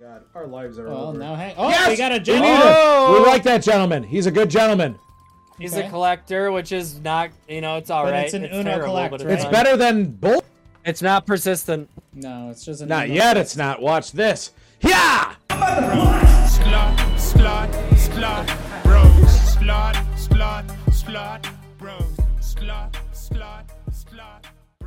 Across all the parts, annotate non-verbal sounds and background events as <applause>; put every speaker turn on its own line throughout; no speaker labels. God, our lives are
Well,
over.
now hang. Oh, we
Yes!
got a
We need
gentleman.
it.
Oh!
We like that gentleman. He's a good gentleman.
He's
Okay.
a collector, which is not, you know, it's all
But
right.
it's an Uno
terrible, but
collector.
It's
Right.
fine.
better than bull.
It's not persistent.
No, it's just an
Not
email.
yet. It's not. Watch this. Yeah.
Slot, slot, slot, bro. Slot, slot, slot, bro. Slot, slot, slot, bro.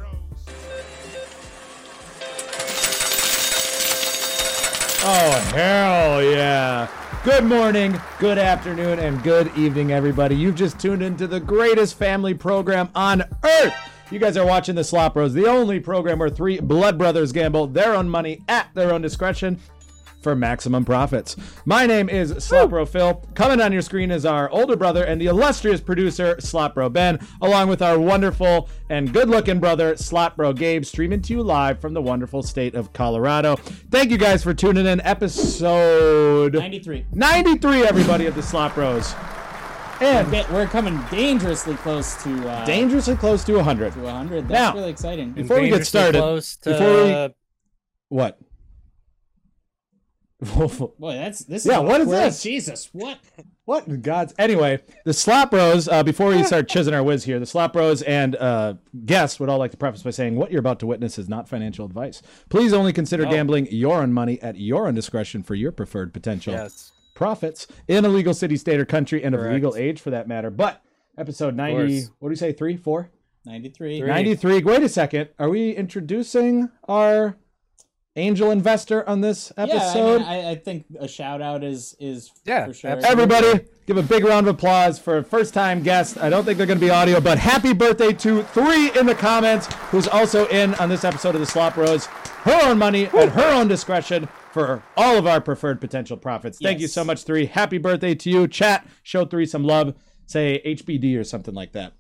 Oh hell yeah. Good morning, good afternoon, and good evening, everybody. You've just tuned into the greatest family program on earth. You guys are watching the Slop Bros, the only program where three blood brothers gamble their own money at their own discretion for maximum profits. My name is Slopro Phil. Coming on your screen is our older brother and the illustrious producer, Slopro Ben, along with our wonderful and good looking brother, Slopro Gabe, streaming to you live from the wonderful state of Colorado. Thank you guys for tuning in. Episode
93.
93, everybody, of the Slop Bros. And
Get- We're coming dangerously close to uh,
dangerously close to 100.
to 100. That's
Now-
really exciting.
Before we get
Dangerously
started,
close to-
before What? <laughs>
Boy, that's this.
Yeah,
is
what is
awkward.
this?
Jesus, what?
What in God's? Anyway, the Slop Bros. Uh, before we
<laughs>
start chiseling our whiz here, the Slop Bros and uh, guests would all like to preface by saying what you're about to witness is not financial advice. Please only consider gambling your own money at your own discretion for your preferred potential
Yes.
profits in a legal city, state, or country, and of
Correct.
legal age for that matter. But episode ninety,
course.
what do we say? Three, four,
93.
Three.
ninety-three. Wait a second. Are we introducing our angel investor on this
Yeah,
episode?
I, mean, I, I think a shout out is is
Yeah,
for sure.
absolutely.
Everybody, give a big round of applause for a first time guest. I don't think they're going to be audio, but happy birthday to three in the comments, who's also in on this episode of The Slop Rose. Her own money at her own discretion for all of our preferred potential profits. Thank you
Yes.
so much, three. Happy birthday to you. Chat, show three some love. Say HBD or something like that.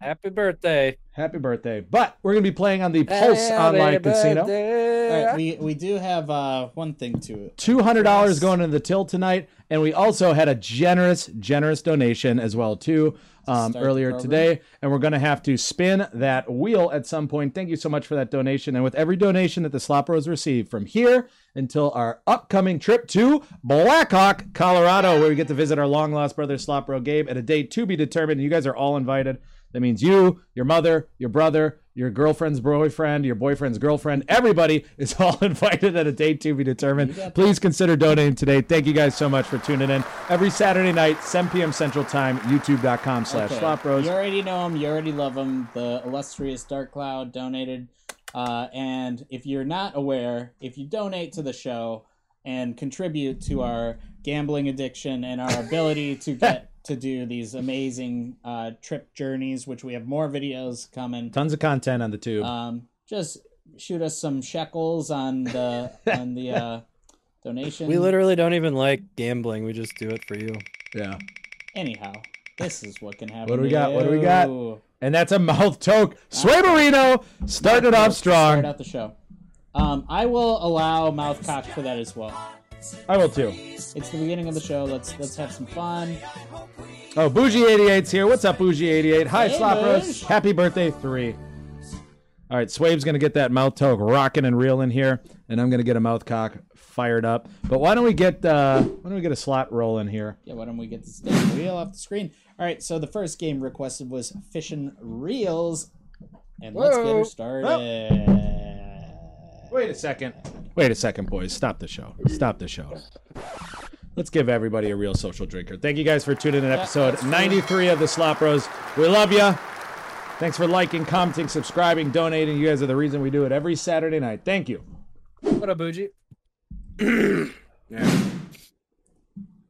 Happy birthday.
Happy birthday. But we're going to be playing on the Pulse Online Casino.
All right, we we do have uh, one thing to
Two hundred dollars going into the till tonight, and we also had a generous, generous donation as well too um,
Start the
earlier
program.
today. And we're going to have to spin that wheel at some point. Thank you so much for that donation, and with every donation that the Slop Bros receive from here until our upcoming trip to Blackhawk, Colorado, where we get to visit our long lost brother Slop Bro Gabe at a date to be determined. You guys are all invited. That means you, your mother, your brother, your girlfriend's boyfriend, your boyfriend's girlfriend, everybody is <laughs> all invited at a date to be determined. Please consider donating today. Thank you guys so much for tuning in. Every Saturday night, 7 p.m. Central Time, youtube.com slash
Okay.
slopros.
You already know him. You already love him. The illustrious Dark Cloud donated. Uh, and if you're not aware, if you donate to the show and contribute to our gambling addiction and our
<laughs>
ability to get to do these amazing uh, trip journeys, which we have more videos coming,
Tons of content on the tube.
um, just shoot us some shekels
<laughs>
on the on the uh, donation.
We literally don't even like gambling. We just do it for you.
yeah.
anyhow. This is what can happen.
What do we
to
got? What do we got?
you.
And that's a mouth toke. Sway Marino starting it off
Start
strong.
out the show. Um, I will allow mouth cock for that as well.
I will too.
It's the beginning of the show. Let's let's have some fun.
Oh, Bougie88's here. What's up, Bougie88? Hi,
Hey,
Slopros.
Bouge.
Happy birthday, three. All right, Swabe's going to get that mouth toke rocking and reeling here, and I'm going to get a mouth cock fired up. But why don't we get uh, why don't we get a slot rolling here?
Yeah, why don't we get this damn reel off the screen? All right, so the first game requested was Fishin' Reels, and let's get her started.
Wait a second. Wait a second, boys. Stop the show. Stop the show. Let's give everybody a real social drinker. Thank you guys for tuning in episode 93 of the Slop Bros. We love you. Thanks for liking, commenting, subscribing, donating. You guys are the reason we do it every Saturday night. Thank you.
What a bougie.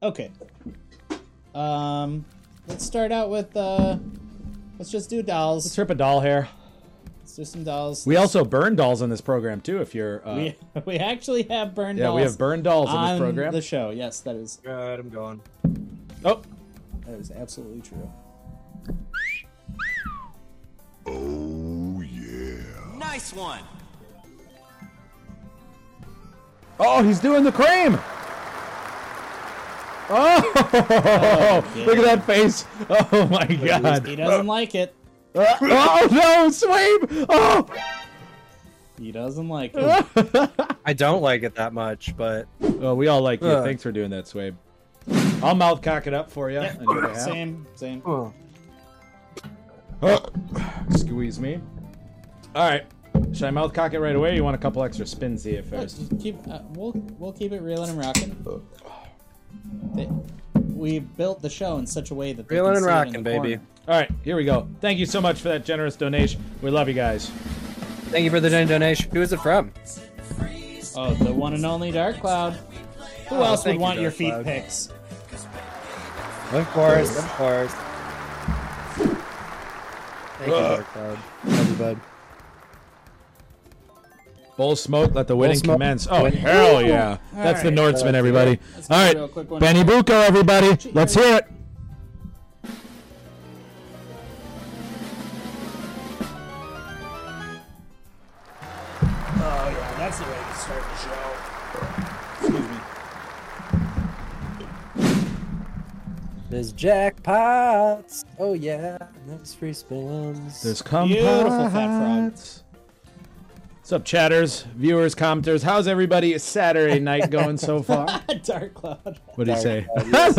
Okay. Um, let's start out with uh, let's just do dolls.
Trip a doll hair.
Let's do some dolls.
We also burn dolls in this program too. If you're, uh,
we, <laughs> we actually have burned
yeah,
dolls.
we have burn dolls in
on
this program.
the show. Yes, that is
God, I'm going.
oh,
that is absolutely true.
Nice one.
oh, he's doing the cream. Oh, <laughs>
Oh,
look at that face. <laughs> Oh my god.
He doesn't like it.
Uh, oh no, Swabe! Oh,
He doesn't like
<laughs>
it.
I don't like it that much, but
Well, Oh, we all like you.
Ugh.
Thanks for doing that, Swabe. I'll mouth cock it up for you. on your behalf.
same, same.
Squeeze me. All right. Should I mouth cock it right away? Or you want a couple extra spins here first?
Just keep. Uh, we'll we'll keep it reeling and rocking. They- we built the show in such a way that they
Reelin'
can
and
see it in
rockin',
the
baby.
corner.
All right, here we go. Thank you so much for that generous donation. We love you guys.
thank you for the donation. Who is it from?
Oh, the one and only Dark Cloud. Who else would
Oh, thank you,
want your
Dark
feet
Cloud.
pics?
Of course, of course. Thank you, Dark Cloud. Love you, bud.
Bull smoke, let the wedding
smoke.
commence. Oh, hell yeah. That's the
right.
Nordsman, everybody.
Let's
All
do
right,
a quick one.
Benny Bucco, everybody. Let's hear it.
Oh yeah, that's the way to start the show.
There's jackpots. Oh yeah, that's free spins.
There's
Beautiful fat frog.
compots. What's up, chatters, viewers, commenters? How's everybody Saturday night going so far?
<laughs> Dark Cloud.
What do you say?
Oh,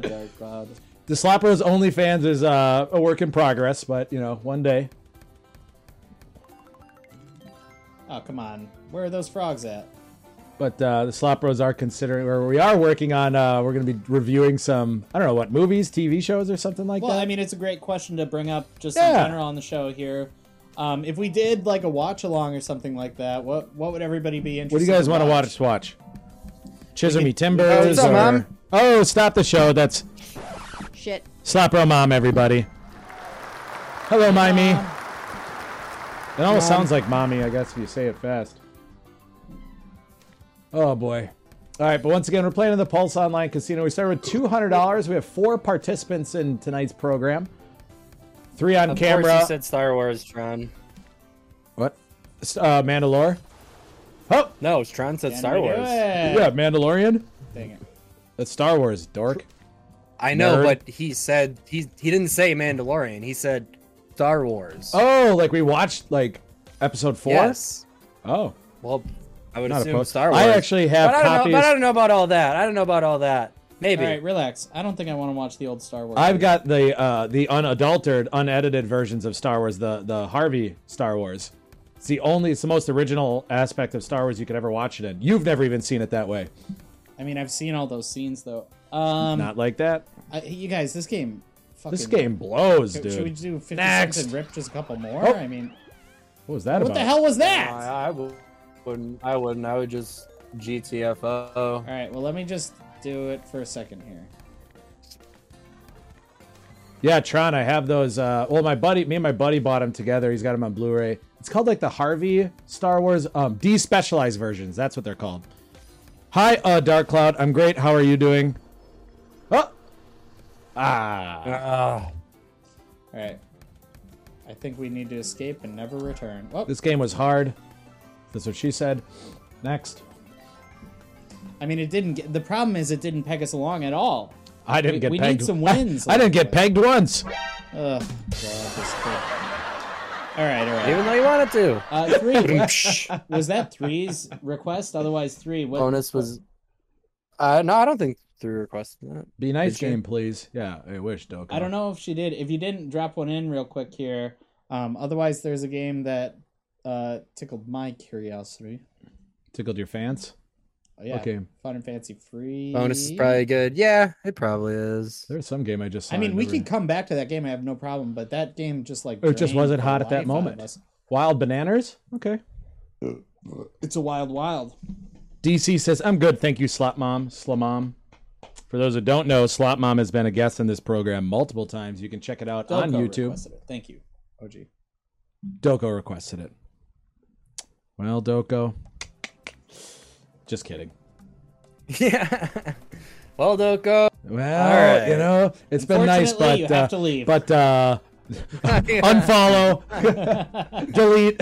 Dark Cloud.
<laughs> the Slapper's OnlyFans is uh, a work in progress, but you know, one day.
Oh, come on. Where are those frogs at?
But uh, the Slop Bros are considering, or we are working on. Uh, we're going to be reviewing some, I don't know what movies, TV shows, or something like
Well,
that.
I mean, it's a great question to bring up just
Yeah.
in general on the show here. Um, if we did like a watch along or something like that, what what would everybody be interested?
what do you guys
to
want to watch? Watch Chisholm E. Timbers.
What's up,
or-
Mom?
Oh, stop the show! That's
Shit.
Slop Bro Mom, everybody. Hello, Mimey. It almost sounds like mommy, I guess, if you say it fast. Oh boy. All right, but once again, we're playing in the Pulse Online Casino. We started with two hundred dollars. We have four participants in tonight's program. Three on
of course
camera.
you said Star Wars, Tron.
what? S- Uh, Mandalore. Oh,
No, Tron said Star
Anybody do
Wars.
it?
yeah, Mandalorian.
Dang it.
That's Star Wars, dork.
I know,
Nerd.
but he said he he didn't say Mandalorian. He said Star Wars.
Oh, like we watched like episode four.
yes.
Oh,
Well, I would
Not
assume
opposed.
Star Wars.
I actually have
but I, don't know, but
copies-
I don't know about all that. I don't know about all that. Maybe.
All right, relax. I don't think I want to watch the old Star Wars.
I've got the uh, the unadulterated, unedited versions of Star Wars, the the Harvey Star Wars. It's the only, it's the most original aspect of Star Wars you could ever watch it in. You've never even seen it that way.
I mean, I've seen all those scenes though. Um,
Not like that.
I, you guys, this game. Fucking,
This game blows,
Should,
dude.
we do fifty
Next.
cents and rip just a couple more?
Oh.
I mean,
What was that
what
about?
the hell was that?
I, wouldn't. I wouldn't. I would just GTFO.
all right, well, let me just do it for a second here.
Yeah, Tron. I have those. Uh, well, my buddy, me and my buddy bought them together. He's got them on Blu-ray. It's called like the Harvey Star Wars um, despecialized versions. That's what they're called. Hi, uh, Dark Cloud. I'm great. How are you doing? Oh, ah.
All right. I think we need to escape and never return. Oh,
This game was hard. That's what she said. Next.
I mean, it didn't. Get, the problem is, it didn't peg us along at all.
I didn't
We-
get
we need
pegged.
some wins,
<laughs> I, I didn't get
Elizabeth.
pegged once.
Ugh. God, this crap. all right, all right.
Even though you wanted to.
Uh,
<laughs>
three was that three's request? Otherwise, three. What,
Bonus was. Uh, no, I don't think through requested that.
Be nice
Did you?
game, please. Yeah, I wish, Doka.
I don't know if she did. If you didn't, drop one in real quick here. Um, otherwise, there's a game that uh, tickled my curiosity.
Tickled your fans?
Oh, yeah.
Okay.
Fun and fancy free.
Bonus is probably good. Yeah, it probably is.
<laughs>
<laughs>
There's some game I just saw.
I mean, we
never-
could come back to that game. I have no problem. But that game just like
It just
drained
wasn't
the
hot at
life out
that
of
moment.
us.
Wild Bananas? Okay.
It's a wild, wild.
DC says, I'm good. Thank you, Slot Mom. Slamom. For those who don't know, Slot Mom has been a guest in this program multiple times. You can check it out on
Delco
YouTube.
requested it. Thank you, OG.
Doko requested it. Well, Doko. Just kidding.
Yeah. well,
<laughs>
Doko.
Well,
All right.
you know, it's been nice,
Unfortunately,
but
you
uh,
have to leave.
but uh,
<laughs>
unfollow, delete,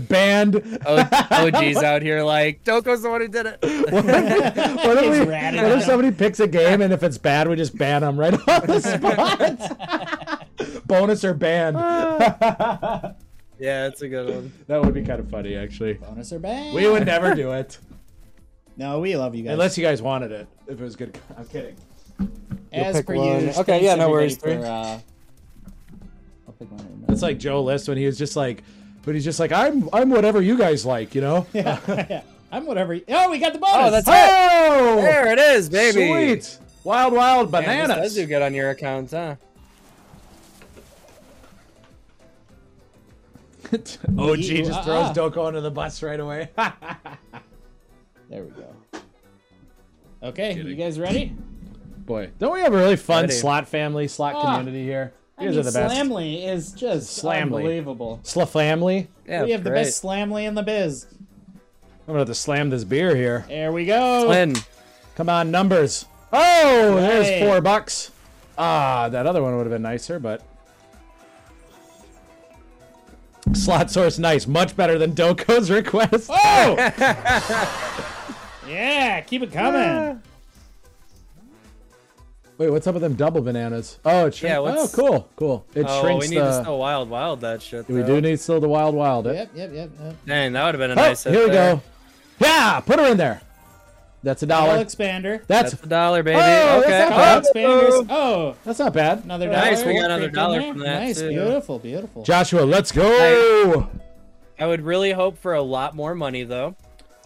banned.
O- OG's out here like Doko's the one who did it.
<laughs> What if, what if we-
ratted
what if
out. <laughs>
somebody picks a game and if it's bad, we just ban them right off the spot? Bonus or banned.
Yeah, that's a good one.
that would be kind of funny, actually.
Bonus or bang?
We would never do it
no, we love you guys.
unless you guys wanted it. If it was good, I'm kidding.
As
pick
per
one.
usual.
Okay, yeah,
thanks everybody
no worries,
For,
three.
uh, I'll pick one. right now. <laughs>
It's like Joe List when he was just like, but he's just like, I'm I'm whatever you guys like, you know.
I'm whatever. You- oh, we got the bonus.
Oh, that's
Oh,
There it is, baby.
sweet. Wild, wild
Man, this
bananas.
does do good on your account, huh?
<laughs> OG just throws
Ah.
Doko under the bus right away. <laughs>
There we go. Okay, you
Kidding.
guys ready?
Boy, don't we have a really fun
Ready.
slot family, slot
Ah.
community here?
I
You guys
mean,
are the best.
Slamly is just
Slamly.
unbelievable.
Sla family.
Yeah,
we have the
great.
best Slamly in the biz.
I'm gonna have to slam this beer here.
There we go.
Lynn,
<laughs> Come on, numbers. Oh,
Hey.
there's four bucks. Ah, that other one would have been nicer, but slot source nice, much better than Doko's <laughs> request. <laughs>
Oh! yeah, keep it coming.
Ah. Wait, what's up with them double bananas? Oh, it shrinks.
Yeah, what's-
oh, cool, cool. It
Oh,
shrinks
we need
the.
to still wild, wild that shit.
We
though.
uh, do need still the wild, wild. eh?
Yep, yep, yep, yep.
Dang, that would have been a
Oh,
nice. hit
here we
there.
go. Yeah, put her in there. That's a dollar.
Ball expander.
that's
That's a dollar, baby.
Oh, that's
okay.
not
Ball
bad.
expanders. Oh,
that's not bad.
another dollar.
Nice, we got another
Creep in
dollar
there.
from that,
Nice,
too.
beautiful, beautiful.
Joshua, let's go.
I would really hope for a lot more money though.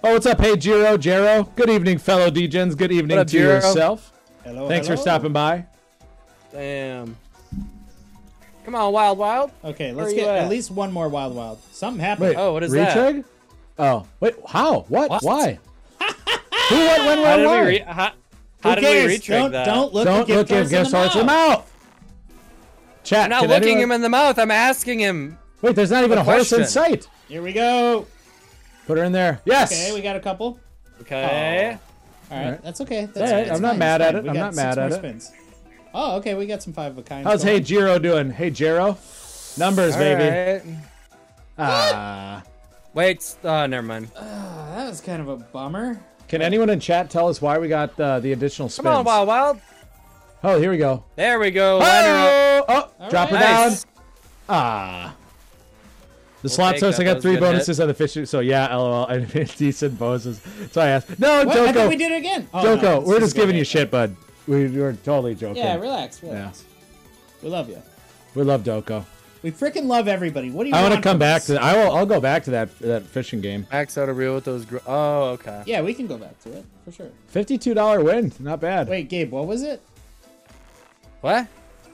Oh, what's up? Hey, Jiro, Jiro. Good evening, fellow DJs. Good evening
What up,
to
Jiro?
yourself.
Hello,
Thanks
hello.
for stopping by.
Damn. Come on, wild, wild.
Okay,
Where
let's
you
get
at?
at least one more wild wild. Something happened.
Wait,
Oh, what is that?
retrigg? Oh, wait, how? What?
What?
Why? Who? What? When?
How
Where?
did
Why?
we? Re- how how
Who
did we
cares?
retrick
don't,
that?
Don't look
Don't
at
look at gift
gifts
horse in the mouth. Chat.
I'm not
can
looking
anyone-
him in the mouth. I'm asking him.
Wait, there's not even
a
a horse in
question.
sight.
Here we go.
Put her in there. Yes.
Okay, we got a couple.
Okay.
All right,
Alright.
that's okay. That's,
Alright,
that's
I'm not
fine,
mad
it's
at
fine.
it,
We
I'm
got
not
six
mad
more
at it.
Spins. Oh, okay, we got some five of a kind.
How's
going.
Hey Jiro doing? Hey Jiro. Numbers, baby.
All right.
Ah.
Wait. Oh, never mind.
Oh, that was kind of a bummer.
Can anyone in chat tell us why we got uh, the additional spins?
Come on, wild, wild.
Oh, here we go.
There we go. Line her up.
Oh, oh,
All
drop
right.
it down.
Nice.
Ah. The slot
take
source,
that.
I
That
got
was
three
a good hit.
bonuses on the fishing. So yeah, lol. <laughs> I mean, decent bonuses. So I asked. No,
What? I
Doko.
think we did it again. Oh,
Doko,
no, this
we're
is
just
good.
giving you shit, bud. We, we're totally joking.
Yeah, relax, relax. We love you.
We love Doko.
We freaking love everybody. What do you
I
want
want to come
from
back
us?
to. I will. I'll go back to that that fishing game.
Max out of real with those. Gr- oh, okay.
Yeah, we can go back to it for sure.
Fifty-two dollar win. Not bad.
Wait, Gabe, what was it?
What?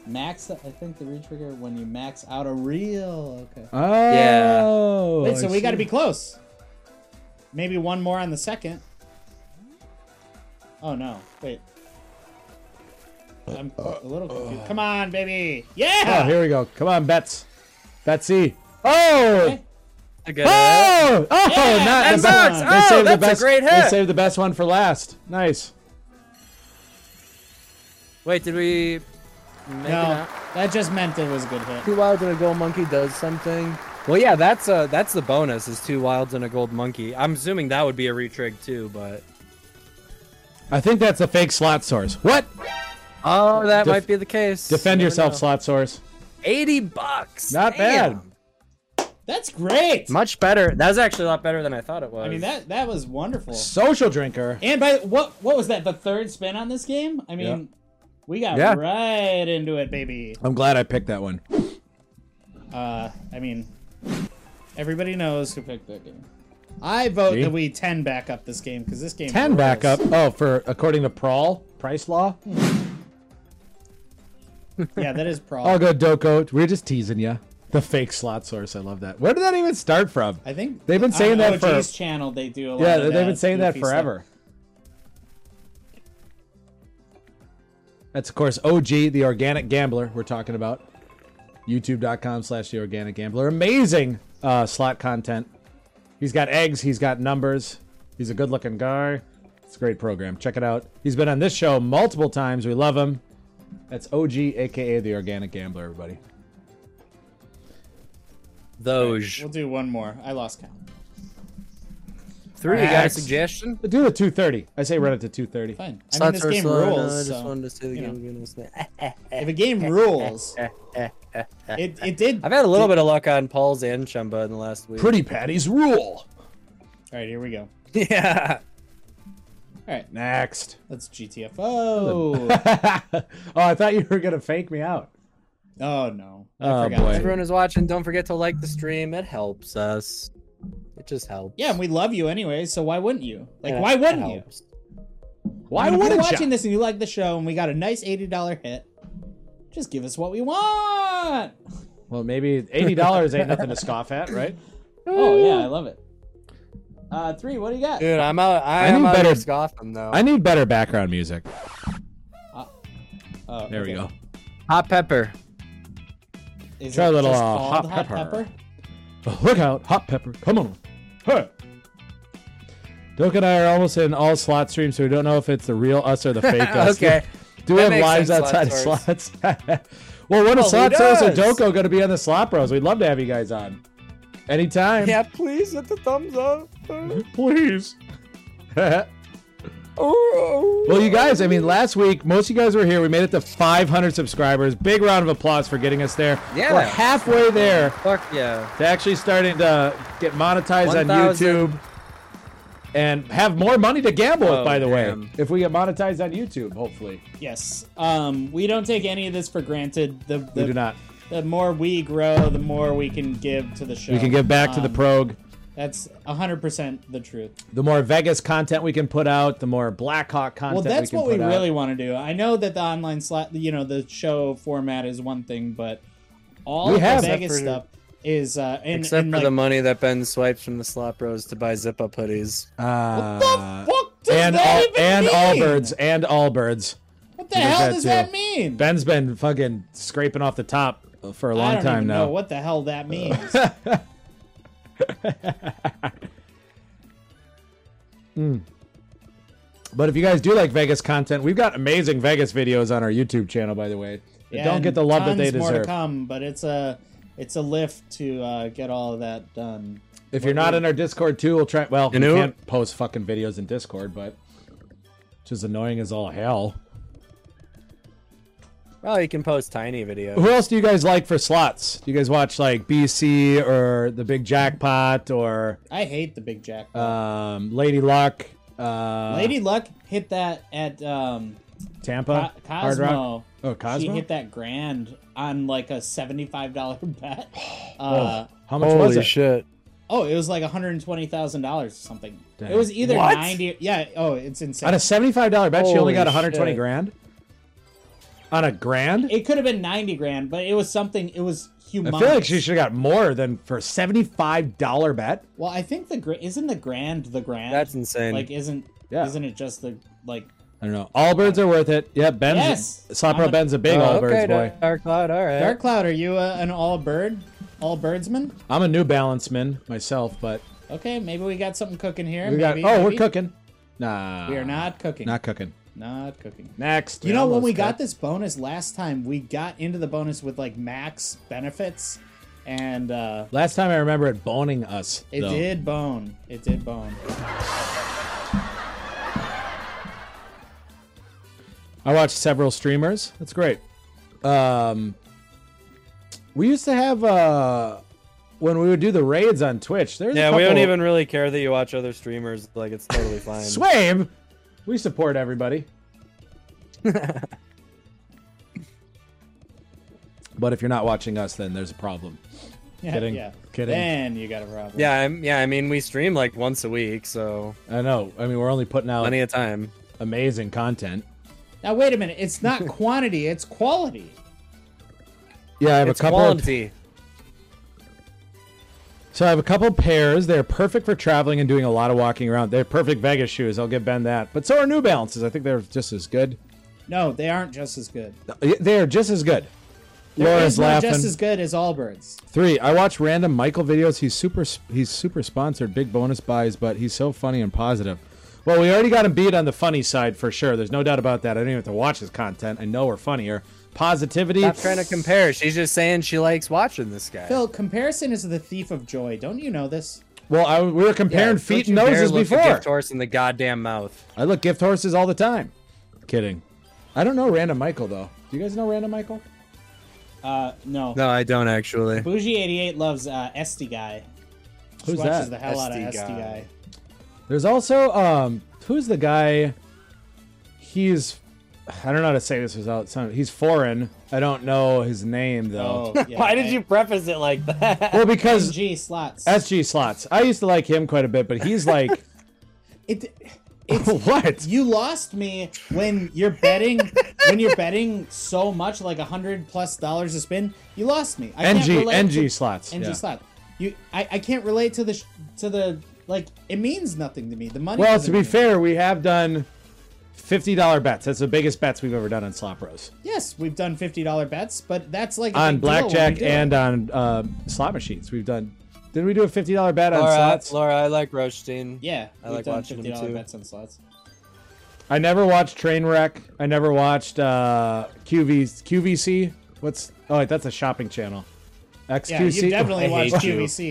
Max, I think the retrigger when you max out a reel. Okay.
Oh.
Wait, so
I
we got to
see.
be close. Maybe one more on the second. Oh no! Wait. I'm a little confused. Come on, baby.
Oh,
Yeah.
here we go. Come on, Bets. Betsy. Oh.
Okay.
I get it.
Oh! Oh!
Yeah,
not the
that's
best.
one.
Oh,
saved the
that's a
best-
great
They
hit.
saved the best one for last. Nice.
Wait, did we? Make it
No,
out?
that just meant it was a good hit.
Two wilds and a gold monkey does something. Well, yeah, that's uh that's the bonus is two wilds and a gold monkey. I'm assuming that would be a retrig too, but
I think that's a fake slot source. What?
oh, that
Def-
might be the case.
Defend
Never
yourself,
know.
slot source.
Eighty bucks.
Not
Damn.
bad.
That's great.
Much better. That was actually a lot better than I thought it was.
I mean that that was wonderful.
Social drinker.
And by what what was that? The third spin on this game? I mean, we got
Yeah.
right into it, baby.
I'm glad I picked that one.
Uh, I mean, everybody knows who picked that game. I vote
See?
that we ten back up this game because this game
Ten
rules.
back up. Oh, for according to Prawl price law.
Hmm.
Yeah, that
<laughs>
is problem.
All good, Doko. We're just teasing you. The fake slot source. I love that. Where did that even start from?
I think
They've been saying
on
that for-
OG's channel. They do a lot.
Yeah,
of
they've
that
been saying that
goofy stuff.
forever. That's of course OG, the organic gambler we're talking about. YouTube.com slash the organic gambler. Amazing uh, slot content. He's got eggs, he's got numbers, he's a good looking guy. It's a great program. Check it out. He's been on this show multiple times. We love him. That's OG, aka the organic gambler, everybody.
those
We'll do one more. I lost count.
three. You got a
Max.
suggestion?
Do the 230. I say run it to 230.
Fine. I mean, this game rules. so, you know.
game
If a game rules, it, it did.
<laughs> I've had a little bit of luck on Paul's and Shumba in the last <laughs> week.
Pretty patties rule.
All right, here we go.
yeah.
All right,
Next.
that's
<laughs>
GTFO.
oh, I thought you were gonna fake me out.
oh no, I
Oh,
forgot.
boy.
Everyone is watching. Don't forget to like the stream. It helps us. It just helps.
Yeah, and we love you anyway, so why wouldn't you? Like,
Yeah,
why
it
wouldn't you?
helps.
Why
I mean, if you're
wouldn't
watching
you?
this and you like the show, and we got a nice eighty dollar hit. Just give us what we want.
Well, maybe eighty dollars ain't nothing to scoff at, right?
Oh yeah, I love it. Uh, three. What do you got?
Dude, I'm out. I,
I
am
need
out
better-
better scoffing though.
I need better background music.
Oh,
There we
okay.
go.
Hot pepper.
Is
Try a
it
little,
just
uh,
called
hot pepper. Look out, hot pepper, come on. Hey. Doak and I are almost in all slot streams, so we don't know if it's the real us or the fake <laughs> us.
Okay.
Do we
That
have
makes
lives
sense,
outside
Slot
of slots? <laughs> well, when are
he
Slot Source or
does.
Doko going to be on the Slot Bros? We'd love to have you guys on. Anytime.
Yeah, please hit the thumbs up. Oh,
Please. <laughs> well,
oh.
you guys, I mean, last week, most of you guys were here. We made it to 500 subscribers. Big round of applause for getting us there.
Yeah.
We're halfway there.
Fuck yeah.
to actually starting to get monetized on
1,000.
YouTube and have more money to gamble with,
Oh,
by the way.
damn.
If we get monetized on YouTube, hopefully.
Yes. Um, we don't take any of this for granted. The, the
we do not.
The more we grow, the more we can give to the show.
We can give back to the
Um,
prog.
That's hundred percent the truth.
The more Vegas content we can put out, the more Blackhawk content
Well, that's
we can
what we
put out.
really want to do. I know that the online slot, you know, the show format is one thing, but all
We
of
have.
the Vegas
Except for-
stuff is uh, and,
Except
and,
for
like,
the money that Ben swipes from the slop bros to buy zip up hoodies.
Uh,
the fuck does
and
that
all,
even
and
mean?
Allbirds and Allbirds.
What the hell
that
does
too.
that mean?
Ben's been fucking scraping off the top for a long
I don't
time
even
now.
know what the hell that means.
But if you guys do like Vegas content, we've got amazing Vegas videos on our YouTube channel, by the way. that
Yeah,
don't
and
get the love that
tons
they
More to
deserve.
come, but it's a it's a lift to uh, get all of that done.
If you're not in our Discord too, we'll try. Well,
You know-
we can't post fucking videos in Discord, but which is annoying as all hell.
Well, you can post tiny videos.
Who else do you guys like for slots? Do you guys watch like BC or the Big Jackpot or
I hate the big jack.
um, Lady Luck? Uh,
Lady Luck hit that at um,
Tampa
Co-
Hard Rock.
Cosmo.
Oh, Cosmo?
She hit that grand on like a seventy-five dollar <laughs> bet.
Oh.
Uh,
How much was it?
shit.
oh. it was like one hundred twenty thousand dollars or something.
Dang.
It was either
What?
ninety. Yeah. Oh, it's insane.
On a seventy-five dollar bet, she only
Holy
got one hundred twenty
shit.
grand. On a grand,
it could have been ninety grand, but it was something. It was humongous.
I feel like she should have got more than for a seventy-five dollar bet.
Well, I think the gra- isn't the grand the grand.
That's insane.
Like, isn't
Yeah.
isn't it just the like?
I don't know. All birds are worth it. Yeah, Ben's
Yes.
Slopro
I'm a-
Ben's a Oh, big all birds
Oh, okay,
boy.
Dark Cloud. All right.
Dark Cloud, are you uh, an all bird, all birdsman?
I'm a New Balance man myself, but
Okay, maybe we got something cooking here.
we got.
maybe,
oh, we're
maybe.
cooking. Nah,
We are not cooking.
Not cooking.
not cooking.
Next.
You know, when
almost
we
cooked.
got this bonus last time, we got into the bonus with like max benefits, and uh,
Last time I remember it boning us.
it
though.
did bone. It did bone. <laughs>
I watched several streamers. That's great. Um, we used to have uh, when we would do the raids on Twitch. There's a
Yeah, we don't
couple-
even really care that you watch other streamers. Like, it's
<laughs>
totally fine.
Swave. We support everybody. <laughs> but if you're not watching us, then there's a problem.
Yeah,
Kidding.
yeah.
Kidding.
Then you got a problem.
Yeah, I'm, yeah. I mean, we stream like once a week, so
I know. I mean, we're only putting out
plenty of time.
amazing content.
Now wait a minute.
<laughs>
It's not quantity. It's quality.
Yeah, I have
It's
a couple. Of,
quality.
so I have a couple pairs. They're perfect for traveling and doing a lot of walking around. They're perfect Vegas shoes. I'll give Ben that. But so are New Balances. I think they're just as good.
No, they aren't just as good.
They are just as good.
There
Laura's
is no
laughing.
just as good as all birds.
Three. I watch random Michael videos. He's super. He's super sponsored. Big bonus buys, but he's so funny and positive. Well, we already got him beat on the funny side for sure. There's no doubt about that. I don't even have to watch his content. I know we're funnier. Positivity.
Stop trying to compare. She's just saying she likes watching this guy.
Phil, comparison is the thief of joy. Don't you know this?
Well, I, we were
Yeah,
comparing
don't
feet
you
and
dare
noses
look a
before.
gift horse in the goddamn mouth.
I look gift horses all the time. Kidding. I don't know random Michael though. Do you guys know Random Michael?
Uh, no.
No, I don't actually.
Bougie eighty eight loves uh, Esty guy. She
Who's
watches
that?
the hell out of
Esty
Esty
guy.
guy.
There's also um who's the guy? He's I don't know how to say this without sounding. He's foreign. I don't know his name <laughs> though.
Oh, yeah,
Why did
I-
you preface it like <laughs> that?
Well, because
G slots?
SG slots. I used to like him quite a bit, but he's
<laughs>
like
It,
<laughs> what?
you lost me when you're betting when you're betting so much, like a hundred plus dollars a spin. You lost me. I can't
NG
relate
NG
to-
slots.
NG
yeah.
slot. You, I, I can't relate to the sh- to the like. It means nothing to me. The money.
Well,
doesn't
to be
mean-
fair, we have done fifty dollar bets. That's the biggest bets we've ever done on Slop Rose.
yes, we've done fifty dollar bets, but that's like a
On
big deal when we
blackjack
do it.
and on um, slot machines. We've done did we do a fifty dollar bet on
Laura,
slots?
Laura, I like Rothstein.
yeah,
I
we've
like
done
watching them
fifty dollar
too.
bets on slots.
I never watched Trainwreck. I never watched uh, QV, QVC. What's oh wait, that's a shopping channel.
Yeah,
XQC.
you definitely
I
watched
hate you.
<laughs>
QVC.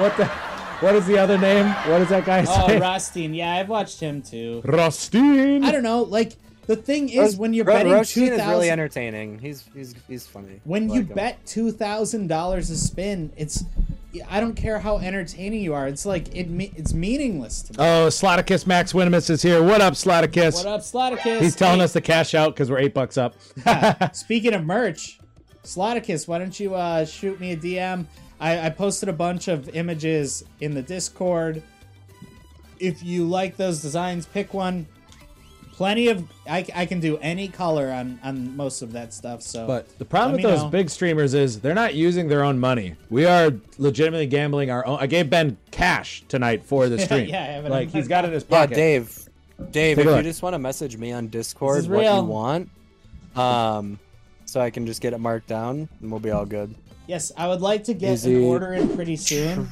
what the? What is the other name? What does that guy
<laughs>
oh,
say?
Rothstein. Yeah, I've watched him too.
Rustin.
I don't know. Like the thing is,
Ro-
when you're
Ro-
betting
Rothstein
two
is really
thousand,
entertaining. He's he's he's funny.
when
I
you
like him.
bet two thousand dollars a spin, it's I don't care how entertaining you are. It's like it me- it's meaningless to me.
Oh, Slotticus Max Winimus is here. What up, Slotticus?
What up, Slotticus?
He's telling
Hey,
us to cash out because we're eight bucks up.
Speaking of merch, Slotticus, why don't you uh, shoot me a DM? I, I posted a bunch of images in the Discord. If you like those designs, pick one. Plenty of I, I can do any color on on most of that stuff. So,
But the problem
let
with
me
those
know.
big streamers is they're not using their own money. We are legitimately gambling our own. I gave Ben cash tonight for the stream.
<laughs> yeah, I have it
like
in
he's
my-
got it in his
Yeah,
pocket.
Dave. Dave,
Take
if
a
you
look.
just want to message me on
This
Discord
is
what you
real.
want, um, so I can just get it marked down and we'll be all good.
yes, I would like to get
Is
an
it-
order in pretty soon.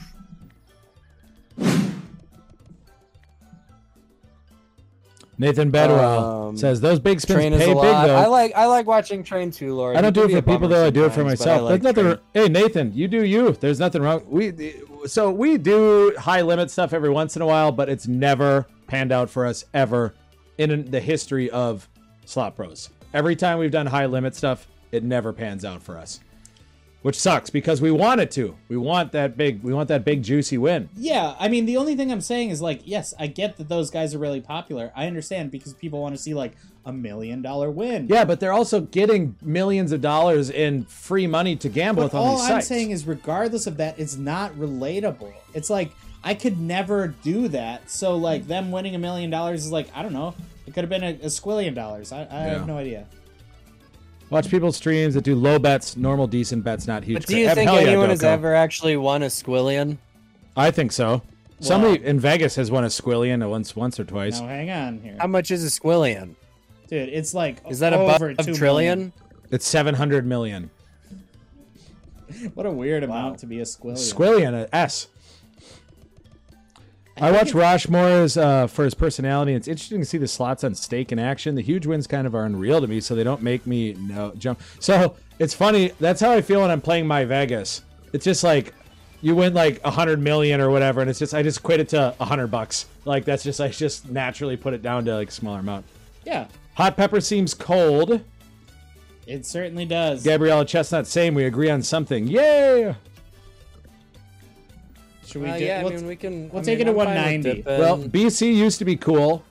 Nathan Bedwell
Um,
says those big spins pay
Train is
big
a
though.
lot. I like I like watching Train too, Laura.
I don't do
You
it
can
for
be a
people
bummer
though. I do it for
sometimes, but I
myself.
like
There's
Train.
nothing. Hey Nathan, you do you. There's nothing wrong. We so we do high limit stuff every once in a while, but it's never panned out for us ever in the history of slot pros. Every time we've done high limit stuff, it never pans out for us, which sucks because we want it to. We want that big. We want that big juicy win.
Yeah, I mean, the only thing I'm saying is like, yes, I get that those guys are really popular. I understand because people want to see like a million dollar win.
Yeah, but they're also getting millions of dollars in free money to gamble
But
with on
all
these
I'm
sites.
saying is, regardless of that, it's not relatable. It's like I could never do that. So like them winning a million dollars is like I don't know. It could have been a, a squillion dollars. I, I
Yeah.
have no idea.
Watch people's streams that do low bets, normal decent bets, not huge.
But do you
cra-
think
Hell yeah,
anyone has
Doko.
ever actually won a squillion?
I think so. Somebody in Vegas has won a squillion once, once or twice.
Now Oh, hang on here,
How much is a squillion?
dude. It's like
Is that above
over
a
two
trillion?
It's seven hundred million.
million. What a weird amount to be a squillion.
Squillion, a S. I watched Rosh Moore's uh, for his personality. and It's interesting to see the slots on stake in action. The huge wins kind of are unreal to me, so they don't make me no jump. So it's funny. That's how I feel when I'm playing my Vegas. It's just like you win like a hundred million or whatever, and it's just I just quit it to a hundred bucks. Like that's just I just naturally put it down to like a smaller amount.
yeah,
Hot pepper seems cold.
it certainly does.
Gabriella Chestnut saying we agree on something. Yay!
Should we
Uh,
do?
yeah, I
we'll-
mean we can.
we'll
I
take
mean,
it to
I'm fine with
190.
dipping.
Well, BC used to be cool.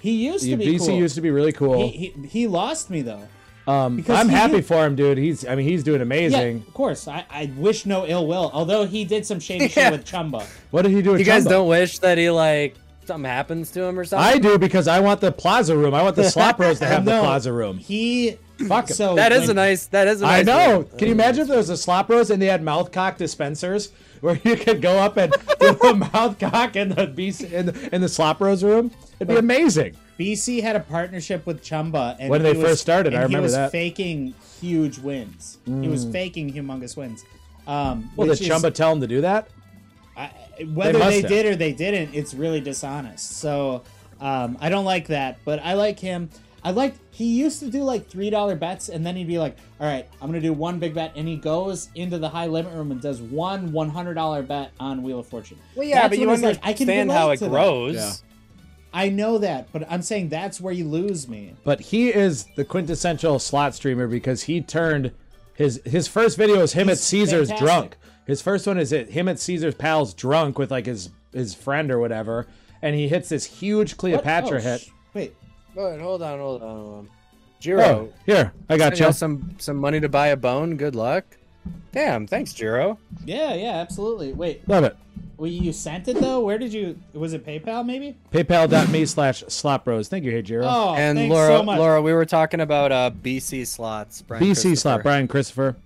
he used to be
BC
cool.
used to be really cool.
he, he, he lost me though.
um,
because
I'm
he-
happy for him, dude. He's I mean he's doing
Yeah,
amazing.
of course. I, I wish no ill will. Although he did some
<laughs>
shady
Yeah.
shit with Chumba.
What did he do? With
you guys
Chumbo?
don't wish that he like something happens to him or something.
I do because I want the plaza room. I want the
<laughs>
slop rows to have the
No.
plaza room.
He
Fuck him.
so
That is
when-
a nice. That is. A
I
nice
know.
one.
Can you imagine if there was a slop rows and they had mouth cock dispensers where you could go up
<laughs>
and do a mouth cock in the BC in the, in the slop rows room? It'd be amazing.
BC had a partnership with Chumba, and
When they
he was-
first started, I
and
remember
he was
that. Mm.
faking huge wins. He was faking humongous wins. Um,
Well,
which
did Chumba tell him to do that?
is, whether
must
they,
have.
did or they didn't, it's really dishonest. So um, I don't like that, but I like him. I like he used to do like three dollar bets, and then he'd be like, "All right, I'm gonna do one big bet," and he goes into the high limit room and does one one hundred dollar bet on Wheel of Fortune.
Well, yeah,
That's
but you
when it's
understand
like, I can
how
relate
it
to that.
grows.
Yeah.
I know that, but I'm saying that's where you lose me.
But he is the quintessential slot streamer because he turned his his first video is him at Caesar's
fantastic.
drunk. His first one is it him at Caesar's pals drunk with like his his friend or whatever, and he hits this huge Cleopatra
Oh,
hit.
sh- Wait,
But hold on, hold on, hold on.
Oh,
Jiro,
here I got
sending
you.
us some some money to buy a bone. Good luck. Damn, thanks, Jiro.
yeah, yeah, absolutely. Wait,
Love it.
well, you sent it though. Where did you? Was it PayPal maybe?
PayPal.me slash slop bros. Thank you, hey Jiro.
Oh,
and
thanks
Laura,
so much.
Laura, we were talking about uh, BC slots. Brian
BC slot,
Christopher.
Brian Christopher.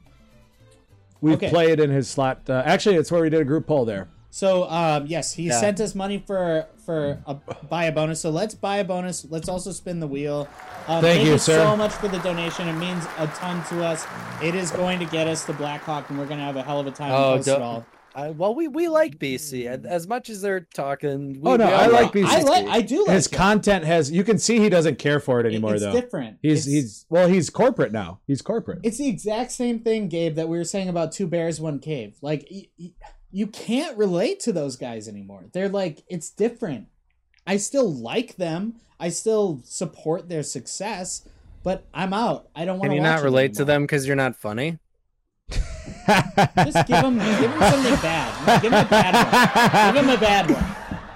We
Okay.
played in his slot. Uh, actually, it's where we did a group poll there.
So um, yes, he
Yeah.
sent us money for for a buy a bonus. So let's buy a bonus. Let's also spin the wheel. Um,
Thank you, sir.
so much for the donation. It means a ton to us. It is going to get us the Black Hawk, and we're going to have a hell of a time.
Oh,
Oh, post it
don't-
all.
I, well, we, we like BC As- as much as they're talking. We,
Oh, no,
we all
I like BC.
I like. I do like
His
it.
content has. You can see he doesn't care for it
It-
anymore,
it's
though.
different.
He's
It's-
he's well, he's corporate now. He's corporate.
It's the exact same thing, Gabe, that we were saying about two bears, one cave. Like y- y- you can't relate to those guys anymore. They're like it's different. I still like them. I still support their success, but I'm out. I don't want
Can
to.
you not relate to them because you're not funny?
<laughs>
Just give them, give them something bad. Give them a
Oh,
bad one. Give them a bad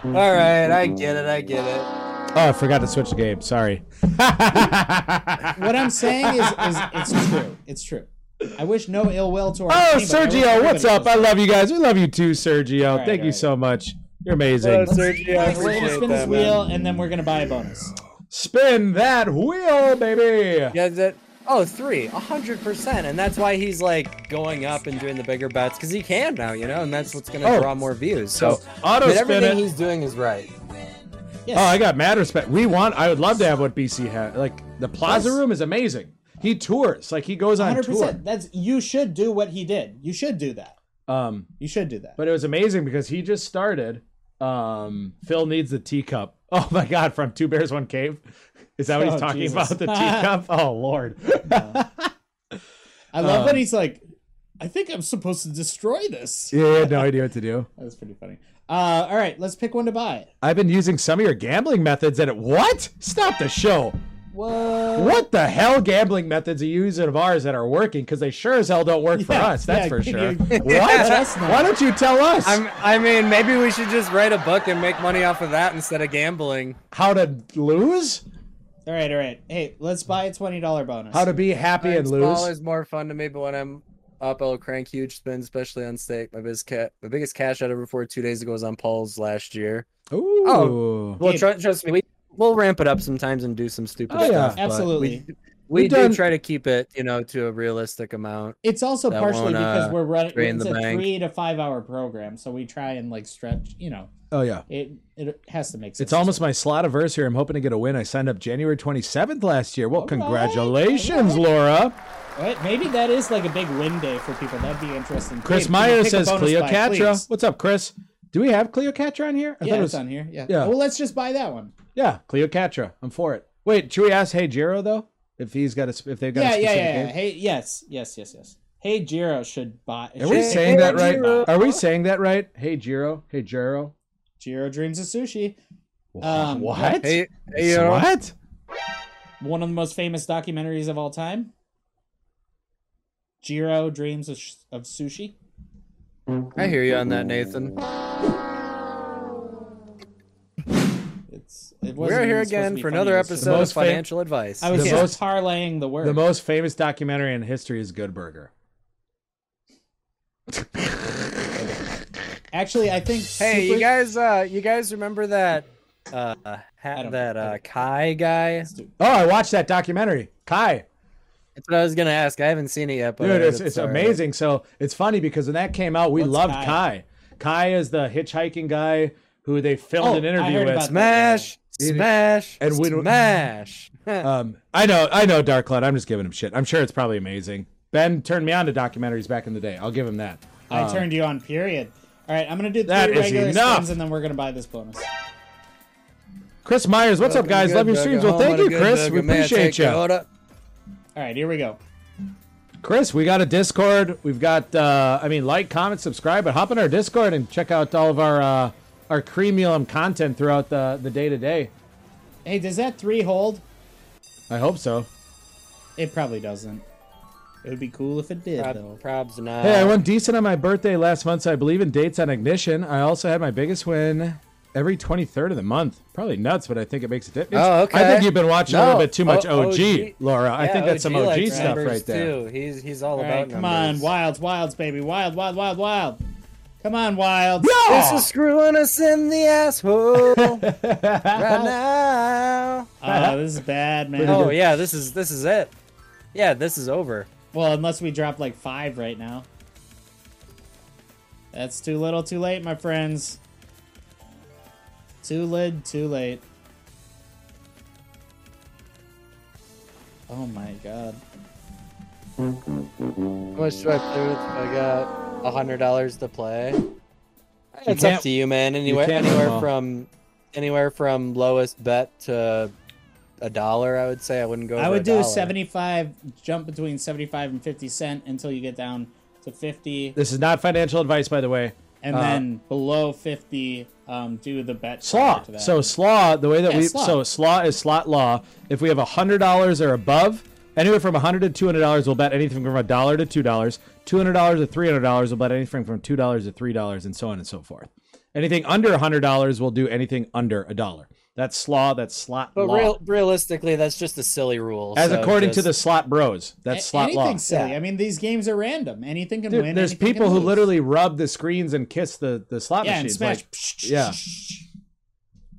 one.
All right, I get it. I get it.
oh, I forgot to switch the game. Sorry. oh,
<laughs> What I'm saying is, is it's true. It's true. I wish no ill will
Oh,
to our. team, but I wish
Oh, Sergio, what's
everybody
up?
was-
I love you guys. We love you too, Sergio.
right,
Thank you
all right.
so much. You're amazing.
We're
Sergio, I
gonna
appreciate
spin this
that, man.
wheel, and then we're gonna buy a bonus.
Spin that wheel, baby.
Yeah, that. Oh, three, a hundred percent, and that's why he's like going up and doing the bigger bets because he can now, you know, and that's what's gonna
Oh.
draw more views. So,
So auto
but
spin
everything
it.
he's doing is right.
Yes.
Oh, I got mad respect. We want. I would love to have what BC had. Like the Plaza Room is amazing. He tours. Like he goes on
hundred
tour.
percent. That's you should do what he did. You should do that.
Um,
You should do that.
but it was amazing because he just started. Um, Phil needs the teacup. <laughs> Oh my God! From Two Bears One Cave. Is that what
Oh,
he's talking
Jesus.
about? <laughs> The teacup. Oh Lord.
I love
um,
that he's like, I think I'm supposed to destroy this.
yeah, he had no idea what to do.
That was pretty funny. Uh, all right, let's pick one to buy.
I've been using some of your gambling methods, and it what? Stop the show.
What?
What the hell gambling methods are you using of ours that are working? Because they sure as hell don't work for
Yeah,
us. That's
yeah,
for
can
sure. <laughs>
you-
What?
Let us know.
Why don't you tell us
I'm, I mean, maybe we should just write a book and make money off of that instead of gambling.
how to lose?
All right, all right. Hey, let's buy a twenty dollar bonus.
How to be happy and
Times small
lose?
is more fun to me, but when I'm up, I'll crank huge spins, especially on stake. My biggest cat, my biggest cash out ever for two days ago was on Paul's last year.
Ooh.
Oh. Well,
Gabe.
tr- trust me, we we'll ramp it up sometimes and do some stupid
Oh, yeah.
stuff. but
Absolutely.
we, we
We've
do
done-
try to keep it, you know, to a realistic amount.
It's also
That
partially
won't,
because
uh,
we're running
drain
it's
the
a
bank.
three to five hour program, so we try and like stretch. You know,
Oh yeah.
it it has to make sense.
It's almost my slot anniversary. I'm hoping to get a win. I signed up January 27th last year. Well,
right,
congratulations,
all
Laura.
Right? Maybe that is like a big win day for people. That'd be interesting.
Chris
Gabe, can you
Meyer
pick a
says
bonus buy,
Cleocatra.
please?
What's up, Chris? Do we have Cleocatra on here? I
Yeah,
thought it
it's
was
on here. Yeah.
yeah.
Well, let's just buy that one.
Yeah, Cleocatra. I'm for it. Wait, should we ask Hey Jiro though? If he's got a, sp- if they've got a
yeah, yeah,
specific
yeah, yeah.
game?
Hey, yes, yes, yes, yes. Hey, Jiro should buy.
Are we
should-
saying
Hey,
that right? Uh,
Jiro.
Are we saying that right? Hey Jiro. Hey Jiro.
Jiro dreams of sushi.
Wh-
Um,
what?
Hey, hey, you know,
what?
One of the most famous documentaries of all time. Jiro dreams of, sh- of sushi.
I hear you on that, Nathan.
It's. It wasn't
We're here
even supposed to
again
be
for
funny,
another
it was just-
episode of
most fam-
financial advice.
I was
The
just
most-
parlaying the word.
The most famous documentary in history is Good Burger.
Actually, I think.
Hey,
super-
you guys, uh, you guys remember that, uh,
I
ha-
don't-
that
I
uh,
don't-
Kai guy?
Oh, I watched that documentary. Kai,
That's what I was gonna ask. I haven't seen it yet, but I
dude,
heard
it's, it's
alright.
amazing. So it's funny because when that came out, we
uh, What's
loved
Kai?
Kai? Kai. is the hitchhiking guy who they filmed an
Oh, I
interview
heard
with.
about
Smash,
It-
smash,
and we- <laughs>
smash.
Um, I know, I know, Dark Cloud. I'm just giving him shit. I'm sure it's probably amazing. Ben turned me on to documentaries back in the day. I'll give him that.
Um,
I turned you on. Period. All right, I'm gonna do three
That is
regular
enough.
spins, and then we're gonna buy this bonus.
Chris Myers, what's up, guys? Love your streams. Well, thank you, Chris. We appreciate you.
All right, here we go.
Chris, we got a Discord. We've got, uh, I mean, like, comment, subscribe, but hop in our Discord and check out all of our uh, our Creamium content throughout the the day to day.
Hey, does that three hold?
I hope so.
It probably doesn't. It would be cool if it did, though.
Prob- probs not.
Hey, I went decent on my birthday last month, so I believe in dates on ignition. I also had my biggest win every 23rd of the month. Probably nuts, but I think it makes a difference.
Oh, okay.
I think you've been watching a
No.
little bit too much OG,
O- OG.
Laura. I
Yeah,
think that's some OG
likes
stuff
numbers,
right there.
Too. He's he's all
All
about
right, come
numbers.
on, Wilds, Wilds, baby, Wild, Wild, Wild, Wild. Come on, Wilds.
This is screwing us in
<laughs>
the asshole right now.
Oh, this is bad, man.
Oh yeah, this is this is it. Yeah, this is over.
Well, unless we drop like five right now. That's too little, too late, my friends. Too lid, too late. Oh my god.
How much do I play with? I got a hundred dollars to play. It's
can't-
up to you, man. Anywhere,
can't win them all.
anywhere from, anywhere from lowest bet to a dollar. I would say I wouldn't go.
I
over
would
a
do
dollar.
75, jump between 75 and 50 cent until you get down to 50.
This is not financial advice, by the way.
And
Uh,
then below 50, um, do the bet.
Slaw.
prior to that.
So slaw, the way that
Yeah,
we
slaw.
so slaw is slot law. If we have hundred dollars or above, anywhere from hundred to two hundred dollars, we'll bet anything from a dollar to two dollars. Two hundred dollars to three hundred dollars, we'll bet anything from two dollars to three dollars, and so on and so forth. Anything under hundred dollars, we'll do anything under a dollar. That's slaw. That's slot
But
law.
real, realistically, that's just a silly rule.
As
so
according to
just-
the slot bros,
A-
that's slot
anything
law.
silly.
Yeah.
I mean, these games are random. Anything can
Dude,
win.
there's
anything can
people who
lose.
literally rub the screens and kiss the the slot
yeah, and
machines.
smash.
Like, yeah.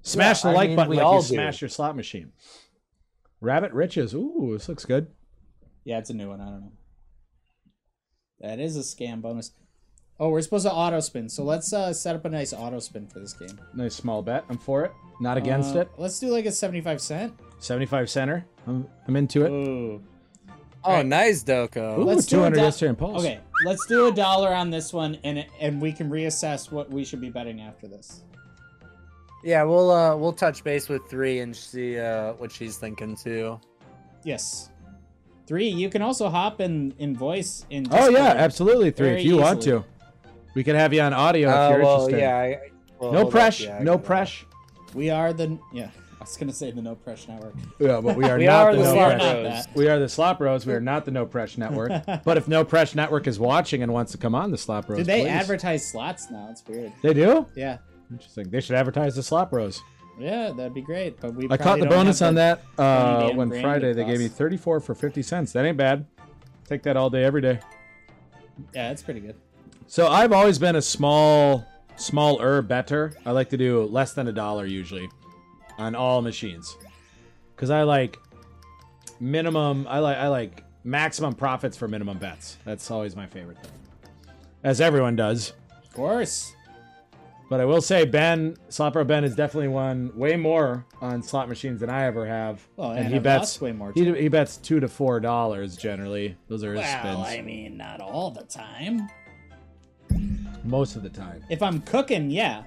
Smash
Yeah,
the
I
like
mean,
button
we
like
all
you
do.
smash your slot machine. Rabbit riches. Ooh, this looks good.
Yeah, it's a new one. I don't know. That is a scam bonus. Oh, we're supposed to auto spin. So let's uh, set up a nice auto spin for this game.
Nice small bet. I'm for it. Not against
Uh,
it.
Let's do like a seventy-five cent.
75 center. I'm, I'm into it.
Ooh.
Oh, nice, Doko.
Ooh,
Let's do a
200
do-
yesterday in Pulse.
Okay, let's do a dollar on this one, and and we can reassess what we should be betting after this.
Yeah, we'll uh we'll touch base with three and see uh what she's thinking too.
Yes. Three. You can also hop in in voice in.
Oh,
Discord.
yeah, absolutely. Three,
Very
if you want
easily.
to. We could have you on audio
Uh,
if you're
well,
interested.
yeah. I, I- well,
No
hold up,
press.
yeah, I
no
can-
press.
We are the yeah. <laughs> I was gonna say the No Pressure Network.
Yeah, but we are
<laughs> We
not
are
the,
the
no
Slot
press.
Not
Bros.
that.
We are the Slop Bros. We are not the No
<laughs>
Press Network. but if No Press Network is watching and wants to come on the Slop Bros,
Did they
please.
advertise slots now? It's weird.
They do?
Yeah.
Interesting. They should advertise the Slop Bros.
Yeah, that'd be great. But we.
I
probably
caught the
don't have
bonus on that uh,
damn
when
grand
Friday.
it
They gave me
costs.
34 for 50 cents. That ain't bad. Take that all day, every day.
Yeah, it's pretty good.
So I've always been a small, smaller better. I like to do less than a dollar usually on all machines, because I like minimum. I like I like maximum profits for minimum bets. That's always my favorite thing, as everyone does.
Of course.
But I will say Ben Slopper Ben has definitely won way more on slot machines than I ever have.
Well, and
he
I've
bets
lost way more,
He,
too.
he bets two to four dollars generally. Those are his
Well, I
spins
mean, not all the time.
most of the time.
If I'm cooking, yeah.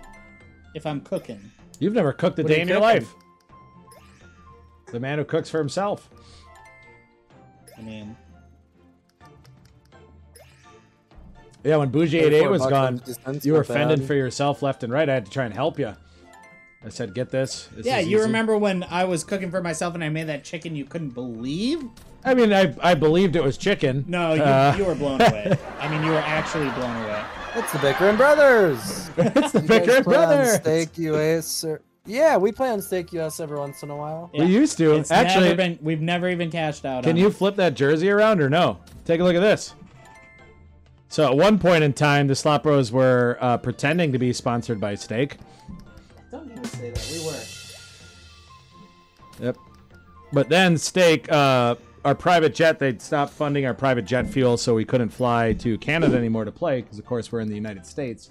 If I'm cooking.
You've never cooked a
What are
day
you
in your
cooking?
life. The man who cooks for himself.
I mean,
Yeah, when Bougie 88 was
34
gone,
bucks with distance,
you were
not bad.
fending for yourself left and right. I had to try and help you. I said, "Get this." This
yeah,
is
you
easy."
remember when I was cooking for myself and I made that chicken you couldn't believe?
I mean, I, I believed it was chicken.
No, you,
Uh,
you were blown away. I mean, you were actually blown away.
It's the
<laughs>
Bickering Brothers.
it's the
You guys
Pickering
play on
brother.
Steak US. Or... Yeah, we play on Steak US every once in a while.
We used to
It's
actually.
never been, we've never even cashed out.
Can
on
you
it.
flip that jersey around or no? Take a look at this. So at one point in time, the Slop Bros were uh, pretending to be sponsored by Steak.
Don't even say that. We were.
Yep. But then Steak, uh, our private jet, they'd stopped funding our private jet fuel, so we couldn't fly to Canada anymore to play because, of course, we're in the United States.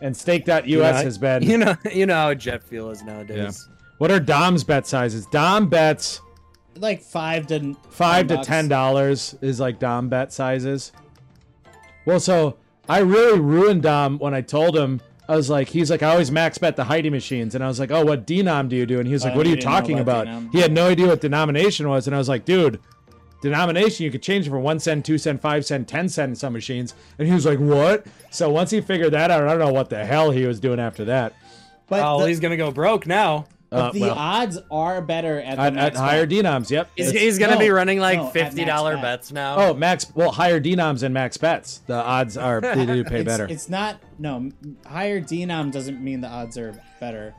And Steak.us has been.
You know, you know how jet fuel is nowadays.
What are Dom's bet sizes? Dom bets
Like five to
five to
bucks.
ten dollars is like Dom bet sizes. Well, so I really ruined Dom when I told him. I was like, he's like, I always max bet the Heidi machines, and I was like, oh, what denom do you do? And he was like,
Oh,
what are
you
you
didn't know
talking
about
about?
denom.
He had no idea what denomination was, and I was like, dude, denomination, you could change it from one cent, two cent, five cent, ten cent in some machines. And he was like, what? So once he figured that out, I don't know what the hell he was doing after that.
But
Oh,
the,
he's gonna go broke now.
Uh,
the
well,
odds are better at the
at, at
next
higher
one.
denoms, yep.
He's,
It's-
he's gonna
no,
be running like
no, at max
fifty dollar
bet.
bets now.
oh, max, well, higher denoms and max bets. The odds are, they do pay
<laughs> It's-
better.
It's not no m- higher denom doesn't mean the odds are better,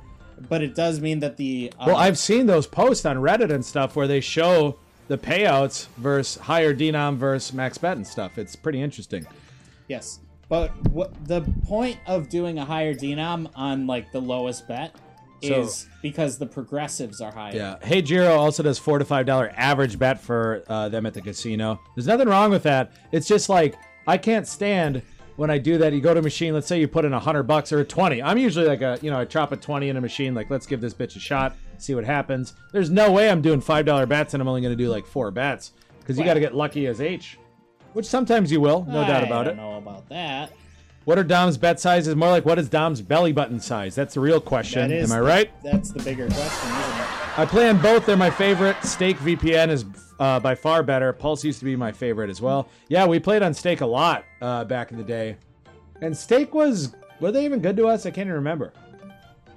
but it does mean that the uh,
Well, I've seen those posts on Reddit and stuff where they show the payouts versus higher denom versus max bet and stuff. It's pretty interesting.
yes. But what the point of doing a higher denom on like the lowest bet
So-
is because the progressives are higher.
Yeah. Hey Jiro also does four to five dollar average bet for uh, them at the casino. There's nothing wrong with that. It's just like I can't stand when I do that. You go to a machine. Let's say you put in a hundred bucks or a twenty. I'm usually like a you know I chop a twenty in a machine. Like let's give this bitch a shot, see what happens. There's no way I'm doing five dollar bets and I'm only gonna do like four bets because you got to get lucky as H, which sometimes you will, Oh, no doubt
I
about
don't
it.
Know about that?
What are Dom's bet sizes? More like what is Dom's belly button size? That's the real question.
That is
Am I
the-
right?
That's the bigger question, isn't it?
I play on both. They're my favorite. Stake VPN is uh, by far better. Pulse used to be my favorite as well. Yeah, we played on Stake a lot uh, back in the day, and Stake was were they even good to us? I can't even remember.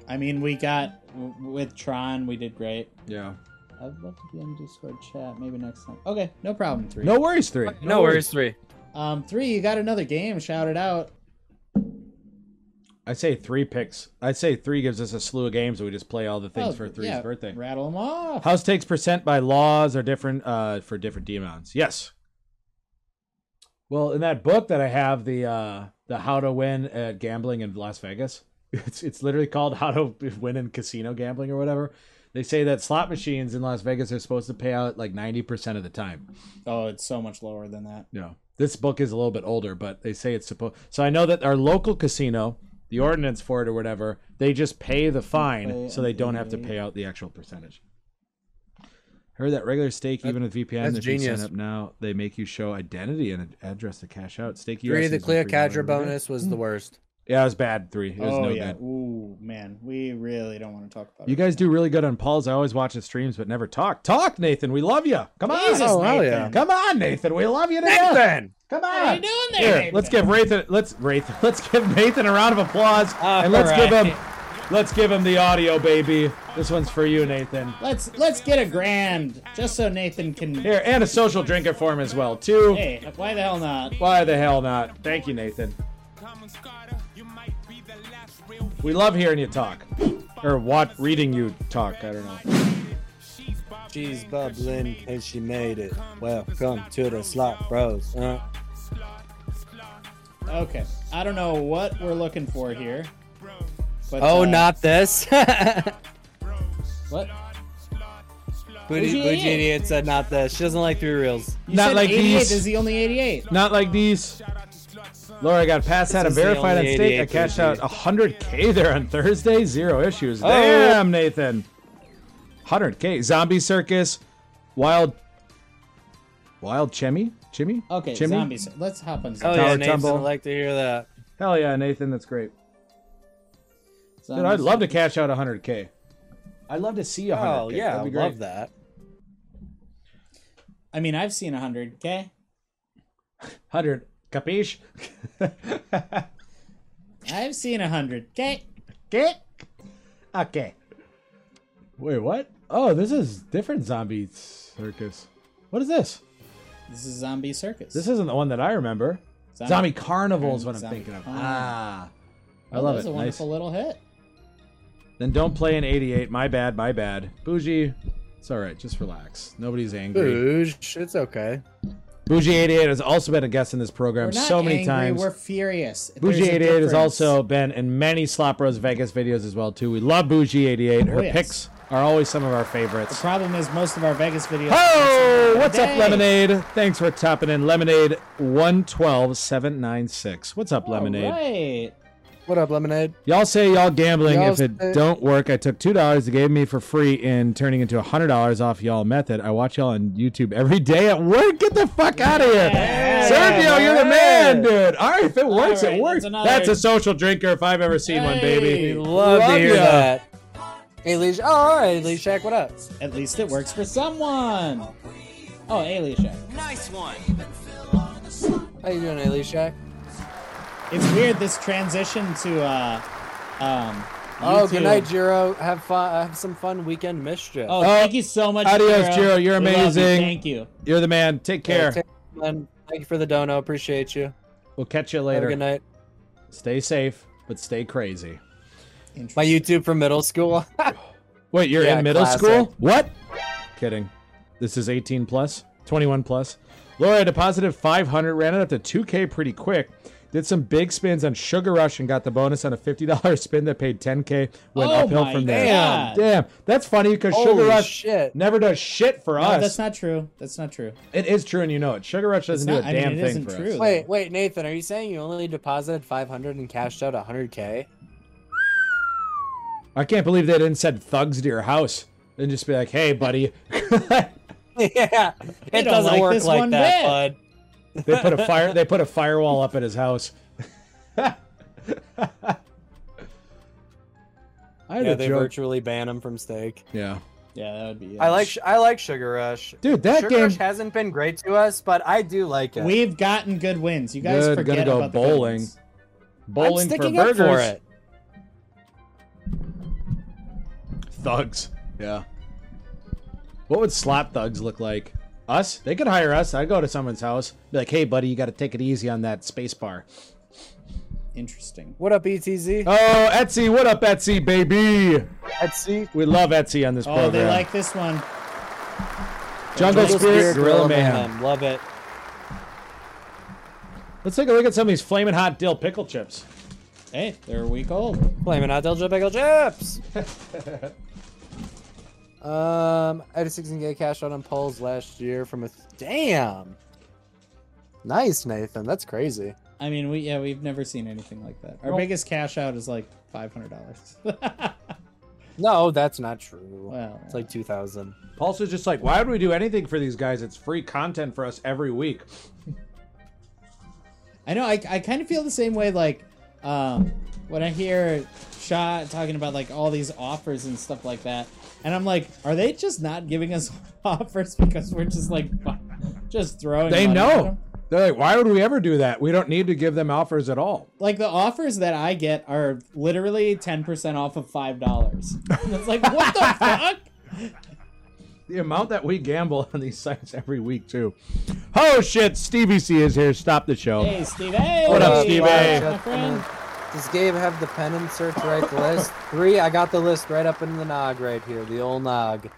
I mean, we got w- with Tron, we did great.
Yeah.
I'd love to be on Discord chat maybe next time. Okay, no problem. Three.
No worries, three.
no worries, three.
Um, three. You got another game. Shout it out.
I say three picks. I say three gives us a slew of games. and We just play all the things
Oh,
for three's
yeah,
birthday.
Rattle them off.
House takes percent by laws are different uh, for different demons. Yes. Well, in that book that I have, the uh, the How to Win at Gambling in Las Vegas, <laughs> it's it's literally called How to <laughs> Win in Casino Gambling or whatever. They say that slot machines in Las Vegas are supposed to pay out like ninety percent of the time.
Oh, it's so much lower than that.
No. This book is a little bit older, but they say it's supposed. So I know that our local casino, the ordinance for it or whatever, they just pay the fine,
Pay
so they don't have to pay out the actual percentage. Heard that regular stake, even with VPN,
that's
if you
genius.
sign up now, they make you show identity and an address to cash out. Stake US
Three of the
is a free
Cleopatra
one, right?
bonus was the worst.
Yeah, it was bad. Three. It was
oh
no
yeah.
good.
Ooh man, we really don't want to talk about
You
it.
guys do really good on Paul's. I always watch his streams, but never talk. Talk, Nathan. We love you. Come on.
Jesus,
Oh, hell
Nathan.
yeah.
Come on, Nathan. We love you. to death. Come on.
What are you doing there?
Here,
Nathan?
let's give Nathan. Let's Nathan. <laughs> Let's give Nathan a round of applause, and let's
All
give
right.
him. Let's give him the audio, baby. This one's for you, Nathan.
let's let's get a grand just so Nathan can.
Here, and a social drinker for him as well, too.
Hey, why the hell not?
Why the hell not? Thank you, Nathan.
Common Scotter, you might be the last real
We love hearing you talk, or what reading you talk. I don't know.
She's Bob
She's bubbling and she made it. Welcome to the slot bros. Uh,
Okay, I don't know what we're looking for here. But,
oh,
uh,
not this. <laughs> Bougie,
what?
Bougie
idiot.
idiot said not this. She doesn't like three reels.
You
Not
said
like
88
these.
is the only 88.
Not like these. Laura I got a pass out of
is the
verified on
only
stake. I
88
cashed out
that
100k there on Thursday. Zero issues. Damn, Nathan. 100k. Zombie Circus. Wild. Wild Chimmy? Chimmy?
Okay,
Chimmy?
zombies. Let's hop on.
Oh
Tower
zombies.
yeah, Nathan
tumble.
would like to hear that.
Hell yeah, Nathan. That's great. Dude, I'd love to cash out 100k. I'd love to see 100k.
Oh yeah, I
That'd be
love
great.
that.
I mean, I've seen 100. Okay.
100. Capiche? <laughs>
I've seen 100. Okay.
Okay. Okay. Wait, what? Oh, this is different zombie circus. What is this?
This is Zombie Circus.
This isn't the one that I remember. Zombie, Carnival is what I'm
Zombie
thinking of.
Carnival.
Ah. I
Oh,
love
that was
it.
a
Nice.
wonderful little hit.
Then don't play an 88. My bad, my bad. Bougie. It's all right. Just relax. Nobody's angry.
Bougie, it's okay.
Bougie 88 has also been a guest in this
We're
program
not
so many
angry,
times.
We're furious. There's
Bougie
a
88 has
difference.
also been in many Slop Rose Vegas videos as well too. We love Bougie 88. Her
Oh, yes.
picks are always some of our
The
favorites.
problem is most of our Vegas videos.
Oh, what's up,
Hey.
Lemonade? Thanks for topping in. Lemonade 112796. What's up, Lemonade?
Right.
What up, lemonade?
Y'all say y'all gambling.
Y'all
if it
say-
don't work, I took two dollars they gave me for free in turning into a hundred dollars off y'all method. I watch y'all on YouTube every day at work. Get the fuck out of here, Sergio. You're the man, dude. All right, if it works,
right,
it works.
that's another-
That's a social drinker if I've ever seen one,
Hey.
baby.
Love,
Love
to hear
ya.
that. Hey, Leash. Oh, all right, Leash Shack, what up?
At least it works for someone. Oh, Alias Shack.
Nice one.
How you doing, Alicia?
It's weird this transition to uh, um.
Oh,
YouTube.
good night, Jiro. Have fun. Have some fun weekend mischief.
Oh, thank you so much.
Adios, Jiro.
Jiro.
You're
We love you.
amazing.
Thank you.
You're the man. Take
Okay,
care.
take care, man. Thank you for the dono. Appreciate you.
we'll catch you
Have a good
later.
night.
Stay safe, but stay crazy.
My YouTube from middle
<laughs>
school.
Wait, you're
Yeah,
in middle
classic.
school? What? Kidding. This is 18 plus, 21 plus. Laura deposited 500, ran it up to 2K pretty quick. Did some big spins on Sugar Rush and got the bonus on a $50 <laughs> spin that paid 10K. Went
Oh
uphill
my
from there.
God.
Damn, that's funny because Sugar
Holy
Rush
shit.
never does shit for
No,
us.
Oh, that's not true. That's not true.
It is true, and you know it. Sugar Rush doesn't
It's
do
not-
a
I mean,
damn
it
thing
isn't
for
true.
us.
Wait, wait, Nathan, are you saying you only deposited 500 and cashed
<laughs>
out 100k?
I can't believe they didn't send thugs to your house and just be like, "Hey, buddy." <laughs>
yeah, it
don't
doesn't
like
work
this
like
one
that,
bit.
bud.
they put a fire. They put a firewall up at his <laughs> house. I had
Yeah,
a
they
joke.
virtually ban him from stake.
yeah,
Yeah, that would be. it.
I like Sh- I like Sugar Rush.
dude, that
Sugar
game.
Rush hasn't been great to us, but I do like it.
We've gotten good wins. You guys
Good,
forget
gonna go
about the good
bowling.
ones.
I'm
bowling for
sticking up
burgers.
for it.
Thugs. Yeah. What would slap thugs look like? Us? They could hire us. I'd go to someone's house, be like, "Hey, buddy, you got to take it easy on that space bar."
Interesting.
What up, E ETZ?
Oh, Etsy, what up, Etsy, baby?
Etsy.
We love Etsy on this
Oh,
program.
they like this one.
Jungle
Jungle
Spirit,
Spirit
Gorilla
Gorilla
Man.
Mayhem. Love it.
Let's take a look at some of these flaming hot dill pickle chips.
Hey, they're a week old.
Flamin' Hot Dill Pickle Chips. <laughs> um, I had a 16k cash out on polls last year from a. Damn. Nice, Nathan. That's crazy.
I mean, we yeah, we've never seen anything like that. Our
Nope.
biggest cash out is like five hundred dollars. <laughs>
No, that's not true.
Well,
it's like 2,000.
Pulse is just like, why would we do anything for these guys? It's free content for us every week.
I know. I, I kind of feel the same way. Like um, when I hear Shaw talking about like all these offers and stuff like that, and I'm like, are they just not giving us <laughs> offers because we're just like <laughs> just throwing?
They
money at
know.
them?
They're like, why would we ever do that? We don't need to give them offers at all.
Like the offers that I get are literally ten percent off of five dollars. It's like what the fuck?
The amount that we gamble <laughs> on these sites every week, too. Oh, shit. Stevie C is here. Stop the show.
Hey, Steve. Hey,
What up, Steve?
Steve?
Hey.
My friend.
Uh, Does Gabe have the pen and search to write the list? Three, I got the list right up in the nog right here, the old nog.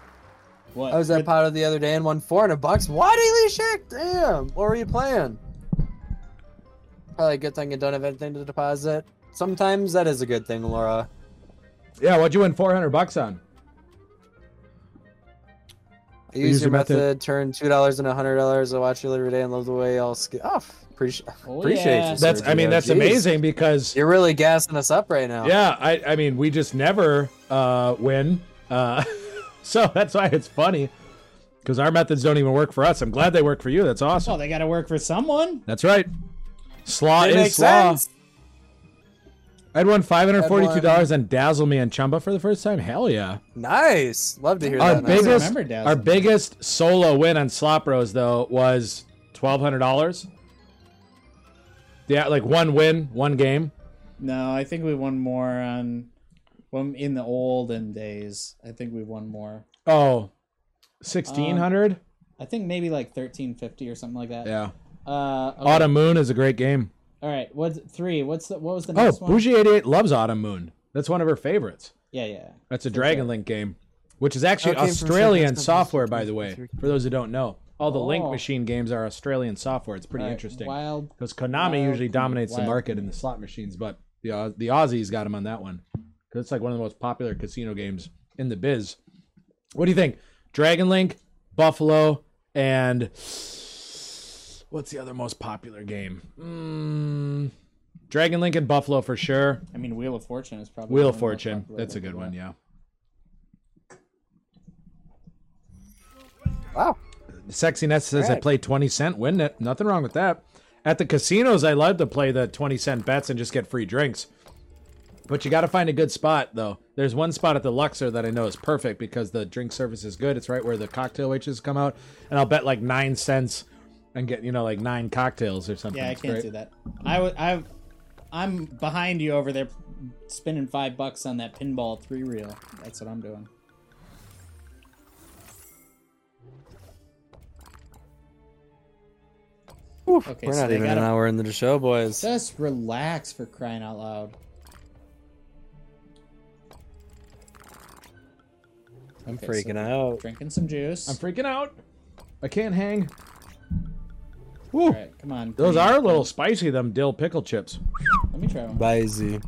What?
I was at Powder the other day and won 400 bucks. Why daily shack? Damn. What were you playing? Probably a good thing you don't have anything to deposit. Sometimes that is a good thing, Laura.
Yeah, what'd you win 400 bucks on?
I use your method, turn two dollars into hundred dollars. I watch you every day and love the way y'all ski. Oh, appreciate,
Oh,
appreciate
yeah.
you.
That's, I mean,
Sergio.
that's
Jeez.
amazing because
You're really gassing us up right now.
Yeah, I, I mean, we just never uh, win. Uh, <laughs> so that's why it's funny because our methods don't even work for us. I'm glad they work for you. That's awesome.
Well, Oh, they got to work for someone.
that's right. Slaw
it
is
makes
slaw.
sense.
I'd won $542
I'd
on Dazzle Me and Chumba for the first time. Hell yeah.
Nice. Love to hear
Our
that.
big-
biggest,
remember Dazzle
our
Me.
biggest solo win on Slop Rose, though, was $1,200. Yeah, like one win, one game.
No, I think we won more on when in the olden days. I think we won more.
Oh,
Uh,
1600
I think maybe like thirteen fifty or something like that.
Yeah. Oh.
Uh, okay.
Autumn Moon is a great game.
All right. What's three? What's the what was the
Oh,
next one?
Bougie88 loves Autumn Moon. That's one of her favorites.
Yeah, yeah.
That's a Dragon Link game, which is
Oh,
actually
Okay, from
Australian
Southwest
software,
Coast,
by the way, for those who don't know. All the Link
Oh.
machine games are Australian software. It's pretty
All right,
interesting.
Wild.
Because Konami
Wild
usually
Con-
dominates the
Wild
market in the slot machines, but the, Au- the Aussies got them on that one. Because it's like one of the most popular casino games in the biz. What do you think? Dragon Link, Buffalo, and what's the other most popular game? Mm, Dragon Link and Buffalo for sure.
I mean, Wheel of Fortune is probably
Wheel
one
of
the most
Fortune.
popular
That's a
ones
good
we
one,
got.
yeah.
wow.
Sexiness says I
Right.
play 20 cent win it. Nothing wrong with that. At the casinos, I love to play the 20 cent bets and just get free drinks. But you got to find a good spot, though. There's one spot at the Luxor that I know is perfect because the drink service is good. It's right where the cocktail waitresses come out, and I'll bet like nine cents and get you know like nine cocktails or something.
Yeah, I
It's
can't
great.
do that. I would. I. I'm behind you over there, spending five bucks on that pinball three reel. That's what I'm doing. okay,
We're
so
not
they
even
gotta-
an hour into the show, boys.
Just relax for crying out loud.
I'm
Okay, so
freaking out.
Drinking some juice.
I'm freaking out. I can't hang. Woo!
All right, come on.
Those
green.
are a little spicy. Them dill pickle chips.
Let me try one.
Busy.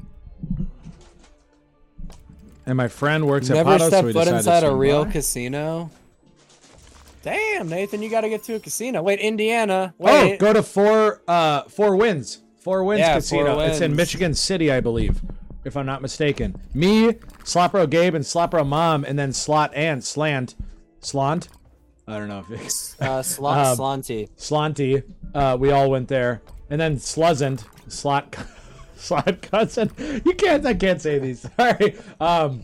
And my friend works at
Never
Pato, so
step
we
foot
decided
inside a
to-
real casino. Damn, Nathan, you got to get to a casino. Wait, Indiana.
Oh,
Wait.
go to four uh four wins. Four wins
Yeah,
casino.
Four
It's in
Winds.
Michigan City, I believe, if I'm not mistaken. Me, Slopro Gabe, and Slopro Mom, and then Slot and Slant. Slant? I don't know if it's
Uh, Sla-
Um,
Slanty.
Slanty. Uh we all went there. And then Sluzant. <laughs> Slot Slot Cousin. You can't I can't say these. <laughs> Sorry. Um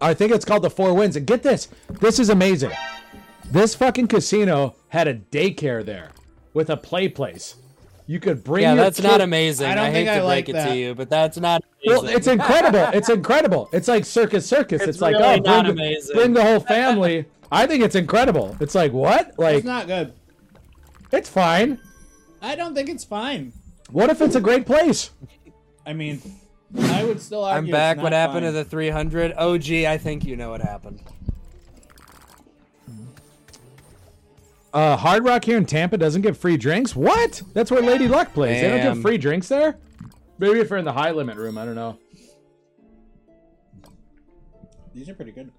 I think it's called the Four Winds. And get this. This is amazing. This fucking casino had a daycare there with a play place. You could bring
Yeah,
your
that's not
kid-
amazing.
I
I,
don't
hate
think I
to
like
break it
that.
to you, but that's not.
Well,
amazing.
it's incredible. It's incredible. It's like circus circus. It's, like
really
oh, bring,
not
the-
amazing.
bring the whole family. I think it's incredible. It's like what? Like
It's
it's,
not good.
fine.
I don't think it's fine.
What if it's a great place?
I mean, I would still
I'm
argue. it's
back.
not
What happened to
fine.
the 300? Oh, gee, I think you know what happened.
Uh, Hard Rock here in Tampa doesn't get free drinks. What? That's where Lady Luck plays. They don't
Damn.
get free drinks there. Maybe if you're in the high limit room, I don't know.
These are pretty good.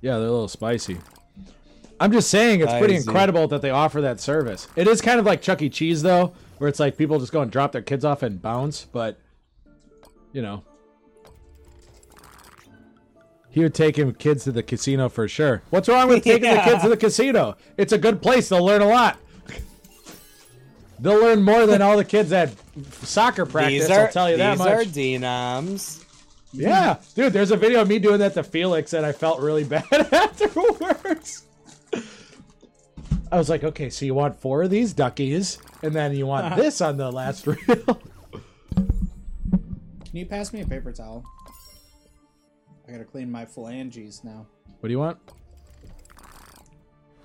Yeah, they're a little spicy. I'm just saying it's pretty
Spicy.
incredible that they offer that service. It is kind of like Chuck E. Cheese though, where it's like people just go and drop their kids off and bounce, but you know. He would take him kids to the casino for sure. What's wrong with taking the
<laughs> Yeah.
kids to the casino? It's a good place. They'll learn a lot. They'll learn more than all the kids at soccer practice.
these are,
I'll tell you that
these
much.
are denoms.
<laughs> Yeah, dude, there's a video of me doing that to Felix, and I felt really <laughs> bad afterwards. I was like, okay, so you want four of these duckies, and then you <laughs> want this on the last reel.
Can you pass me a paper towel? I gotta clean my phalanges now.
What do you want?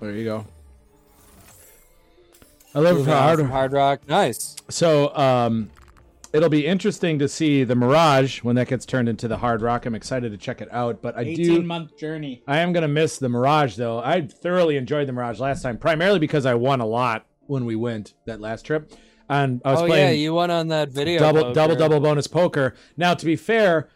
There you go. I live for
Moving on
hard.
from Hard Rock. Nice.
So, um, it'll be interesting to see the Mirage when that gets turned into the Hard Rock. I'm excited to check it out, but I do.
18 month journey.
I am gonna miss the Mirage though. I thoroughly enjoyed the Mirage last time, primarily because I won a lot when we went that last trip, and I was
Oh, yeah,
playing
you won on that video.
double double
poker.
double bonus poker. Now, to be fair,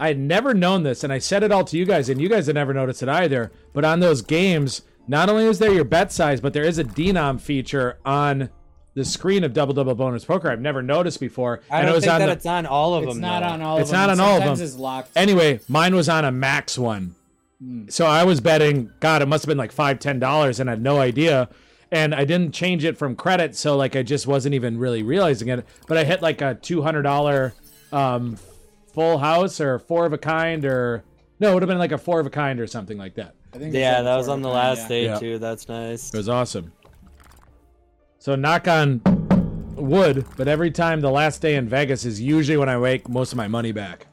I had never known this, and I said it all to you guys, and you guys had never noticed it either. But on those games, not only is there your bet size, but there is a denom feature on the screen of double double bonus poker. I've never noticed before.
I
and it
don't
was
think
on
that
the,
it's on all of them.
It's not
though.
on all
It's
of them.
not
and
on all of
sometimes
them.
it's locked.
Anyway, mine was on a max one. So I was betting, God, it must have been like five, ten dollars, and I had no idea. And I didn't change it from credit, so like I just wasn't even really realizing it. But I hit like a two hundred dollar um full house or four of a kind or no, it would have been like a four of a kind or something like that.
I think it's
Yeah,
on
that was
four
on the
of
last
them,
day,
Yeah.
too. That's nice.
It was awesome. So knock on wood, but every time the last day in Vegas is usually when I make most of my money back.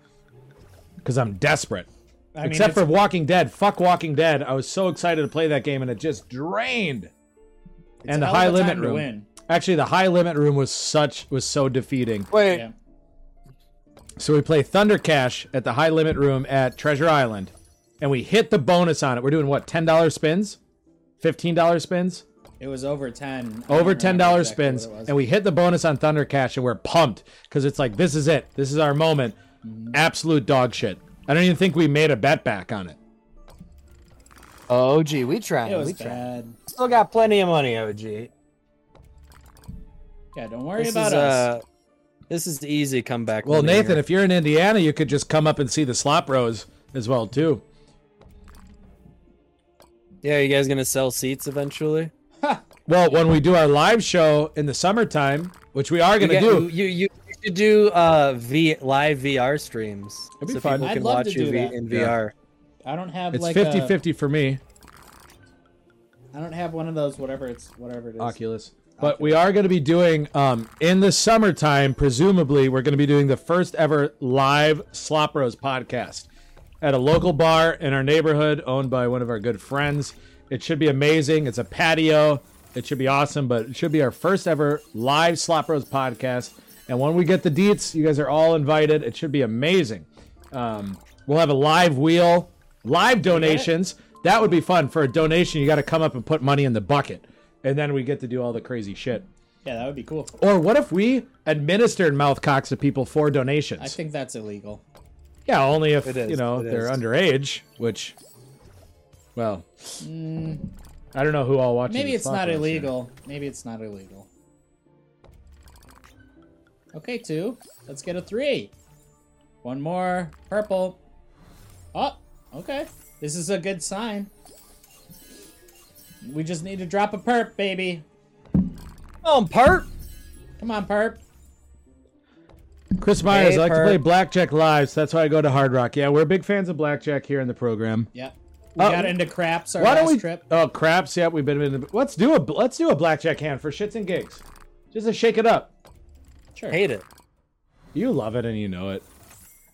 Cause I'm desperate.
yeah. I mean,
Except for
it's-
Walking Dead. Fuck Walking Dead. I was so excited to play that game and it just drained.
it's
and the
a hell of
high
a
limit
time to
room.
win.
Actually, the high limit room was such was so defeating.
Wait,
Yeah.
So we play Thunder Cash at the high limit room at Treasure Island, and we hit the bonus on it. We're doing what? Ten dollar spins, fifteen dollar spins,
It was over 10. I don't
over
remember
ten dollar
exactly what
spins,
it was.
and we hit the bonus on Thunder Cash, and we're pumped because it's like this is it. This is our moment. Absolute dog shit. I don't even think we made a bet back on it.
Oh, gee, we tried.
It was
we tried.
bad.
Still got plenty of money, OG.
Yeah, don't worry
This is,
about us.
uh, this is the easy comeback.
Well,
money
Nathan,
here.
if you're in Indiana, you could just come up and see the Slop Rose as well too.
yeah, you guys gonna sell seats eventually?
Well, when we do our live show in the summertime, which we are going
You
to
get-
do,
You, you, you should do uh V live VR streams.
That'd be
so
fun.
people
I'd
can
love to
watch you
do
v-
that.
in
Yeah.
VR.
I don't have
It's
like
50
a-
50 for me,
I don't have one of those. Whatever it's whatever it is.
Oculus. But we are going to be doing, um, in the summertime, presumably, we're going to be doing the first ever live Slop Rose podcast at a local bar in our neighborhood owned by one of our good friends. It should be amazing. It's a patio. It should be awesome, but it should be our first ever live Slop Rose podcast. And when we get the deets, you guys are all invited. It should be amazing. Um, we'll have a live wheel, live donations. That would be fun. For a donation, you got to come up and put money in the bucket. And then we get to do all the crazy shit.
Yeah, that would be cool.
Or what if we administered mouth cocks to people for donations?
I think that's illegal.
Yeah, only if
It is,
you know
it
they're
is.
underage, which, well, I don't know who all watches.
Mm. Maybe
this
it's not
podcast.
illegal. Maybe it's not illegal. Okay, two. Let's get a three. One more purple. Oh, okay. This is a good sign. We just need to drop a perp, baby.
Oh, part.
Come on, perp.
Chris Myers,
Hey,
I like to
Perp.
play blackjack live, so that's why I go to Hard Rock. Yeah, we're big fans of blackjack here in the program.
Yep. We
Uh,
got into craps our
Why
last
don't we?
trip.
Oh, craps. Yeah, we've been in. The, let's do a let's do a blackjack hand for shits and gigs, just to shake it up.
Sure.
Hate it.
You love it and you know it.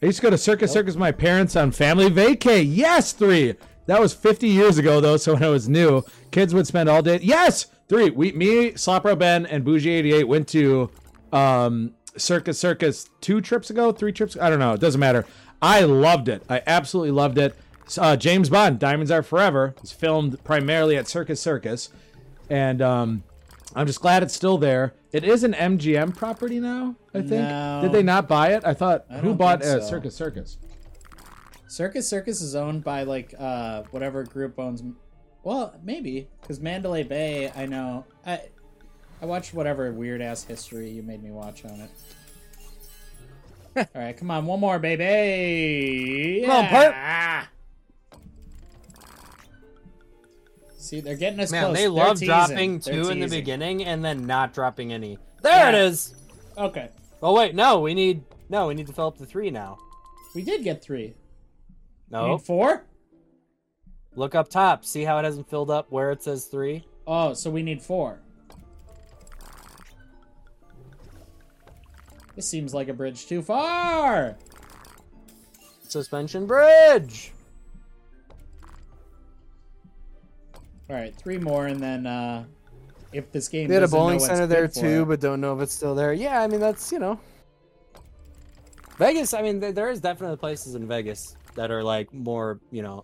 I used to go to Circus Circus with my parents on family vacay. Yes, three. That was 50 years ago though, so when I was new, kids would spend all day. Yes, three. We, me, Slopro Ben, and Bougie 88 went to um, Circus Circus two trips ago, three trips. I don't know. It doesn't matter. I loved it. I absolutely loved it. Uh, James Bond, Diamonds Are Forever, was filmed primarily at Circus Circus, and um, I'm just glad it's still there. It is an MGM property now. I think.
No.
Did they not buy it? I thought who
don't
bought uh,
think so.
Circus Circus?
Circus Circus is owned by like uh whatever group owns. Well, maybe because Mandalay Bay. I know. I I watched whatever weird ass history you made me watch on it.
<laughs>
All right, come on, one more, baby.
Come on,
Yeah. See, they're getting us
Man,
close.
they
They're
love
teasing.
dropping
They're
two in the
teasing.
beginning and then not dropping any. There
Yeah.
it is.
Okay,
Oh wait, no, we need no, we need to fill up the three now.
we did get three. We
No,
need four.
look up top, see how it hasn't filled up where it says three.
Oh, so we need four. This seems like a bridge too far.
Suspension bridge.
All right, three more, and then uh, if this game
They had a
doesn't know
bowling
what's
center
good
there
for
too,
it-
but don't know if it's still there. Yeah, I mean that's you know, Vegas. I mean th- there is definitely places in Vegas that are like more you know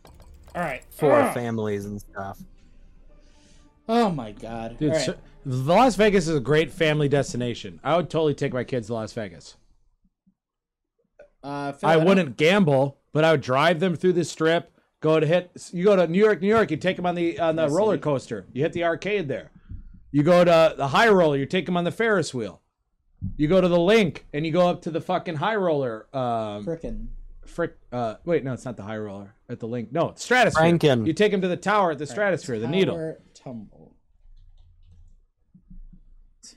all right,
for
Ah!
families and stuff.
Oh my god,
Dude,
All right.
Cir- the Las Vegas is a great family destination. I would totally take my kids to Las Vegas.
uh, Phil,
I
don't-
wouldn't gamble, but I would drive them through the strip. Go to hit. You go to New York, New York. You take them on the on the
Yes,
roller
indeed.
coaster. You hit the arcade there. You go to the high roller. You take them on the Ferris wheel. You go to the link and you go up to the fucking high roller. Um,
Frickin'
frick. Uh, wait, no, it's not the high roller at the link. No, stratosphere.
Franken.
You take them to the tower at the stratosphere. The needle.
Tower tumble.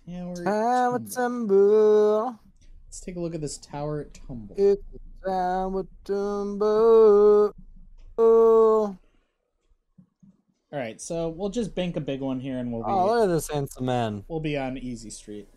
Tower
Ah,
tumble.
what's a
Let's take a look at this tower tumble.
It's time with Dumbo. Oh,
All right, so we'll just bank a big one here, and we'll be
oh, look at this handsome man.
we'll be on Easy Street.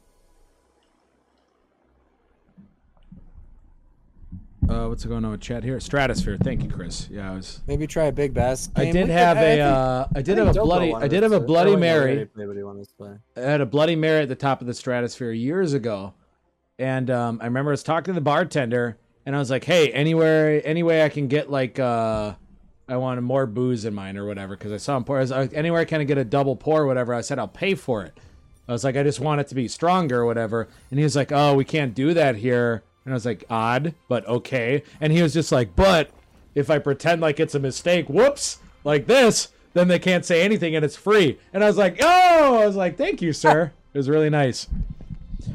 Uh, what's going on with chat here? Stratosphere. Thank you, Chris. Yeah, I was.
Maybe try a big bass.
I
game.
did
We could-
have
I
a.
think-
Uh, I did
I
have a
think Dobro
bloody. I
wanted
did have
to-
a
or
bloody
wait, no,
Mary.
Nobody, nobody wanted to play.
Oh,
I had a Bloody Mary at the top of the stratosphere years ago, and um, I remember I was talking to the bartender, and I was like, "Hey, anywhere, any way I can get like, uh, I wanted more booze in mine or whatever," because I saw him pour. I was like, anywhere I can get a double pour or whatever. I said, "I'll pay for it." I was like, "I just want it to be stronger or whatever," and he was like, "Oh, we can't do that here," and I was like, "Odd, but okay," and he was just like, "But." if I pretend like it's a mistake, whoops, like this, then they can't say anything and it's free. And I was like, oh, I was like, thank you, sir. It was really nice.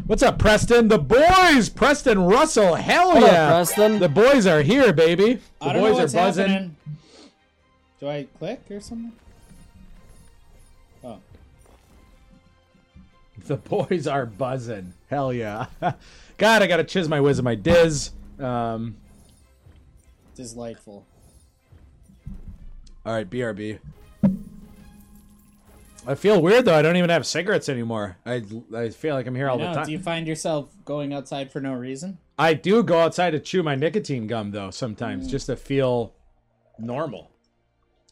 What's up, Preston? The boys, Preston Russell. Hell
What up,
yeah,
Preston?
The boys are here, baby. The
I don't
boys
know what's
are buzzing.
happening. Do I click or something? Oh,
The boys are buzzing. Hell yeah. <laughs> God, I gotta chiz my whiz and my diz. Um,
Dislightful.
all right, BRB. I feel weird though. I don't even have cigarettes anymore. I, I feel like I'm here all the
No,
time.
do you find yourself going outside for no reason?
I do go outside to chew my nicotine gum though
Mm.
sometimes just to feel normal.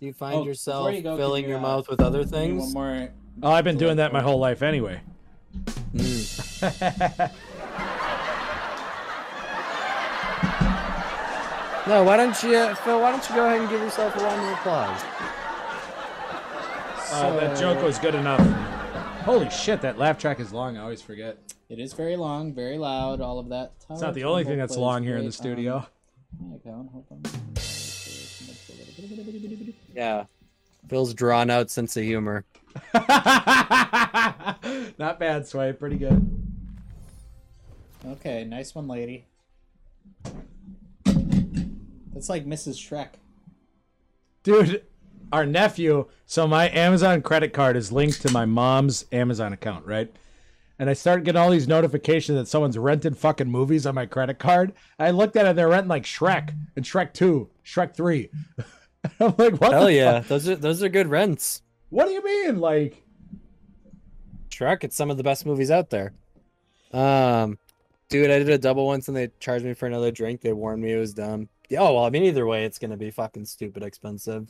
Do you find
Oh,
yourself
before you go, can
filling
you,
your
uh,
mouth with other
Give me One
things?
more.
Oh, I've been doing that my whole life anyway.
No, why don't you, uh, Phil? Why don't you go ahead and give yourself a round of applause?
Uh, that joke was good enough. Holy shit, that laugh track is long. I always forget.
It is very long, very loud, all of that. um,
It's not the only thing that's long here in the studio.
Yeah. Phil's drawn out sense of humor.
<laughs> not bad, Sway. Pretty good.
Okay, nice one, lady. That's like Mrs. Shrek.
Dude, our nephew. So my Amazon credit card is linked to my mom's Amazon account, right? And I start getting all these notifications that someone's rented fucking movies on my credit card. I looked at it, they're renting like Shrek and Shrek 2, Shrek 3. <laughs> I'm like, what?
Hell
the
yeah,
fuck?
<laughs> those are those are good rents.
What do you mean? Like,
Shrek, it's some of the best movies out there. Um, dude, I did a double once and they charged me for another drink. They warned me it was dumb. Yeah, oh well, I mean either way, it's gonna be fucking stupid expensive.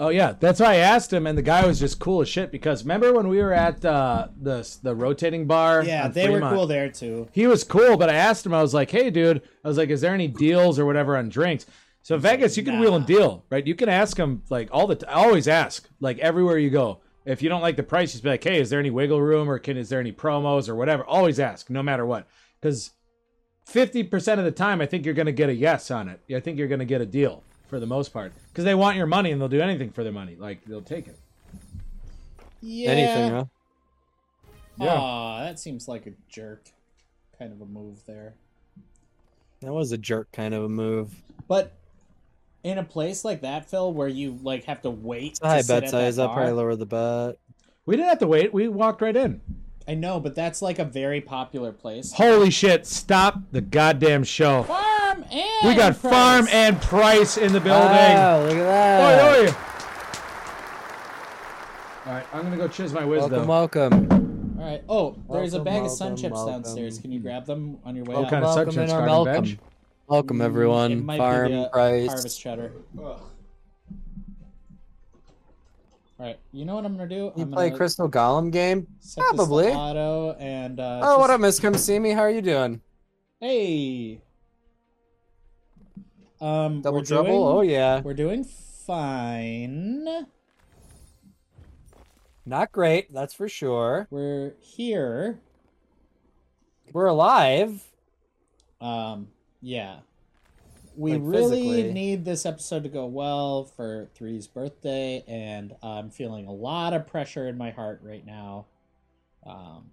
Oh yeah, that's why I asked him, and the guy was just cool as shit. Because remember when we were at uh, the the rotating bar?
Yeah,
on
they were
Fremont?
cool there too.
He was cool, but I asked him. I was like, "Hey, dude," I was like, "Is there any deals or whatever on drinks?" So Vegas, you can wheel and deal, right? You can ask him like all the. T- I always ask like everywhere you go. If you don't like the price, just be like, "Hey, is there any wiggle room, or can is there any promos or whatever?" Always ask, no matter what, because fifty percent of the time, I think you're going to get a yes on it. I think you're going to get a deal for the most part, because they want your money and they'll do anything for their money. Like they'll take it.
Yeah.
Anything, huh?
Aw, that seems like a jerk kind of a move there.
That was a jerk kind of a move.
But in a place like that, Phil, where you like have to wait
It's a high
to sit
bet
at
size.
that
I'll probably
bar-
lower the bet.
We didn't have to wait. We walked right in.
I know, but that's like a very popular place.
Holy shit! Stop the goddamn show.
Farm and
We got
Price.
Farm and Price in the building.
Wow, look at that.
Oi, oi. All right, I'm gonna go chiz my whiz
Welcome,
though.
welcome.
All right. Oh, there's a
Welcome,
bag of sun
welcome,
chips
welcome.
downstairs. Can you grab them on your way
What
out?
kind of
Welcome
suction
in our
card
welcome.
bench?
Welcome
Mm, It
everyone.
might
Farm
be the
price.
harvest cheddar. All right. You know what I'm gonna do?
You
I'm
play
gonna
Crystal Golem game?
set this to
Probably.
Auto and uh,
Oh, what
just-
up, Miss Come See Me? How are you doing?
Hey. Um,
Double
we're
trouble?
doing-
Oh yeah.
We're doing fine.
Not great, that's for sure.
We're here.
We're alive.
Um, yeah. We
Like,
really
physically.
need this episode to go well for Three's birthday, and I'm feeling a lot of pressure in my heart right now. Um,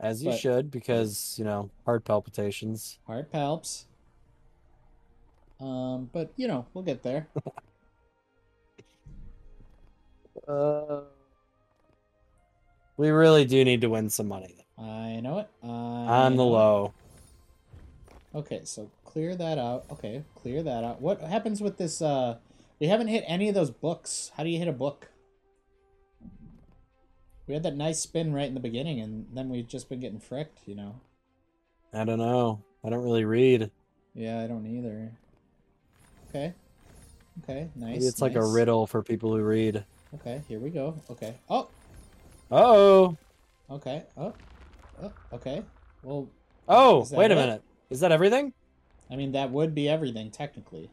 As you
But-
should, because you know, heart palpitations.
heart palps. Um, but you know, we'll get
<laughs>
there.
Uh, we really do need to win some money
I know it. I
on the
know it.
low.
Okay, so clear that out. Okay, clear that out. What happens with this? Uh, we haven't hit any of those books. How do you hit a book? We had that nice spin right in the beginning, and then we've just been getting fricked, you know.
I don't know. I don't really read.
Yeah, I don't either. Okay. Okay, nice.
Maybe it's like a
nice.
riddle for people who read.
Okay, here we go. Okay. Oh,
Oh,
okay. Oh, oh okay. Well,
oh,
Is that
wait a
it?
minute. Is that everything?
I mean, that would be everything, technically.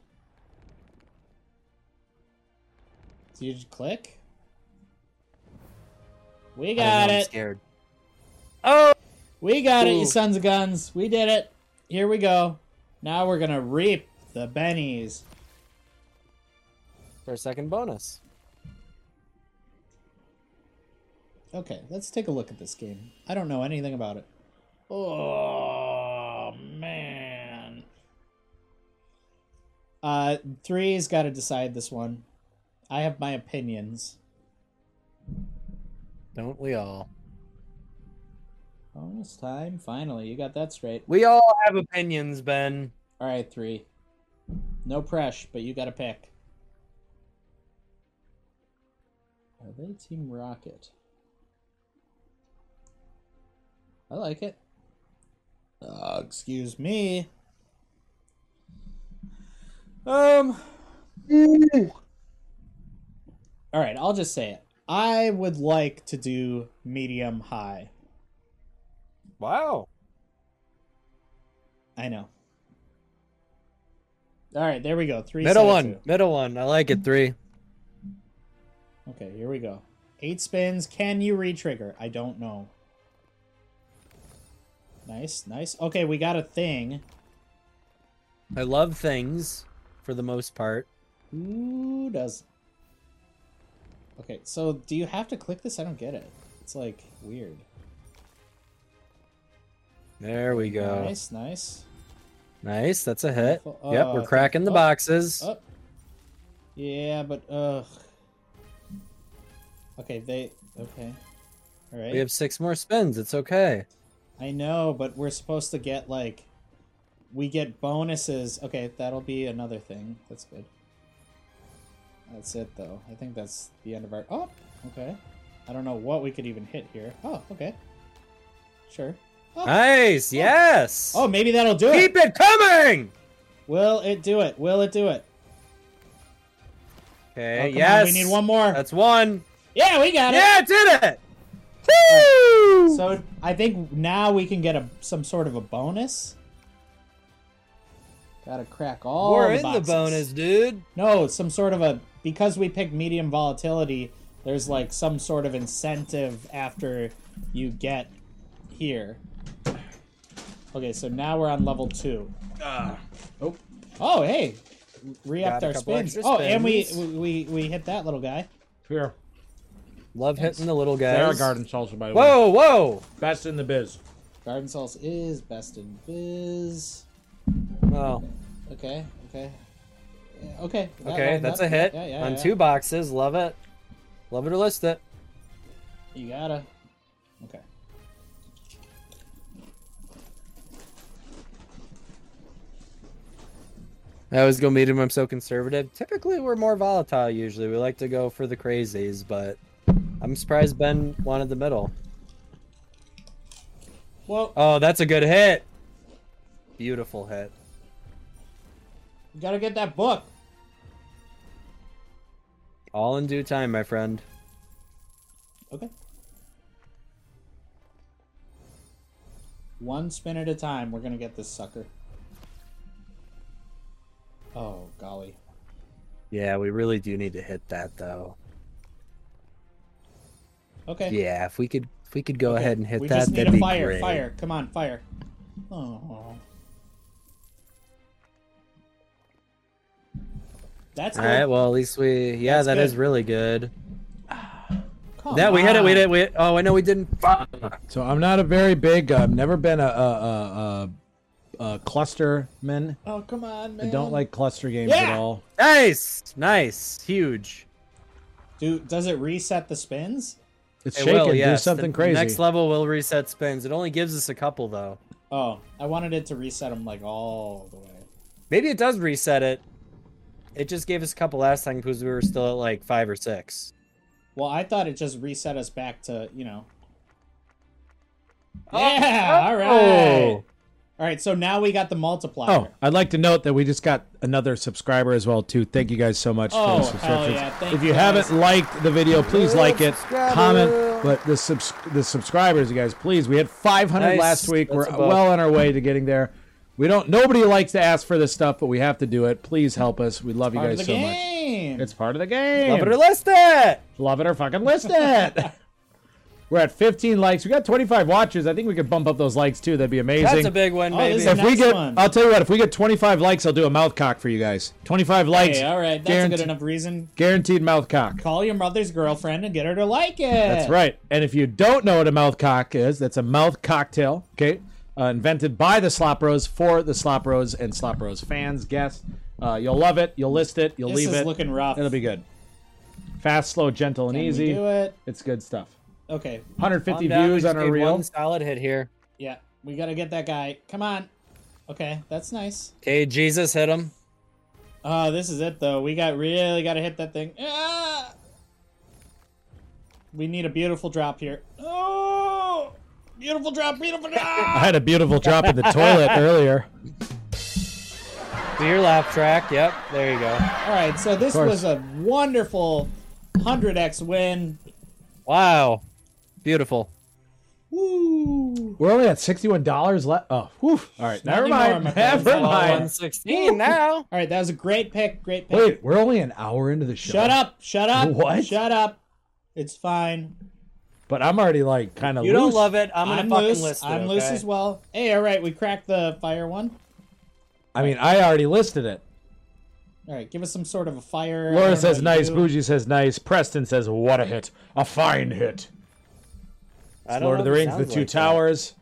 So you just click? We
I don't
got
know, I'm
it.
scared. Oh,
We got it, you
Ooh.
sons of guns. We did it. Here we go. Now we're going to reap the bennies.
for a second bonus.
Okay, let's take a look at this game. I don't know anything about it. Oh man. Uh three's gotta decide this one. I have my opinions.
Don't we all?
Bonus time. Finally, you got that straight.
We all have opinions, Ben.
All right, three. No press, but you got to pick. Are they Team Rocket? I like it. Uh, excuse me. Um. All right, I'll just say it. I would like to do medium high.
Wow.
I know. All right, there we go. Three.
Middle
set of
one. Middle one. I like it. Three.
two. Okay, here we go. Eight spins. Can you retrigger? I don't know. Nice, nice. Okay, we got a thing.
I love things for the most part.
Who does? Okay, so do you have to click this? I don't get it. It's like weird.
There we go. Nice.
Nice, nice.
That's a hit.
Wonderful.
yep.
Oh, I
We're
think-
cracking the
oh,
boxes.
Up. Yeah, but ugh. Okay, they. Okay. All right.
We have six more spins. It's okay.
I know, but we're supposed to get like we get bonuses. Okay, that'll be another thing. That's good. That's it though. I think that's the end of our Oh, okay. I don't know what we could even hit here. Oh, okay. Sure. Oh,
Nice. Yes.
oh maybe that'll do
keep
it.
it coming.
Will it do it? Will it do it? Oh,
Okay.
come on,
Eh, yes.
we need one more.
That's one.
yeah, we got
Yeah, it did it. Woo!
it. So I think now we can get a some sort of a bonus. Gotta crack all
We're
the
in the
boxes.
bonus, dude.
No, some sort of a because we picked medium volatility. There's like some sort of incentive after you get here. Okay, so now we're on level two. Oh, oh, hey, re
Ah. Got
upped
a
our
couple
spins.
extra
Oh, and we, we
spins.
we we hit that little guy.
Here.
Love hitting the little guys.
Sarah Garden Salsa, by the way.
Whoa, whoa.
Best in the biz.
Garden Salts is best in biz.
Oh,
Okay, okay, Yeah, okay. that
okay.
leveled
That's
up.
a hit
Yeah, yeah,
on
yeah.
two boxes. Love it. Love it or list it.
You gotta. Okay.
I always go medium. I'm so conservative. Typically, we're more volatile. Usually, we like to go for the crazies, but I'm surprised Ben wanted the middle.
Well,
Oh, that's a good hit. Beautiful hit.
you gotta get that book.
All in due time, my friend.
Okay. One spin at a time, we're gonna get this sucker. Oh golly.
Yeah, we really do need to hit that though.
Okay.
Yeah, if we could, if we could go
okay.
ahead and hit
we
that,
just need
that'd
a
be
fire,
great.
fire. Come on, fire. Oh. That's
All
good.
right. Well, at least we. Yeah,
That's
that
good.
is really good.
Come
Yeah, we hit it. We
on.
did. We. Oh, I know we didn't. Fuck.
So I'm not a very big. uh, I've never been a a, a, a, a cluster man.
Oh come on,
I
man.
Mm.
don't like cluster games at
Yeah.
all.
Nice, nice, huge.
Do does it reset the spins?
It's
It
shaking.
will, yes.
Do something
The
crazy.
Next level will reset spins. It only gives us a couple though.
Oh, I wanted it to reset them like all the way.
Maybe it does reset it. It just gave us a couple last time because we were still at like five or six.
Well, I thought it just reset us back to, you know.
Oh,
yeah, all right.
Oh,
All right, so now we got the multiplier.
Oh, I'd like to note that we just got another subscriber as well too. Thank you guys so much
Oh,
for the
hell
subscriptions.
yeah. Thank
if you
you guys.
haven't liked the video, please like it,
Subscriber.
comment. But the subs- the subscribers, you guys, please. We had 500
Nice.
last week.
That's
We're
a buck.
well on our way to getting there. We don't. Nobody likes to ask for this stuff, but we have to do it. Please help us. We love you
Part of
guys
the
so much.
game.
It's part of the game.
Love it or list it.
Love it or fucking list it. <laughs> We're at 15 likes. We got 25 watches. I think we could bump up those likes too. That'd be amazing.
That's a big one,
Oh,
maybe.
this is
If we
Next
get,
one.
I'll tell you what. If we get 25 likes, I'll do a mouth cock for you guys. 25 likes.
Hey, all right, that's a
guarantee-
good enough reason.
Guaranteed mouth cock.
Call your mother's girlfriend and get her to like it.
That's right. And if you don't know what a mouth cock is, that's a mouth cocktail. Okay, uh, invented by the Slop Rose for the Slop Rose and Slop Rose fans. Guess. Uh, you'll love it. You'll list it. You'll
This
leave
is
it.
looking rough.
It'll be good. Fast, slow, gentle, and
Can we
easy.
do it?
It's good stuff.
Okay.
150
Calm down, we
views
just
on our
need
reel.
One solid hit here.
Yeah. We gotta get that guy. Come on. Okay, that's nice.
Okay, Jesus hit him.
Oh, this is it though. We got really gotta hit that thing. Ah! We need a beautiful drop here. Oh, beautiful drop,
<laughs>
beautiful
I
drop.
had a beautiful drop in the
<laughs>
toilet earlier.
Do your lap track. Yep, there you go.
All right, so this
course.
was a wonderful 100x win.
Wow, beautiful.
Woo!
We're only at $61 left. Oh, whew. All right, never
Nothing more,
mind.
my friends.
Never
Follow
mind.
us.
116 now.
All right, that was a great pick. Great pick.
Wait, we're only an hour into the show.
Shut up! Shut up!
What?
Shut up! It's fine.
But I'm already like kind of
You don't love it. I'm gonna fucking
loose.
list it.
I'm loose as well. Hey, all right, we cracked the fire one.
I mean, I already listed it.
All right, give us some sort of a fire. I
Laura
don't know
says
what you
nice.
do.
Bougie says nice. Preston says what a hit. A fine hit.
I don't
Lord
know
of the
if it
Rings, The
sounds
Two
like that.
Towers.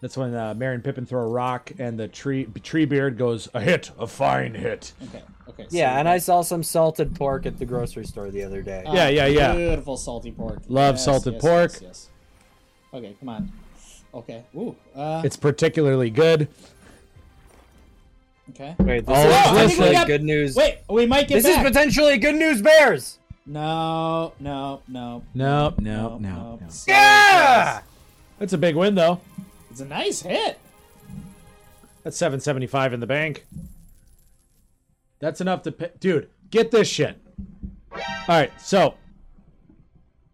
That's when uh, Merry and Pippin throw a rock and the tree tree beard goes a hit, a fine hit.
Okay. Okay.
Yeah, and I saw some salted pork at the grocery store the other day.
Yeah, yeah, yeah.
Beautiful salty pork.
Love salted
yes,
pork.
Yes, yes. Okay, come on. Okay. Ooh. Uh,
It's particularly good.
okay.
Wait, this
Oh,
is
I think we
potentially
got-
good news.
Wait, we might get
this is
back.
potentially good news bears.
no, no, no,
No,
no,
no,
no.
no.
Sorry, guys.
That's a big win though.
It's a nice hit.
That's 775 in the bank. That's enough to pay. Dude, get this shit. All right, so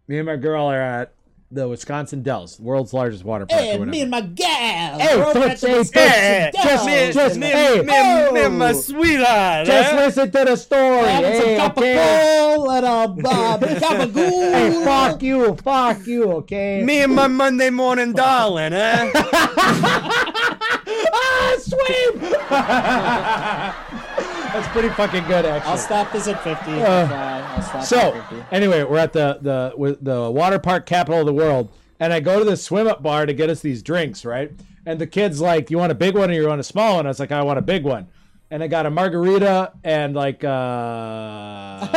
me and my girl are at the Wisconsin Dells, world's largest water park. or
Hey,
whatever.
me and my gal.
Hey,
We're over
don't
at the
say
Wisconsin
that.
Dells.
Just me- just me-
Hey,
me-
oh,
sweetheart. eh?
Just listen to the story.
Having
hey,
some cup of
okay?
coal and a uh,
<laughs>
gabagool.
Hey, fuck you, fuck you, okay?
and my Monday morning darling, eh?
ah,
<laughs>
sweep! <laughs> That's pretty fucking good, actually.
I'll stop this at 50. I'll stop
Uh, So
at <laughs> 50.
anyway, we're at the the with the water park capital of the world, and I go to the swim up bar to get us these drinks, right? And the kid's like, "You want a big one or you want a small one?" I was like, "I want a big one," and I got a margarita and like uh,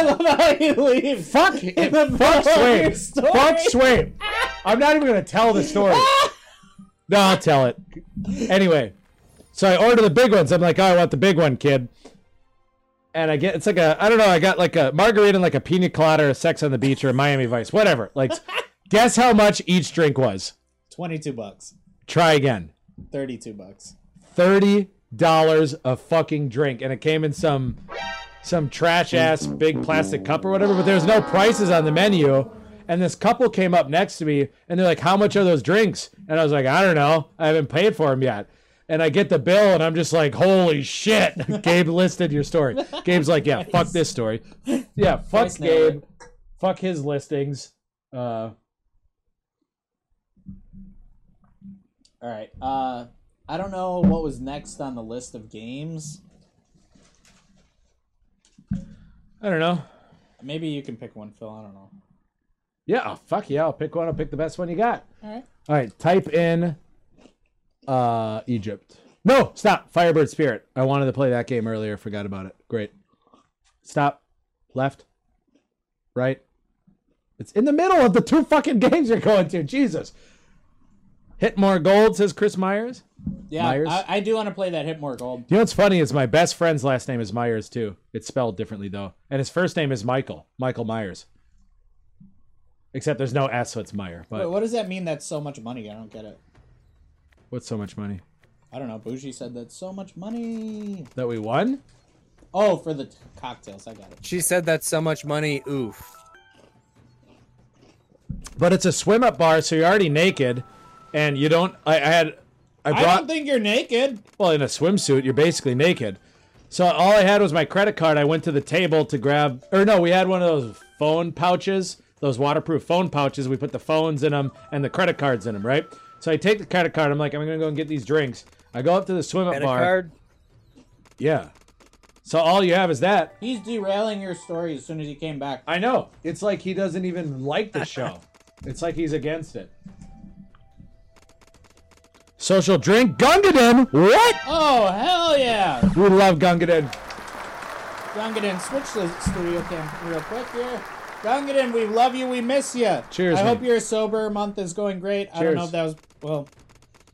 you leave.
fuck
In the
<laughs>
middle
fuck
of your
Swain,
story.
fuck Swain. I'm not even gonna tell the
<laughs>
story. No, I'll tell it. Anyway, so I order the big ones. I'm like, oh, I want the big one, kid. And I get it's like a I don't know. I got like a margarita and like a pina colada or a Sex on the Beach or a Miami Vice, whatever.
<laughs>
Like, guess how much each drink was?
22 bucks.
Try again.
32 bucks.
Thirty dollars a fucking drink, and it came in some some trash ass big plastic cup or whatever. But there was no prices on the menu. And this couple came up next to me, and they're like, "How much are those drinks?" And I was like, "I don't know. I haven't paid for them yet." And I get the bill, and I'm just like, "Holy shit!" <laughs> Gabe listed your story. Gabe's like, "Yeah, fuck this story. Yeah, fuck
Price nailed
Gabe. Fuck his listings." Uh,
All right. Uh, I don't know what was next on the list of games.
I don't know.
Maybe you can pick one, Phil. I don't know.
Yeah, oh, fuck yeah. I'll pick one. I'll pick the best one you got.
All right.
All right, type in uh Egypt. No, stop. Firebird Spirit. I wanted to play that game earlier, forgot about it. Great. Stop. Left. Right. It's in the middle of the two fucking <laughs> games you're going to. Jesus. Hit more gold, says Chris Myers.
Yeah,
Myers?
I, I do want to play that Hitmore Gold.
You know what's funny is my best friend's last name is Myers too. It's spelled differently though. And his first name is Michael. Michael Myers. Except there's no S, so it's Meyer. But
Wait, what does that mean? That's so much money. I don't get it.
what's so much money?
I don't know. Bougie said that's so much money.
That we won?
Oh, for the t- cocktails. I got it.
<laughs> she said that's so much money. Oof.
but it's a swim up bar, so you're already naked, and you don't. I, I had, I
I
brought
don't think you're naked.
well in a swimsuit. You're basically naked. So all I had was my credit card. I went to the table to grab, or no, we had one of those phone pouches, those waterproof phone pouches. We put the phones in them and the credit cards in them, right? So I take the credit card. I'm like, I'm gonna go and get these drinks. I go up to the swim up
Credit
bar.
card.
Yeah. So all you have is that.
He's derailing your story as soon as he came back.
I know. It's like he doesn't even like the <laughs> show. it's like he's against it. Social drink Gungadin. What?
Oh, hell yeah!
We love Gungadin.
I'm gonna switch the studio cam real quick here. Dungeon, we love you. We miss you.
Cheers,
I
man.
hope your sober month is going great. I don't know
Cheers.
if that was well.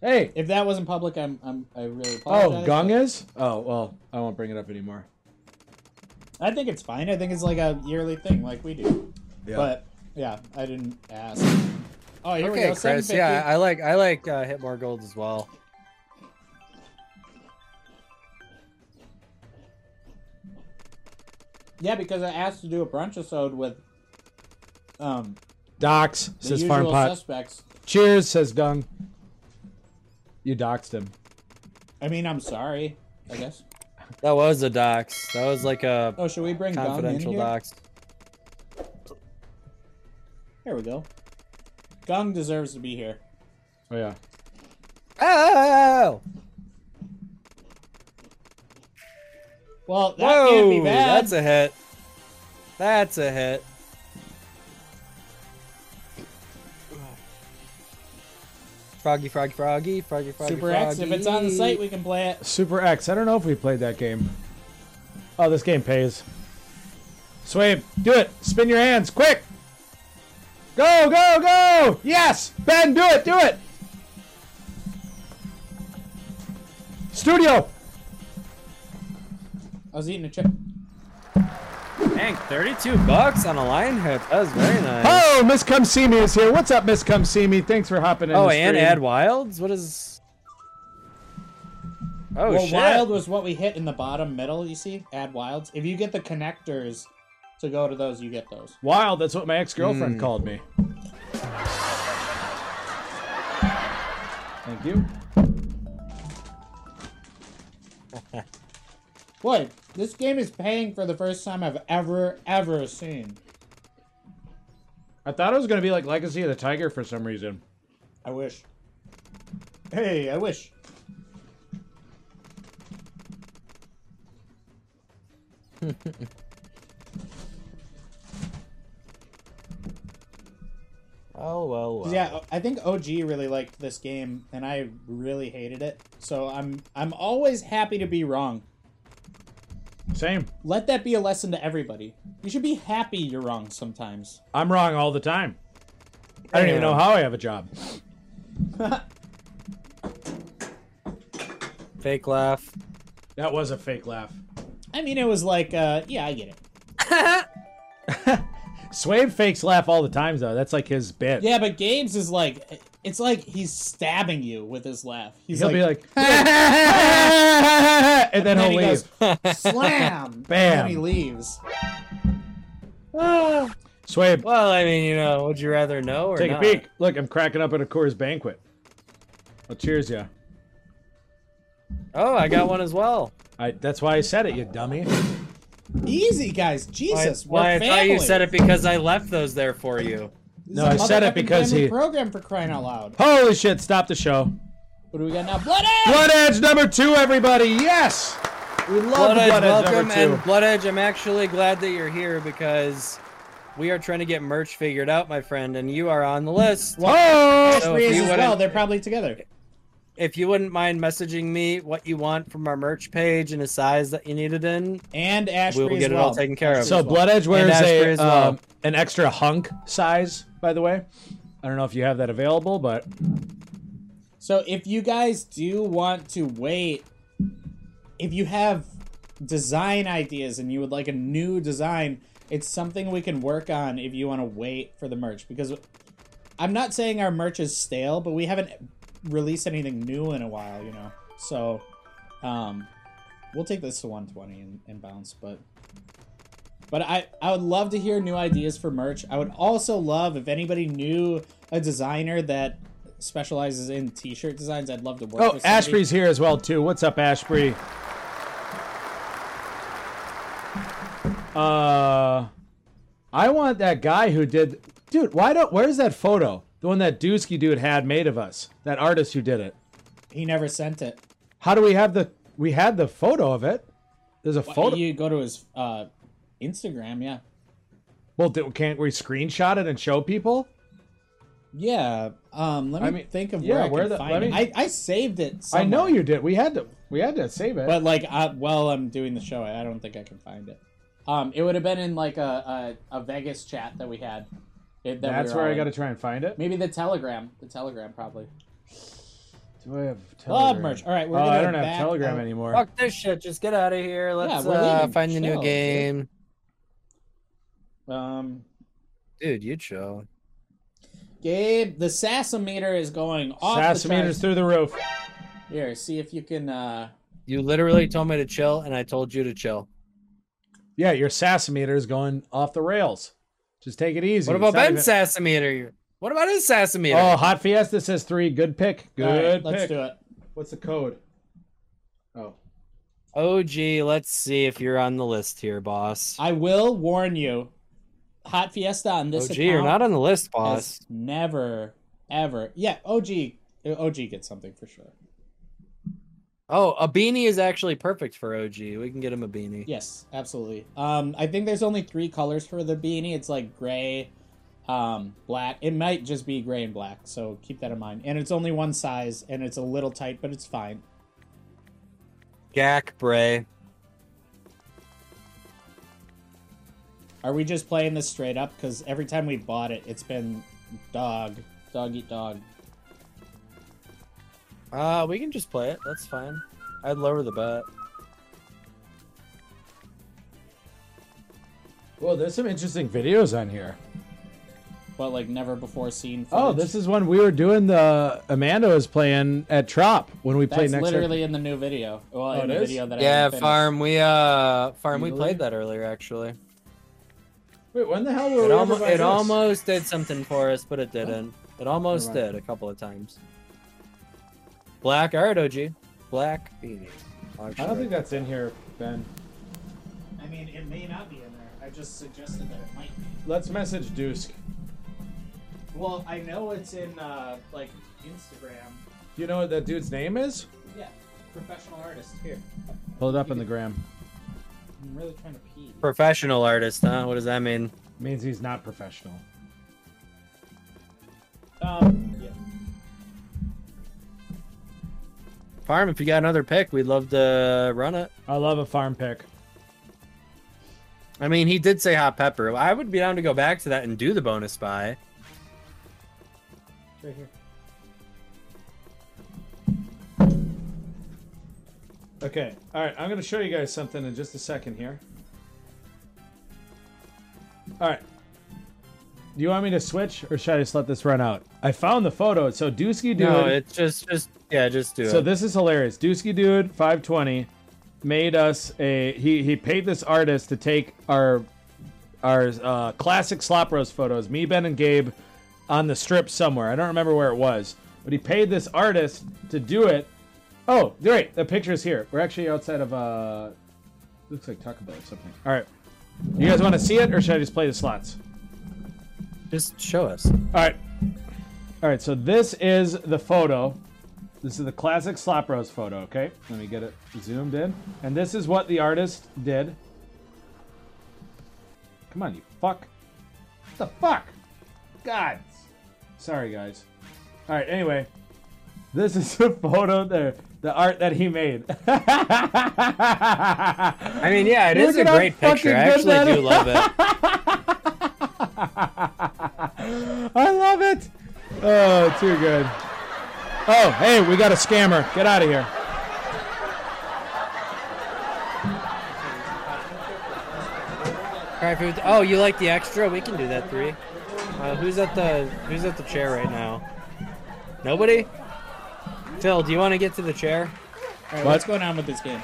Hey.
If that wasn't public, I'm, I'm I really apologize.
Oh, gong is? Oh, well, I won't bring it up anymore.
I think it's fine. I think it's like a yearly thing, like we do.
Yeah.
But yeah, I didn't ask. Oh, here we
Okay,
go.
Chris.
750.
Yeah, I like I like uh, hit more gold as well.
yeah, because I asked to do a brunch episode with um
Docs,
the
says Farm
usual
Pot.
suspects.
Cheers, says Gung. You doxed him.
I mean, I'm sorry. I guess.
That was a dox. That was like a
Oh, should we bring Gong in
confidential
here?
dox.
Here we go. Gong deserves to be here.
Oh, yeah.
Oh,
Well, that can't be
whoa!
bad.
That's a hit. That's a hit. Froggy, froggy, froggy, froggy, froggy.
Super X. If it's on the site, we can play it.
Super X. I don't know if we played that game. Oh, this game pays. Swabe, do it. Spin your hands, quick. Go, go, go. Yes, Ben, do it, do it. Studio.
I was eating a chip.
Dang, 32 bucks on a lion hip. That was very nice.
Oh, Miss Come See Me is here. What's up, Miss Come See Me? Thanks for hopping in.
Oh,
the
and
stream.
add wilds? What is. Oh,
well,
shit.
wild was what we hit in the bottom middle. You see, add wilds. If you get the connectors to go to those, you get those.
Wild. That's what my ex-girlfriend called me. Thank you.
Boy, this game is paying for the first time I've ever, ever seen.
I thought it was gonna be like Legacy of the Tiger for some reason.
I wish. Hey, I wish.
Oh, well, well.
Yeah, I think OG really liked this game, and I really hated it. So I'm, I'm always happy to be wrong.
Same.
Let that be a lesson to everybody. You should be happy you're wrong sometimes.
I'm wrong all the time. I don't even know
Damn.
how I have a job.
Fake laugh.
That was a fake laugh.
I mean, it was like, uh, yeah, I get it.
Swabe fakes laugh all the time though. That's like his bit.
Yeah, but Gabe's is like, it's like he's stabbing you with his laugh. He's
He'll
like,
be like, <laughs> and then he'll
and then he
leave.
goes, slam,
Bam. <laughs>
and he leaves. Ah.
Swabe,
Well, I mean, you know, would you rather know or
take a
not?
peek. Look, I'm cracking up at a Coors banquet. Well, cheers, yeah.
Oh, I got one as well.
I, that's why I said it, you dummy.
Easy, guys. Jesus,
Why-
we're
why I
family.
thought you said it because I left those there for you.
This
No,
is a
I said it
motherfucking
because
family
he-
program for crying out loud.
Holy shit! Stop the show.
What do we got now? Blood Edge!
Blood Edge number two, everybody. Yes, we love
Blood Edge,
number
welcome.
two.
And Blood Edge, I'm actually glad that you're here because we are trying to get merch figured out, my friend, and you are on the list.
oh,
So
Three
if
is
you
as
wouldn't-
well. They're probably together.
If you wouldn't mind messaging me what you want from our merch page and a size that you need it in,
And Ashbury
we'll get
as
it
well.
all taken care of.
So Blood Edge wears
Ashbury
a
as
uh,
well.
um, an extra hunk size, by the way. I don't know if you have that available, but
So if you guys do want to wait, if you have design ideas and you would like a new design, it's something we can work on if you want to wait for the merch. Because I'm not saying our merch is stale, but we haven't released anything new in a while, you know. So um we'll take this to 120 and, and bounce, but but I, I would love to hear new ideas for merch. I would also love if anybody knew a designer that specializes in t-shirt designs. I'd love to work
oh,
with somebody.
Ashbury's here as well too. What's up, Ashbury? Uh, I want that guy who did, dude. Why don't? Where's that photo? The one that Dusky dude had made of us. That artist who did it.
He never sent it.
How do we have the? We had the photo of it. There's a photo.
You go to his uh, Instagram, yeah.
well, do, can't we screenshot it and show people?
Yeah. Um, let me
I mean,
think of
yeah,
where I
where
can
the- let
find
me-
it. I, I saved it.
I know
somewhere. uh,
you did. We had to. We had to save it.
But like, I, while I'm doing the show, I don't think I can find it. Um, it would have been in like a, a, a Vegas chat that we had. It, that we
That's
were
where
all
I got to
in.
try and find it.
Maybe the Telegram. The Telegram probably.
Do I have
Club
Telegram?
merch. All right, we're
oh,
gonna
I don't
back
have Telegram
up-
anymore.
Fuck this shit. Just get out of here. Let's
we're
uh,
leaving.
find a new
Chill, dude.
game.
Um,
Dude, you chill.
Gabe, the sassometer is going off the
Sassameters
charts.
through the roof.
Here, see if you can. Uh,
You literally told me to chill, and I told you to chill.
Yeah, your Sassameter is going off the rails. Just take it easy.
What about
It's not
Ben's Sassameter? What about his
even- Oh,
Sassameter?
Hot Fiesta says three. Good pick. Good
all right,
pick.
let's do it.
What's the code? Oh.
Oh, gee, let's see if you're on the list here, boss.
I will warn you, Hot Fiesta on this
OG,
account
Oh, you're not on the list,
has
boss.
never, ever. Yeah, OG, uh, OG gets something for sure.
Oh, a beanie is actually perfect for OG. We can get him a beanie.
Yes, absolutely. Um, I think there's only three colors for the beanie. It's like gray, um, black. It might just be gray and black, so keep that in mind. And it's only one size, and it's a little tight, but it's fine.
Gak Bray.
Are we just playing this straight up? Because every time we bought it, it's been dog, dog eat dog.
Uh, we can just play it. That's fine. I'd lower the bet.
Well, there's some interesting videos on here.
But like never before seen. Footage.
Oh, this is when we were doing the Amanda was playing at Trop when we played
That's
next.
literally in the new video. Well,
Oh,
in
it
the
is?
video that I
Yeah,
haven't finished.
farm. We uh, farm. We
Really?
played that earlier, actually.
Wait, when the hell were
It
we?
almost it almost did something for us, but it didn't. It almost
Never
did a couple of times. Black art, OG. Black beanie.
I don't think that's in here, Ben.
I mean, it may not be in there. I just suggested that it might be.
Let's message Dusk.
Well, I know it's in uh, like Instagram.
Do you know what that dude's name is?
Yeah, professional artist. Here,
Pull it up in the gram.
I'm really trying to pee.
professional artist, huh? What does that mean?
Means he's not professional.
Um, yeah.
Farm, if you got another pick, we'd love to run it.
I love a farm pick.
I mean, he did say hot pepper. I would be down to go back to that and do the bonus buy.
It's right here.
Okay. All right. I'm going to show you guys something in just a second here. All right. Do you want me to switch or should I just let this run out? I found the photo. So Dusky Dude.
No, it's just, just yeah, just do
so
it.
this is hilarious. Dusky Dude 520 made us a he he paid this artist to take our our uh, classic slop roast photos, me, Ben, and Gabe, on the strip somewhere. I don't remember where it was, but he paid this artist to do it. Oh, great! The picture's here. We're actually outside of uh, looks like Taco Bell or something. All right, you guys want to see it, or should I just play the slots?
Just show us.
All right. All right, so this is the photo. This is the classic Slop Rose photo, okay? Let me get it zoomed in. And this is what the artist did. Come on, you fuck. What the fuck? God. Sorry, guys. All right, anyway. This is the <laughs> photo there. The art that he made. <laughs>
I mean, yeah, it is
Look at
a
how
great picture. I
fucking good
actually do
that <laughs>
love it.
I love it. Oh, too good. Oh, hey, we got a scammer. Get out of here.
Cry food. Oh, you like the extra? We can do that three. Uh, who's at the Who's at the chair right now? Nobody. Phil, do you want to get to the chair?
All right, what's going on with this game?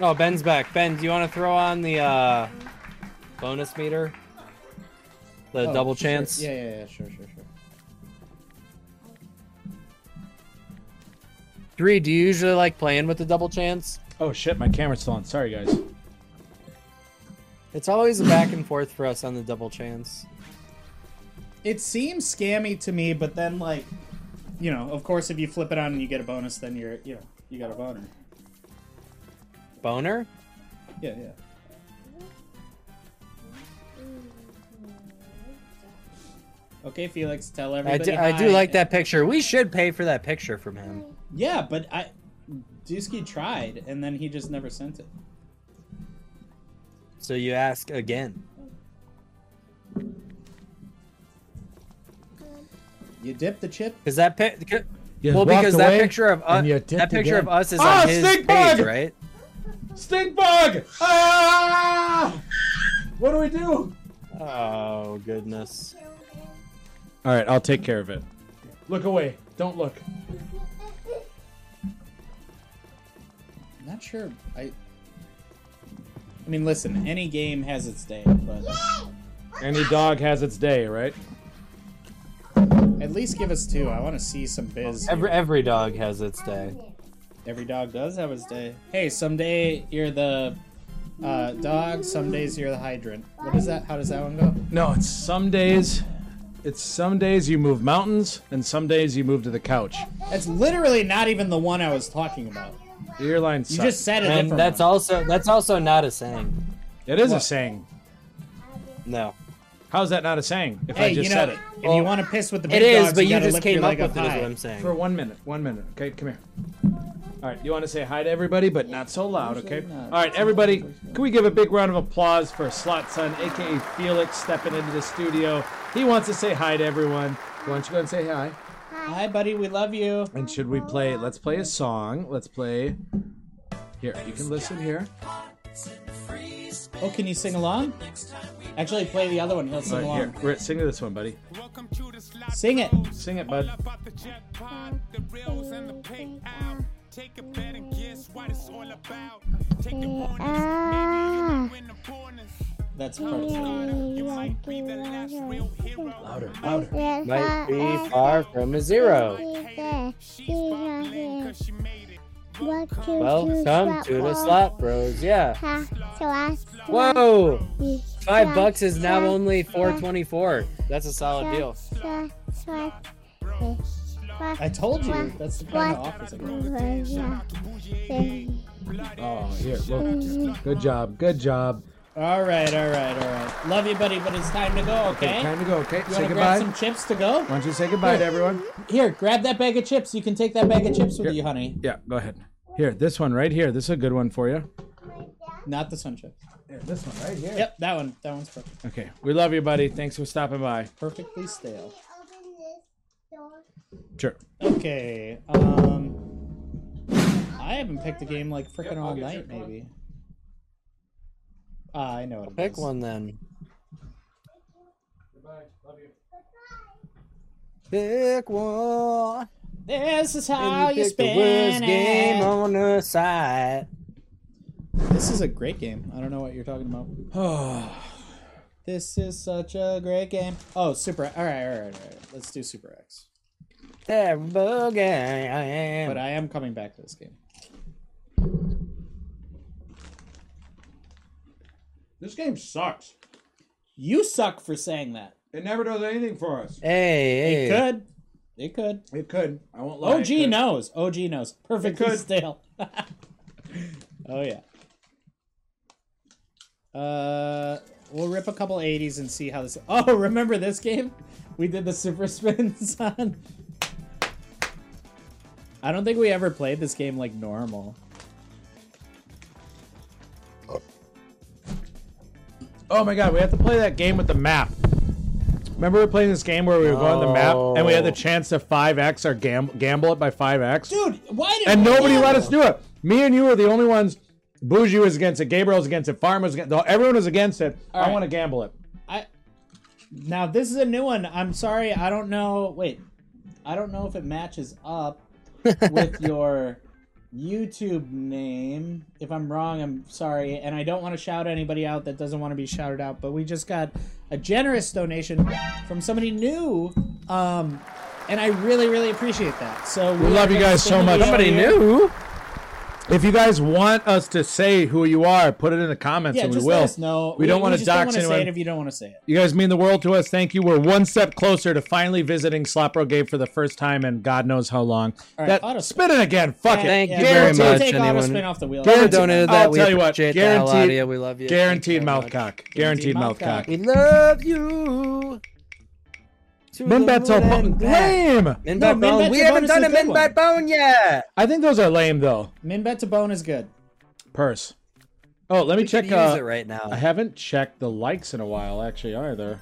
Oh, Ben's back. Ben, do you want to throw on the uh, bonus meter? The
Oh,
double
sure.
chance.
Yeah, yeah, yeah. Sure, sure, sure.
Three. Do you usually like playing with the double chance?
Oh shit, my camera's still on. Sorry guys.
It's always a back and forth for us on the double chance.
It seems scammy to me, but then like, you know, of course, if you flip it on and you get a bonus, then you're, you know, you got a boner.
Boner.
Yeah, yeah. Okay, Felix, tell
I
everybody.
do, I do
hi.
like that picture. We should pay for that picture from him.
Yeah, but I Dusky tried, and then he just never sent it.
So you ask again.
You dip the chip.
Because that pic,
You
well,
walked
because that
away,
picture of us,
and you dipped
that picture
again.
of us is
Ah,
on his
stink
page,
bug!
right?
Stink bug! Ah! What do we do?
Oh goodness.
All right, I'll take care of it. Look away. Don't look.
Not sure. I. I mean, listen. Any game has its day, but
Any dog has its day, right?
at least give us two. I want to see some biz.
Every every dog has its day.
Every dog does have his day. Hey, someday you're the uh, dog. Some days you're the hydrant. What is that? How does that one go?
No, it's some days. It's some days you move mountains, and some days you move to the couch.
That's literally not even the one I was talking about.
The airline
You
sucks.
just said a
And
different
that's
one.
also that's also not a saying.
it is a
What?
saying.
No,
How's that not a saying? If
Hey,
I just
you know,
said it
if
Well,
you want to piss with the big
it is,
dogs,
but you
gotta
just
lift
came
your
up
leg
with it. Is
high.
what I'm saying.
for one minute. One minute. Okay, come here. All right, you want to say hi to everybody, but not so loud, okay? All right, everybody, can we give a big round of applause for Slot Son, aka Felix, stepping into the studio? He wants to say hi to everyone. Why don't you go and say hi?
Hi, buddy. We love you.
And should we play? Let's play a song. Let's play. Here, you can listen here.
Oh, can you sing along? Actually, play the other one. He'll
All
sing
right, here.
along.
We're, sing to this one, buddy.
Welcome to the slot.
Sing it.
Bros.
Sing it,
All
bud.
about the jackpot, the reels and the payout. Take a bet and guess what it's all about. Take the warnings, maybe you can win the corners.
That's part of it.
You might be the last real hero. Louder, louder.
might be far from a zero.
She's bubbling 'cause she made it.
Welcome to the slot, bros. Yeah.
Whoa!
Whoa, five
Five
bucks is now only four twenty-four. That's a solid deal.
I told you. That's the kind of office I go. to.
Oh, here. Look. Good job. Good job.
All right, all right, all right. Love you, buddy, but it's time to go. Okay.
Time to go. Okay.
you
say
want to
goodbye.
grab some chips to go?
Why don't you say goodbye to everyone?
Here, grab that bag of chips. You can take that bag of chips with
Here.
you, honey.
Yeah. Go ahead. Here, this one right here. This is a good one for you.
Not the sun chips.
Here, this one right here.
Yep, that one. That one's perfect.
Okay. We love you, buddy. Thanks for stopping by.
Perfectly stale.
Sure.
Okay. Um, I haven't picked a game like frickin' all night, maybe. Ah, I know what it
Pick
is.
one then. Pick one.
This is
and
how
you
you,
pick the
spin
worst
it.
game on the site.
This is a great game. I don't know what you're talking about. <sighs> this is such a great game. Oh, Super. All right, all right, all right. all right. Let's do Super X.
Terrible game.
But I am coming back to this game.
This game sucks.
You suck for saying that.
It never does anything for us.
hey, hey.
It could. It could.
It could. I won't lie.
OG knows. OG knows. Perfectly
could.
stale. <laughs> oh yeah. Uh, we'll rip a couple '80s and see how this. Oh, <laughs> remember this game? We did the super <laughs> spins on. I don't think we ever played this game like normal.
Oh my god, we have to play that game with the map. Remember we were playing this game where we were going on the map and we had the chance to 5x or gam- gamble it by 5x?
Dude, why did
and nobody let us do it. Me and you were the only ones. Bougie was against it. Gabriel was against it. Farm was against it. Everyone was against it. I
right.
want to gamble it.
I now this is a new one. I'm sorry, I don't know. Wait, I don't know if it matches
<laughs>
up with your YouTube name. If I'm wrong, I'm sorry, and I don't want to shout anybody out that doesn't want to be shouted out. But we just got a generous donation from somebody new, um, and I really, really appreciate that. So
We love you guys so much.
Somebody knew.
If you guys want us to say who you are, put it in the comments
Yeah,
and we
just
will.
let us know.
We don't want to
just don't
dox
wanna say it
anyone.
if you don't want to say it.
You guys mean the world to us. Thank you. We're one step closer to finally visiting Slopro Gate for the first time and God knows how long.
right,
that,
auto-
spin it again. Fuck it.
Thank you very
Guaranteed.
much,
Take auto
anyone.
spin off the wheel.
Guaranteed-
donated
I'll
that. We
tell you what.
appreciate that,
Guaranteed-
Aladia. We love you.
Guaranteed
Thank you very much.
mouthcock. Guaranteed
mouth cock.
mouthcock.
We love you. To the
Minbat's so
moon and
bu-
back.
lame.
Minbat
No,
bone.
Minbat's
We
a
haven't
bonus
done a
is a good one.
minbat bone yet.
I think those are lame though.
Min bet to bone is good.
Purse. Oh, let me
We
check.
could
Uh,
use it right now.
I haven't checked the likes in a while, actually, either.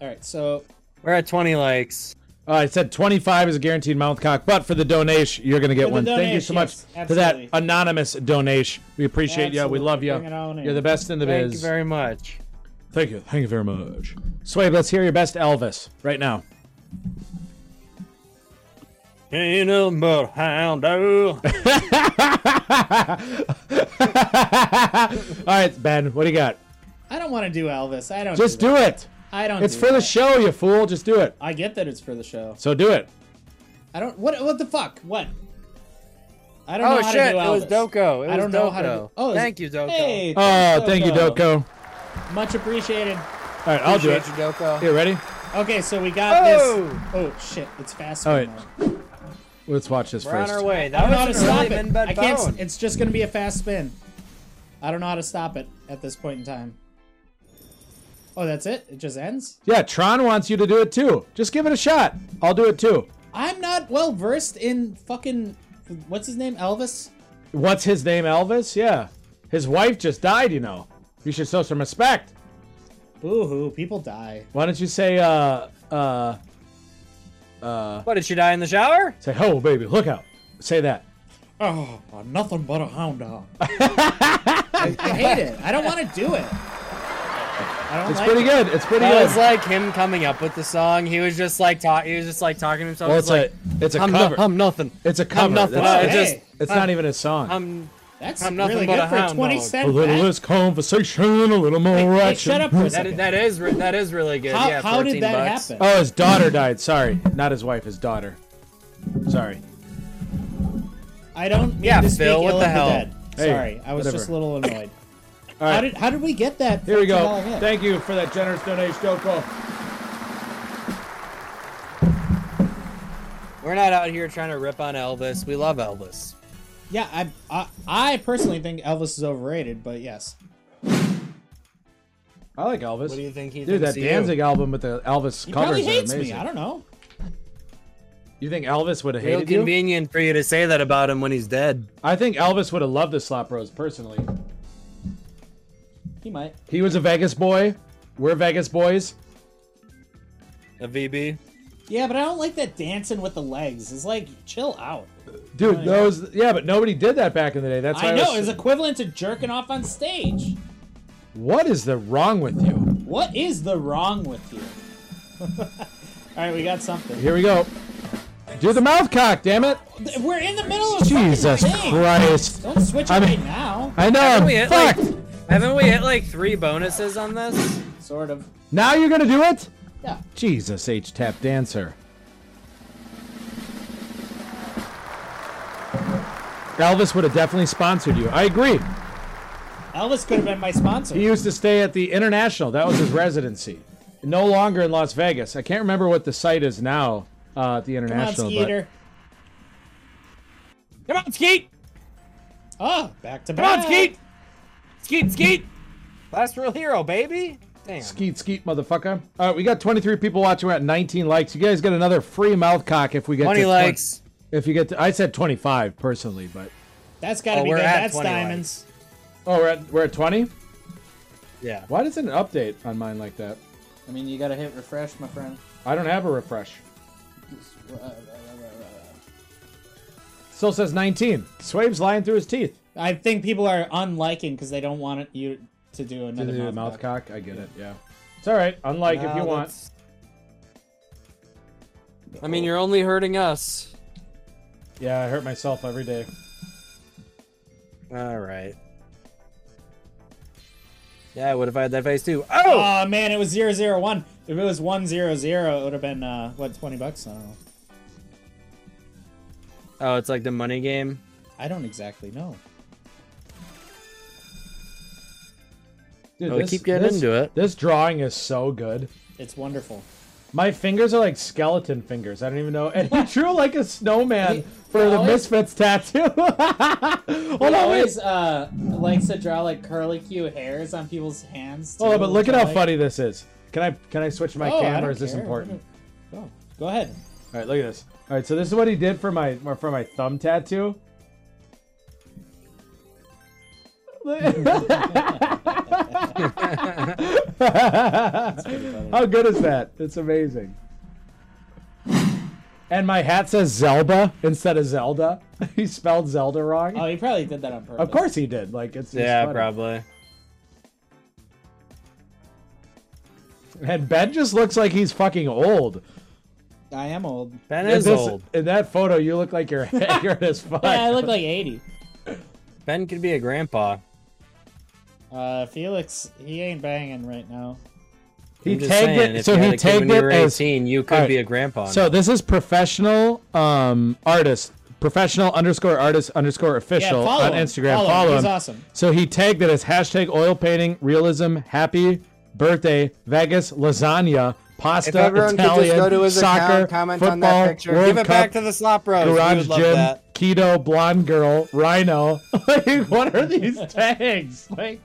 All right, so
We're at 20 likes.
Uh, I said 25 is a guaranteed mouth cock, but for the donation, you're going to get
For the
one. Thank you
donation,
so much
yes,
for that
absolutely.
anonymous donation. We appreciate you. We
Absolutely.
love you.
Bring it on in.
You're the best in the
Thank
biz.
you very much.
Thank you. Thank you very much. Swabe, let's hear your best Elvis right now. <laughs>
Ain't nothing but a hound dog.
All right, Ben, what do you got?
I don't want to do Elvis. I don't.
Just
do,
do it.
that. I don't.
It's
do
for the
that.
show, you fool. Just do it.
I get that it's for the show.
So do it.
I don't. What? What the fuck? What? I don't
Oh
know how
shit!
to
It
do Elvis.
was Doko. It
I
was
don't know how to.
Doko.
Do, oh, it's-
thank you, Doko.
Hey,
Oh, thank you, Doko.
Much appreciated.
All right, I'll do it.
Appreciate you, Doko.
Here, ready?
Okay, so we got
Oh!
this. Oh shit! It's fast.
All right,
mode.
Let's watch this
We're
first.
on our way.
I
That
don't know how to
was
stop
really
it.
min bed
I can't.
bone.
s- It's just gonna be a fast spin. I don't know how to stop it at this point in time. Oh, that's it. It just ends.
Yeah, Tron wants you to do it too. Just give it a shot. I'll do it too.
I'm not well versed in fucking. What's his name? Elvis.
What's his name, Elvis? Yeah. His wife just died, you know. You should show some respect.
Boo hoo! People die.
Why don't you say, uh, uh, uh,
What did she die in the shower?
say, oh, baby, look out. Say that.
Oh, nothing but a hound dog. <laughs> I, I hate it. I don't want to do it. I don't
It's
like
pretty
it.
good. It's pretty
That
good.
was like him coming up with the song. He was just like talk. He was just like talking to himself.
well, it's
He's like,
a, it's a
I'm, no-
cover.
I'm nothing.
it's a cover.
nothing.
That's-
I
Hey,
just- um,
it's not even a song.
I'm.
That's
I'm nothing
really
but
good
a
for a
hound
20
dog.
cent
a little
bet.
less conversation, a little more
Hey, hey,
action.
shut up for a
That is,
second.
that is re- that is really good.
How,
yeah,
how
14
did that
bucks.
happen?
Oh, his daughter died. Sorry. Not his wife, his daughter. Sorry.
I don't mean
Yeah,
to speak
Phil, what
ill
the
of
hell?
dead.
Uh, Hey,
Sorry, I was
whatever.
just a
<laughs>
little annoyed.
All right.
How did how did we get that?
Here we go.
$14 hit?
Thank you for that generous donation, Doko.
We're not out here trying to rip on Elvis. We love Elvis.
yeah, I, I I personally think Elvis is overrated, but yes.
I like Elvis.
What do you think he
Dude,
thinks
that
of you?
Danzig album with the Elvis
He
covers
probably
are
hates me.
amazing.
I don't know.
You think Elvis would have
Real
hated you?
convenient for you to say that about him when he's dead.
I think Elvis would have loved the Slop Rose personally.
He might.
He was a Vegas boy. We're Vegas boys.
A VB.
Yeah, but I don't like that dancing with the legs. It's like chill out.
Dude, those yeah, but nobody did that back in the day. That's why
Oh, I know
was-
it's equivalent to jerking off on stage.
what is the wrong with you?
What is the wrong with you? <laughs> All right, we got something.
Here we go. Do the mouth cock, damn it!
We're in the middle of a fucking
Jesus
thing.
Christ!
Don't switch it
I mean-
right now.
I know.
Haven't
I'm
we hit
fucked.
like haven't we hit like three bonuses on this?
Sort of.
Now you're gonna do it?
Yeah.
Jesus, H tap dancer. Elvis would have definitely sponsored you. I agree.
Elvis could have been my sponsor.
He used to stay at the International. That was his residency. No longer in Las Vegas. I can't remember what the site is now uh, at the
Come on,
International. but-
Skeeter.
Come on, Skeet!
Oh, back to
Come
back.
on, Skeet! Skeet, Skeet! Last real hero, baby! Damn.
Skeet, skeet, motherfucker. All right, we got 23 people watching. We're at 19 likes. You guys get another free mouth cock if we get
20
to 20
likes.
If you get to, I said 25 personally, but
That's gotta
Oh,
be
we're
good.
at
That's
20
diamonds.
oh, we're at we're at 20.
Yeah.
Why doesn't it update on mine like that?
I mean, you gotta hit refresh, my friend.
I don't have a refresh. Still says 19. Swabe's lying through his teeth.
I think people are unliking because they don't want it, you to do another
Did it do the
mouth
mouth cock? I get it. Yeah. It's all right. Unlike if
No,
you want.
that's- I mean, you're only hurting us.
Yeah, I hurt myself every day.
All right. Yeah, I would have had that face too. Oh!
Oh man, it was zero zero one. If it was one zero zero, it would have been uh, what twenty bucks. I don't know.
Oh, it's like the money game.
I don't exactly know.
Dude,
Oh, we keep getting into it.
This drawing is so good.
It's wonderful.
My fingers are like skeleton fingers. I don't even know. And he drew like a snowman
He-
for
he
the
always-
Misfits tattoo. <laughs> Hold on, wait.
always uh, likes to draw like curly Q hairs on people's hands.
Hold on,
too,
Oh, but look at
which I
how
like.
funny this is. Can I can I switch my
Oh, I
camera?
don't
Is this
care. <laughs>
important?
Go, go ahead.
All right, look at this. All right, so this is what he <laughs> did for my for my thumb tattoo. How good is that? It's amazing. And my hat says Zelda instead of Zelda. <laughs> he spelled Zelda wrong.
Oh, he probably did that on purpose.
of course he did. Like it's just
yeah,
funny.
probably.
And Ben just looks like he's fucking old.
I am old.
Ben
in,
is
this-
old.
in that photo, you look like you're <laughs> haggard as fuck.
<laughs> Yeah, I look like 80.
Ben could be a grandpa.
Uh, Felix, he ain't banging right now.
he
I'm just
tagged
saying,
it.
if
So
you
he
had a kid
tagged
when you
it
were
as
18, you could
Alright,
be a grandpa.
So this is professional um artist, professional underscore artist underscore official
yeah, follow
on
him.
Instagram.
Follow, him. He's
him.
awesome.
So he tagged it as hashtag oil painting realism happy birthday Vegas lasagna pasta
if everyone
Italian
could just go to his
soccer
account, comment
football
on that picture,
World
give it
Cup,
back to the slop bros. we
garage
would love
gym
that.
keto blonde girl rhino. <laughs> like what are these tags? Like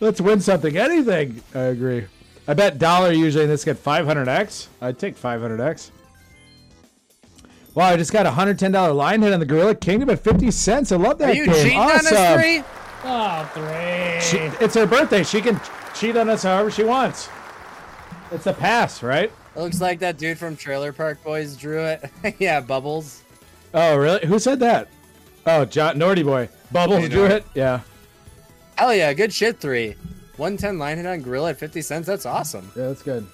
let's win something anything. I agree. I bet dollar usually in this get 500x. I'd take 500x. Wow, I just got a $110 line hit on the Gorilla Kingdom at 50 cents. I love that
Are you
game.
cheating on
awesome.
us three?
Oh, three.
She, it's her birthday. She can cheat on us however she wants. It's a pass, right?
It looks like that dude from Trailer Park Boys drew it. <laughs> yeah, Bubbles.
Oh, really? Who said that? Oh, John Norty boy. Bubbles drew it. Yeah,
Hell yeah, good shit, three. 110 line hit on Gorilla at 50 cents. That's awesome.
yeah, that's good.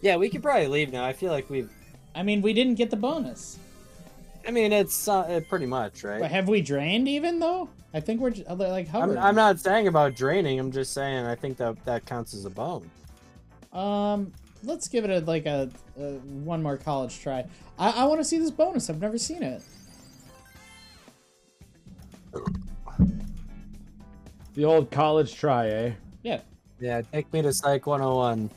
Yeah, we could probably leave now. I feel like we've.
I mean, we didn't get the bonus.
I mean, it's uh, uh, pretty much,
But
right?
have we drained even though? I think we're j- like
I'm,
hovering.
I'm not saying about draining. I'm just saying I think that that counts as a bone.
Um, let's give it a, like a, a one more college try. I, I want to see this bonus. I've never seen it.
The old college try, eh?
Yeah.
Yeah, take me to Psych 101.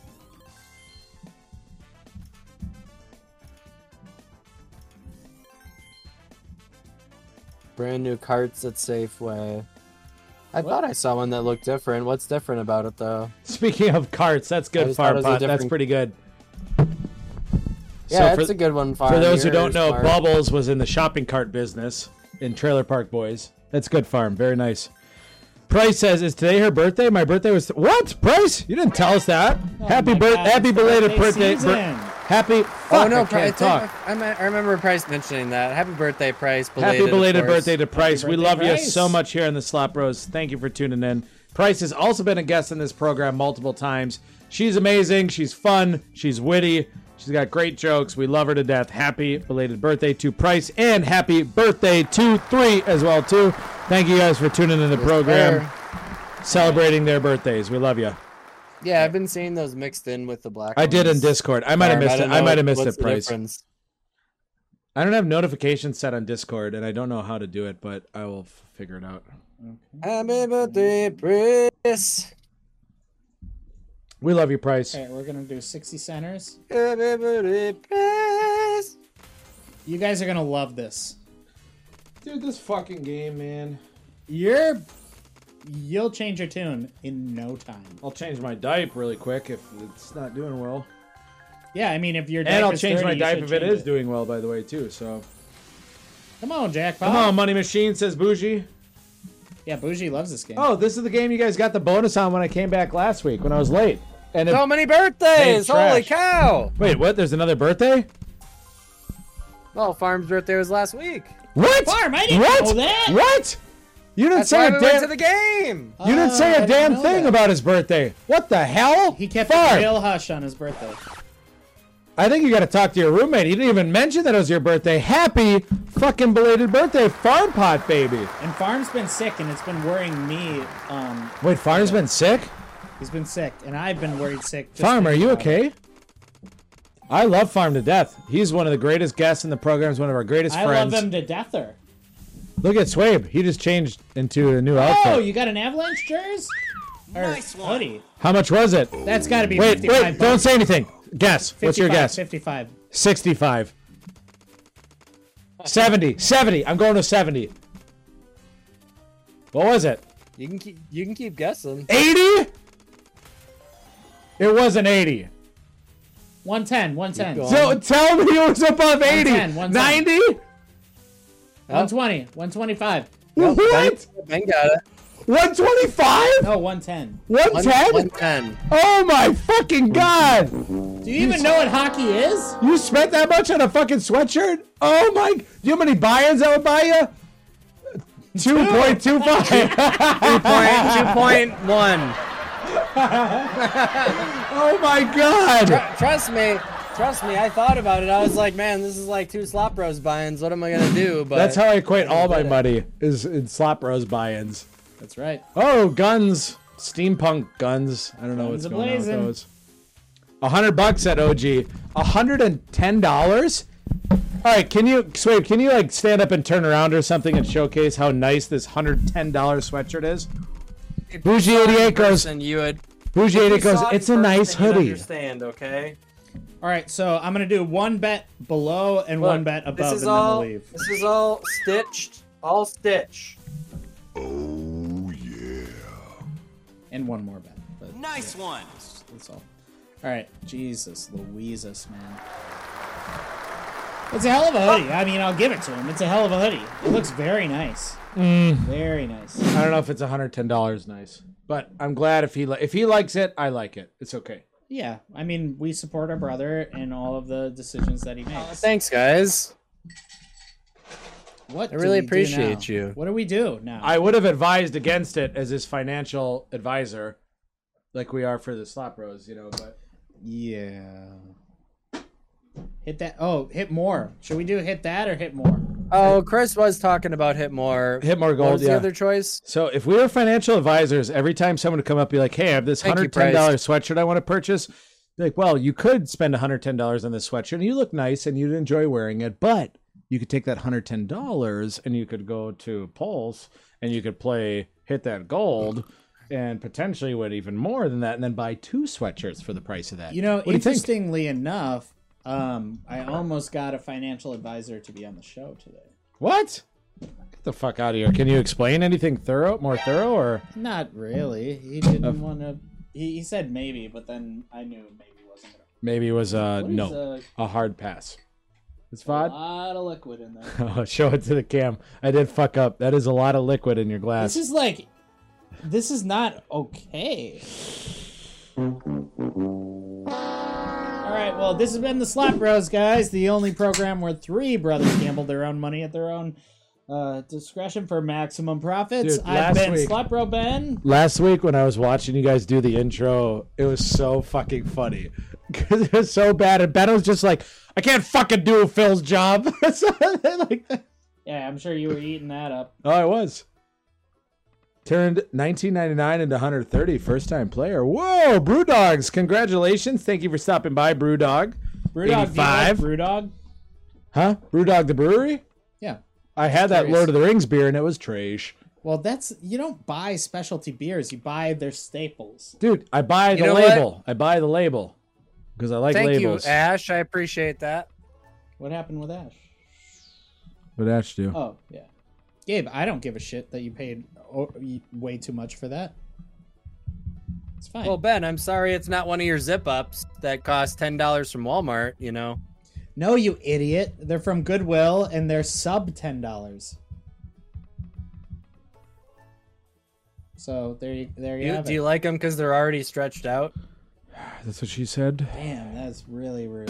Brand new carts at Safeway. I thought I saw one that looked different. What's different about it though?
Speaking of carts, that's
I
good
just
far
thought it was a
pot. That's
different-
pretty good.
Yeah,
so
it's
for,
a good one.
for those who don't know,
Bob.
Bubbles was in the shopping cart business in Trailer Park Boys. That's good farm. Very nice. Price says, "Is today her birthday? My birthday was what? Price? You didn't tell us that. happy
Oh my
birth,
God,
happy
it's
belated
birthday
birthday.
season.
happy. Fuck,
oh no,
I
Pri- I,
can't
think-
talk.
I, me- I remember Price mentioning that. Happy birthday, Price! Belated,
happy
of
belated
course.
birthday to Price. we
birthday,
love you
Price.
so much here on the Slop Bros. Thank you for tuning in. Price has also been a guest on this program multiple times. She's amazing. She's fun. She's witty. She's got great jokes. We love her to death. Happy belated birthday to Price and happy birthday to three as well too. Thank you guys for tuning in the program,
sir.
celebrating their birthdays. We love you.
Yeah, I've been seeing those mixed in with the black.
I did in
ones.
Discord. I might have
Um,
missed it.
don't
I
know
might have missed
what's
it,
the
Price.
difference.
I don't have notifications set on Discord, and I don't know how to do it, but I will f- figure it out.
Happy birthday, Price!
We love you, Price.
All right, we're gonna do sixty centers.
Happy birthday, Price!
You guys are gonna love this.
Dude, this fucking game, man.
You're, you'll change your tune in no time.
I'll change my diaper really quick if it's not doing well.
Yeah, I mean if your
And I'll
diaper's
change my
dirty, you
diaper
should
if it
change
is doing well, by the way, too. So
Come on, jackpot.
come on, Money Machine says Bougie.
Yeah, Bougie loves this game.
Oh, this is the game you guys got the bonus on when I came back last week when I was late. And
So
it,
many birthdays!
Hey, trash.
Holy cow!
wait, what? There's another birthday?
Well, Farm's birthday was last week.
What?
Farm, I didn't
what?
know that.
What? You didn't
That's
say
why
a
we went
damn.
to the game.
You didn't
Oh,
say
I
a
didn't
damn
know
thing
that.
about his birthday. What the hell?
He kept
Farm.
it real hush on his birthday.
I think you got to talk to your roommate. He didn't even mention that it was your birthday. Happy fucking belated birthday, Farm Pot baby.
And Farm's been sick, and it's been worrying me. Um,
Wait, Farmer's been sick?
he's been sick, and I've been worried sick. just
Farm, are
thinking
you
about it.
okay? I love Farm to death. He's one of the greatest guests in the program. He's one of our greatest
I
friends.
love him to deather.
Look at Swabe. He just changed into a new outfit.
Oh, you got an avalanche jersey? Or
Nice one.
hoodie.
How much was it?
That's got to be
Wait,
55
wait, don't say anything. Guess. What's your guess?
55.
65. 70. 70. I'm going to 70. What was it?
You can keep. You can keep guessing.
80? It wasn't 80.
110, 110,
going.
So tell me it was above 80.
110, 110.
90?
120, 125.
<laughs> What?
Ben got it.
125?
No, 110.
110?
110.
Oh my fucking god!
Do you even know what hockey is?
You spent that much on a fucking sweatshirt? Oh my! Do you know how many buy-ins I would buy you? Two point two five.
Point, 2.1.
<laughs> Oh my god!
Trust me. Trust me. I thought about it. I was like, man, this is like two slop rose buy-ins. What am I gonna do? But
That's how I equate all my
Get it.
money is in slop rose buy-ins.
That's right.
Oh, guns, steampunk guns. I don't know
Guns
what's going on with
a-blazing.
those. A hundred bucks at OG. A hundred and ten dollars. All right, can you, Swabe? Can you like stand up and turn around or something and showcase how nice this hundred ten dollar sweatshirt is? Bougie eighty-eight goes.
and you would.
Bougie eighty-eight goes. It's a nice hoodie.
Understand? Okay.
All right, so I'm going to do one bet below and one
Look,
bet above
This is
and
all.
then we'll leave.
This is all stitched. All stitch.
Oh, yeah.
And one more bet. But
Nice one.
that's all. All right, Jesus Louises, man. It's a hell of a hoodie. I mean, I'll give it to him. It's a hell of a hoodie. It looks very nice.
Mm.
Very nice.
I don't know if it's a hundred ten dollars nice, but I'm glad if he li- if he likes it, I like it. It's okay.
Yeah, I mean, we support our brother and all of the decisions that he makes.
Thanks, guys.
What
I
do
really
we do
appreciate
now?
you.
What do we do now?
I would have advised against it as his financial advisor, like we are for the slop rose, you know. But
yeah. Hit that. Oh, hit more. Should we do hit that or hit more?
Oh, Chris was talking about hit more.
hit more
What
gold,
was
yeah.
the other choice?
So if we were financial advisors, every time someone would come up and be like, "Hey, I have this
Thank you,
hundred ten dollar sweatshirt I want to purchase," be like, well, you could spend hundred ten dollars on this sweatshirt, and you look nice, and you'd enjoy wearing it, but you could take that hundred ten dollars and you could go to Pulse and you could play hit that gold. And potentially would even more than that, and then buy two sweatshirts for the price of that.
You know,
what do you think?
interestingly enough, um, I almost got a financial advisor to be on the show today.
What? Get the fuck out of here! Can you explain anything thorough, more thorough, or
Not really. He didn't want to. He, he said maybe, but then I knew maybe wasn't gonna.
maybe it was uh,
What is
no
a-
a hard pass? It's
A
VOD.
lot of liquid in there.
Oh, <laughs> show it to the cam. I did fuck up. That is a lot of liquid in your glass.
This is like, this is not okay. All right, well, this has been the Slap Bros, guys. The only program where three brothers gamble their own money at their own uh, discretion for maximum profits.
Dude, last
I've been
week-
Slap Bro Ben.
Last week when I was watching you guys do the intro, it was so fucking funny <laughs> because it was so bad. And Ben was just like, "I can't fucking do Phil's job." <laughs> So, like that.
Yeah, I'm sure you were eating that up.
Oh, I was. Turned 1999 into 130, first time player. Whoa, Brew Dogs! Congratulations! Thank you for stopping by, Brew Dog.
Brewdog, do you like
85?
Brewdog?
Huh? Brew Dog the brewery.
Yeah.
I had that
Trash.
Lord of the Rings beer and it was trash.
Well, that's you don't buy specialty beers; you buy their staples.
Dude, I buy the
know what?
label. I buy the label because I like
Thank
labels.
you, Ash. I appreciate that.
What happened with Ash?
What Ash do?
Oh yeah, Gabe. I don't give a shit that you paid o- y- way too much for that. It's fine.
Well, Ben, I'm sorry it's not one of your zip ups that cost ten dollars from Walmart. You know,
no, you idiot. They're from Goodwill and they're sub ten dollars. So there you there you
You-
have
do
it.
you like them because they're already stretched out?
That's what she said.
Damn, that's really rude.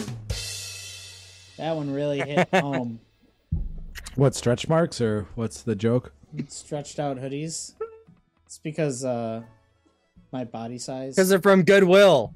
That one
<laughs>
really hit home.
What stretch marks or what's the joke?
Stretched out hoodies. It's because uh my body size.
Because they're from Goodwill.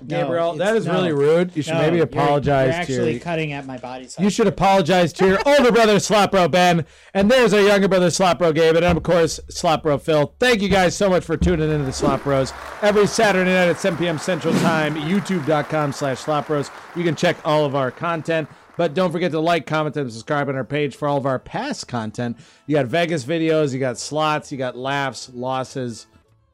No,
Gabriel, that
it's-
is
no.
really rude. You should
No,
maybe
you're-
apologize
you're actually
to your.
cutting at my body size.
You should apologize to your older brother Slapro Ben, and there's our younger brother Slapro Gabe, and of course Slapro Phil. Thank you guys so much for tuning into the Slop Bros. Every Saturday night at 7 p.m. Central Time, YouTube.com/slash Slop Bros. You can check all of our content, but don't forget to like, comment, and subscribe on our page for all of our past content. You got Vegas videos, you got slots, you got laughs, losses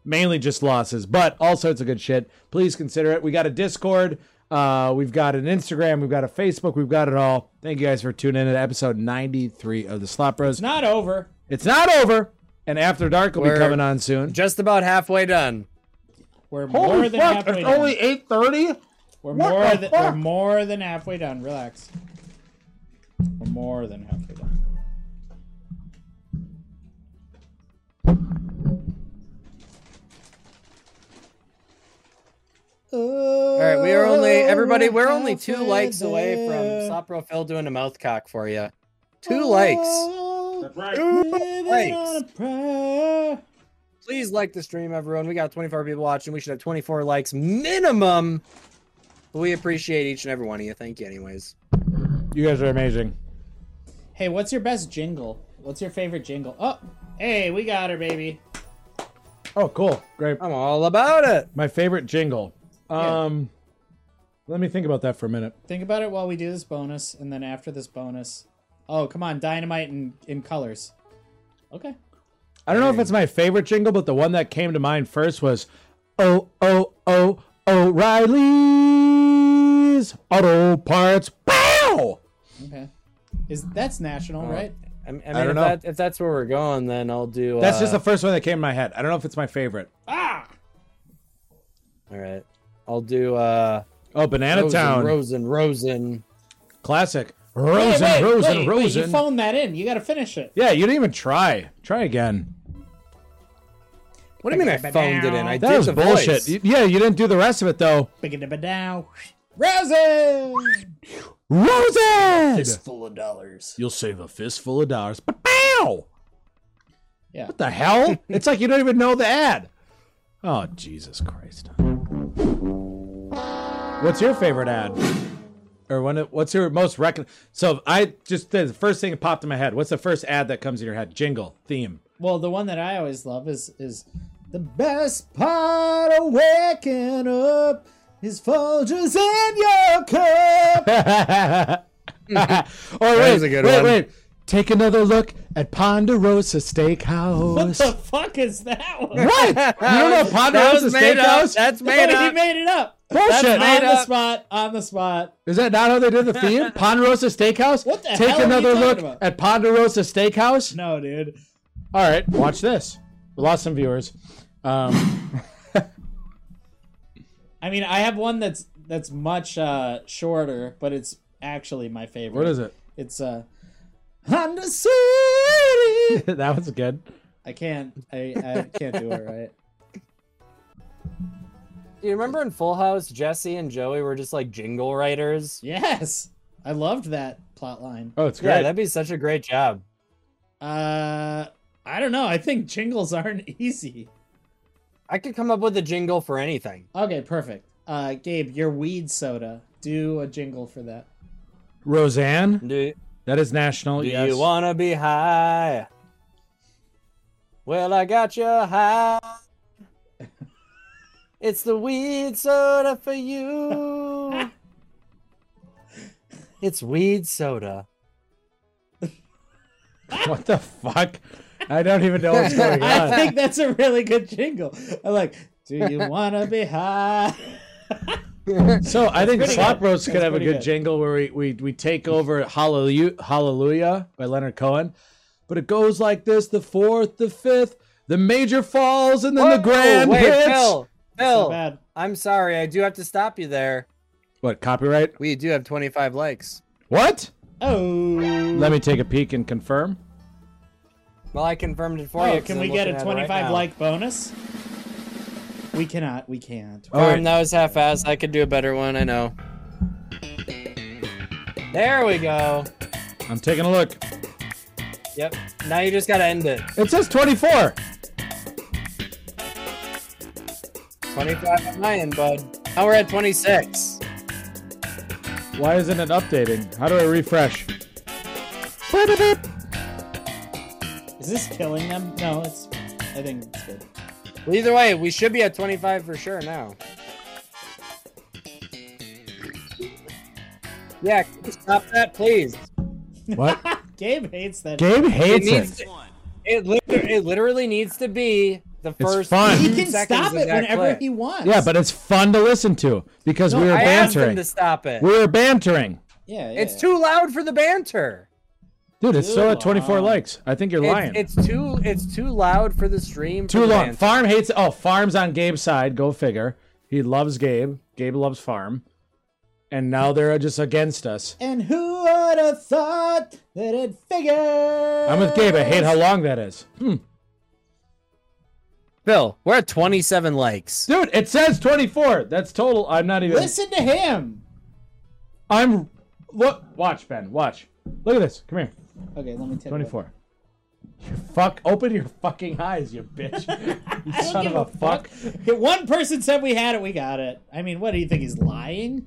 mainly just losses, but all sorts of good shit. Please consider it. We got a Discord. Uh, we've got an Instagram. We've got a Facebook. We've got it all. Thank you guys for tuning in to episode 93 of the Slop Bros.
It's not over.
It's not over, and After Dark will be
We're-
coming on soon.
Just about halfway done.
We're more
Holy
than
fuck! It's
halfway done.
only 8:30.
We're
What
more
the
than
fuck?
we're more than halfway done. Relax. We're more than halfway done.
All right, we are only everybody. We're
Oh,
only two
Halfway
likes
there.
away
<laughs>
from. Stop.
Sopro Phil doing a mouth cock for you. Two likes.
That's right.
Living on a
Likes.
prayer.
Please like the stream, everyone. We got 24 people watching. We should have 24 likes minimum. But we appreciate each and every one of you. Thank you, anyways.
You guys are amazing.
Hey, what's your best jingle? What's your favorite jingle? Oh, hey, we got her, baby.
Oh, cool. Great.
I'm all about it.
My favorite jingle.
Yeah.
Um, let me think about that for a minute.
Think about it while we do this bonus, and then after this bonus. Oh, come on, dynamite in, in colors. Okay.
I don't know if it's my favorite jingle, but the one that came to mind first was Oh, oh, oh, O'Reilly's Auto Parts. Wow!
Okay. Is that's national, right?
I, I mean,
don't
if,
know.
That, if that's where we're going, then I'll do.
That's
uh,
just the first one that came to my head. I don't know if it's my favorite.
Ah.
uh, All right. I'll do. uh
Oh, Banana
Rosen,
Town.
Rosen, Rosen.
Classic. Rosen,
Hey, wait,
Rosen,
wait, wait,
Rosen.
you phoned that in. You got to finish it.
yeah, you didn't even try. Try again.
What do you mean I phoned it in? I
That
did
was
the
bullshit.
voice.
Y- Yeah, you didn't do the rest of it, though.
Biggity-ba-dow. Rosen.
Rosen!
full of dollars.
You'll save a fistful of dollars. Pow!
Yeah.
What the
<laughs>
hell? it's like you don't even know the ad. Oh, Jesus Christ. What's your favorite ad? Or when it, what's your most recon? So I just the first thing that popped in my head. What's the first ad that comes in your head? Jingle
<laughs>
theme.
Well, the one that I always love is is the best part of waking up is Folgers in your <laughs> cup.
or wait,
was a good
wait,
one.
wait. Take another look at Ponderosa Steakhouse.
What the fuck is that one?
What? You don't know
<laughs> That
Ponderosa
was made up.
Steakhouse? <laughs>
<laughs>
That's made
Nobody
up.
made it up.
Bullshit.
on
made
the
up.
spot. On the spot.
Is that not how they did the theme? Ponderosa Steakhouse?
What the
Take
hell are you
another
talking
look
about?
at Ponderosa Steakhouse?
No, dude.
All right, watch this. We lost some viewers. Um,
I mean, I have one that's that's much uh, shorter, but it's actually my favorite.
what is it?
It's uh, Honda City.
that was good.
I can't. I, I can't do it right.
Do you remember in Full House, Jesse and Joey were just like jingle writers?
Yes, I loved that plot line.
Oh, it's
Yeah,
great.
that'd be such a great job.
Uh, I don't know. I think jingles aren't <laughs> easy.
I could come up with a jingle for anything.
Okay, perfect. Uh, Gabe, your weed soda. Do a jingle for that.
Roseanne,
Do,
that is national.
do
Oh, yes.
you wanna be high? Well, I got you high. It's the weed soda for you. It's weed soda.
<laughs> what the fuck? I don't even know what's
<laughs>
going
I
on.
think that's a really good jingle. I like. Do you wanna be high?
So I think
pretty
Slop
good.
Roast could
That's
have a
pretty
good
good.
jingle where we, we, we take over Hallelujah, Hallelujah by Leonard Cohen. But it goes like this the fourth, the fifth, the major falls, and then the
Whoa,
grand
wait,
hits.
Phil,
So
Oh.
Phil,
bad.
I'm sorry, I do have to stop you there.
What, copyright?
We do have 25 likes.
What?
Oh.
Let me take a peek and confirm.
Well, I confirmed it for you.
Oh,
'cause
can we
I'm
get
looking at
a
it right
25
now.
like bonus? We cannot. We can't.
All right.
Farm, that was half-assed. I could do a better one. I know. There we go.
I'm taking a look.
Yep. Now you just gotta end it.
It says 24.
25 on my end, bud. Now we're at 26.
Why isn't it updating? How do I refresh?
Is this killing them? No, it's. I think it's good.
Well, either way, we should be at 25 for sure now. Yeah, can you stop that, please.
What?
Gabe hates that.
Gabe
<laughs> It
hates
needs
it.
to, it, literally, it literally needs to be the first.
fun.
He
two
can
seconds
stop
of
it
that
whenever
clip.
he wants.
Yeah, but it's fun to listen to because we were
I asked him
bantering.
to stop it.
We were bantering.
yeah, yeah,
It's too loud for the banter.
Dude, it's still
Too
at 24
long.
likes. I think you're lying.
It's, it's too it's too loud for the stream. for
Too
the
long.
banter.
Farm hates. Oh, Farm's on Gabe's side. Go figure. He loves Gabe. Gabe loves Farm. and now they're just against us.
And who would have thought that it figures?
I'm with Gabe. I hate how long that is.
Phil, we're at 27 likes.
Dude, it says 24. That's total. I'm not even.
Listen to him.
I'm. Look, watch, Ben. Watch. Look at this. Come here.
Okay, let me take
24. You fuck. Open your fucking eyes, you
<laughs>
bitch. You
I don't
son
give
of a fuck.
Okay, one person said we had it. We got it. I mean, what do you think? He's lying,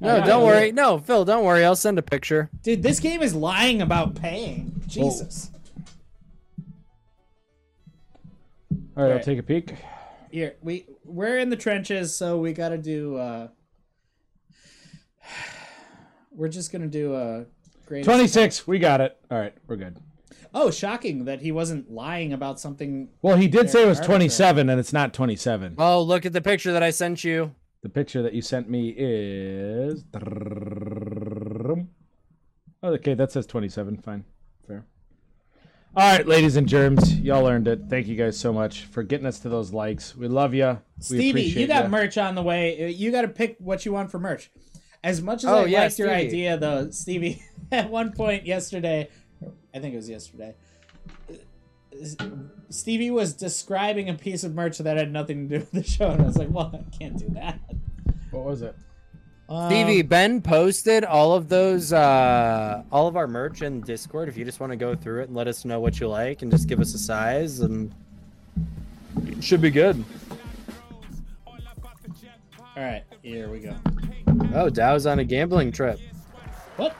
No, don't worry. No, Phil, don't worry. I'll send a picture.
dude. This game is lying about paying. Jesus.
All right, I'll
Alright.
take a peek.
Here we we're in the trenches, so we got to do. uh <sighs> We're just gonna do a great.
26. We got it. All right, we're good.
Oh, shocking that he wasn't lying about something.
Well, he did say it was
arbitrary.
27, and it's not 27.
Oh, look at the picture that I sent you.
The picture that you sent me is. Oh, okay, that says 27. Fine. Fair. All right, ladies and germs, y'all earned it. Thank you guys so much for getting us to those likes. We love you.
Stevie, you got merch on the way. Uh, You got to pick what you want for merch. As much as
Oh,
I
yeah,
liked your
Stevie.
idea, though, Stevie, <laughs> at one point yesterday, I think it was yesterday, uh, Stevie was describing a piece of merch that had nothing to do with the show, and I was like, "Well, I can't do that."
What was it?
Um,
Stevie, Ben posted all of those, uh, all of our merch in Discord. If you just want to go through it and let us know what you like and just give us a size, and it should be good.
All right, here we go.
Oh, Dow's on a gambling trip.
What?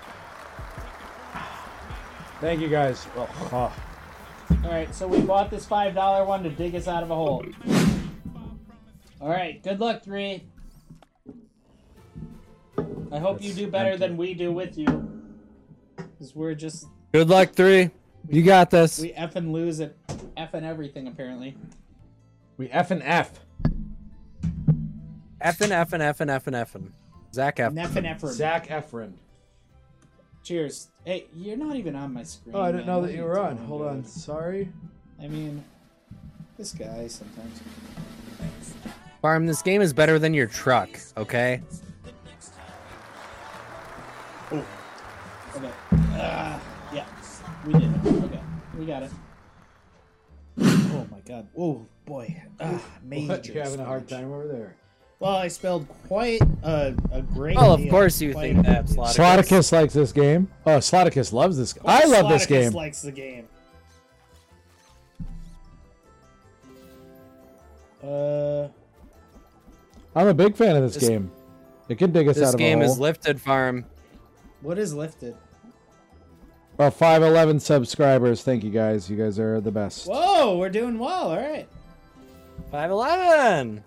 Thank you guys. Oh, oh.
All right, so we bought this five dollar one to dig us out of a hole. All right, good luck, three. I hope you
That's
do better
empty.
than we do with you, because we're just
Good luck, three. You got this.
we effing lose at effing everything apparently.
We F and F.
Effin, effin, effin, effin, effin. Zach F.
Neffing effort.
Zach Efron.
Cheers. Hey, you're not even on my screen.
Oh, I didn't
man.
know
What
that
are
you were on.
doing,
Hold
dude?
on. Sorry.
I mean, this guy sometimes.
Farm, this game is better than your truck, okay?
Okay. Ah, yeah, we did. it. Okay, we got it. Oh my god. Oh boy. Ah,
What,
major.
you're having a hard
splotch.
time over there.
Well, I spelled quite a, a great.
Well, of
deal.
course you
Quite
think
a-
that, Slotticus.
Slotticus likes this game. Oh, Slotticus loves this.
Well,
I love this
Slotticus
game.
Likes the game. Uh,
I'm a big fan of this,
This-
game. It could dig us out
This
of
game
a hole.
is lifted, Farm.
what is lifted?
Our 511 subscribers. Thank you guys. You guys are the best.
Whoa, we're doing well. All right.
511!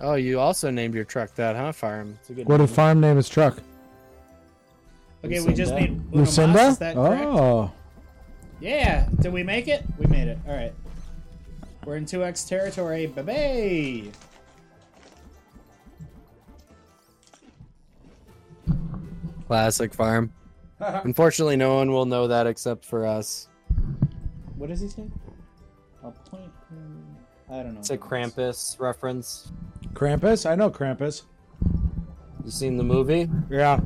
Oh, you also named your truck that, huh, Farm? It's a good
What
name.
did farm name his truck?
Okay, we just
Lucinda?
need Uno Mas,
Lucinda?
Is that correct?
Oh.
Yeah. Did we make it? We made it. All right. We're in 2x territory. Baby.
Classic Farm. Unfortunately, no one will know that except for us.
What is his name? A point. hmm, I don't know.
It's a Krampus reference.
Krampus? I know Krampus.
You seen the movie?
Yeah.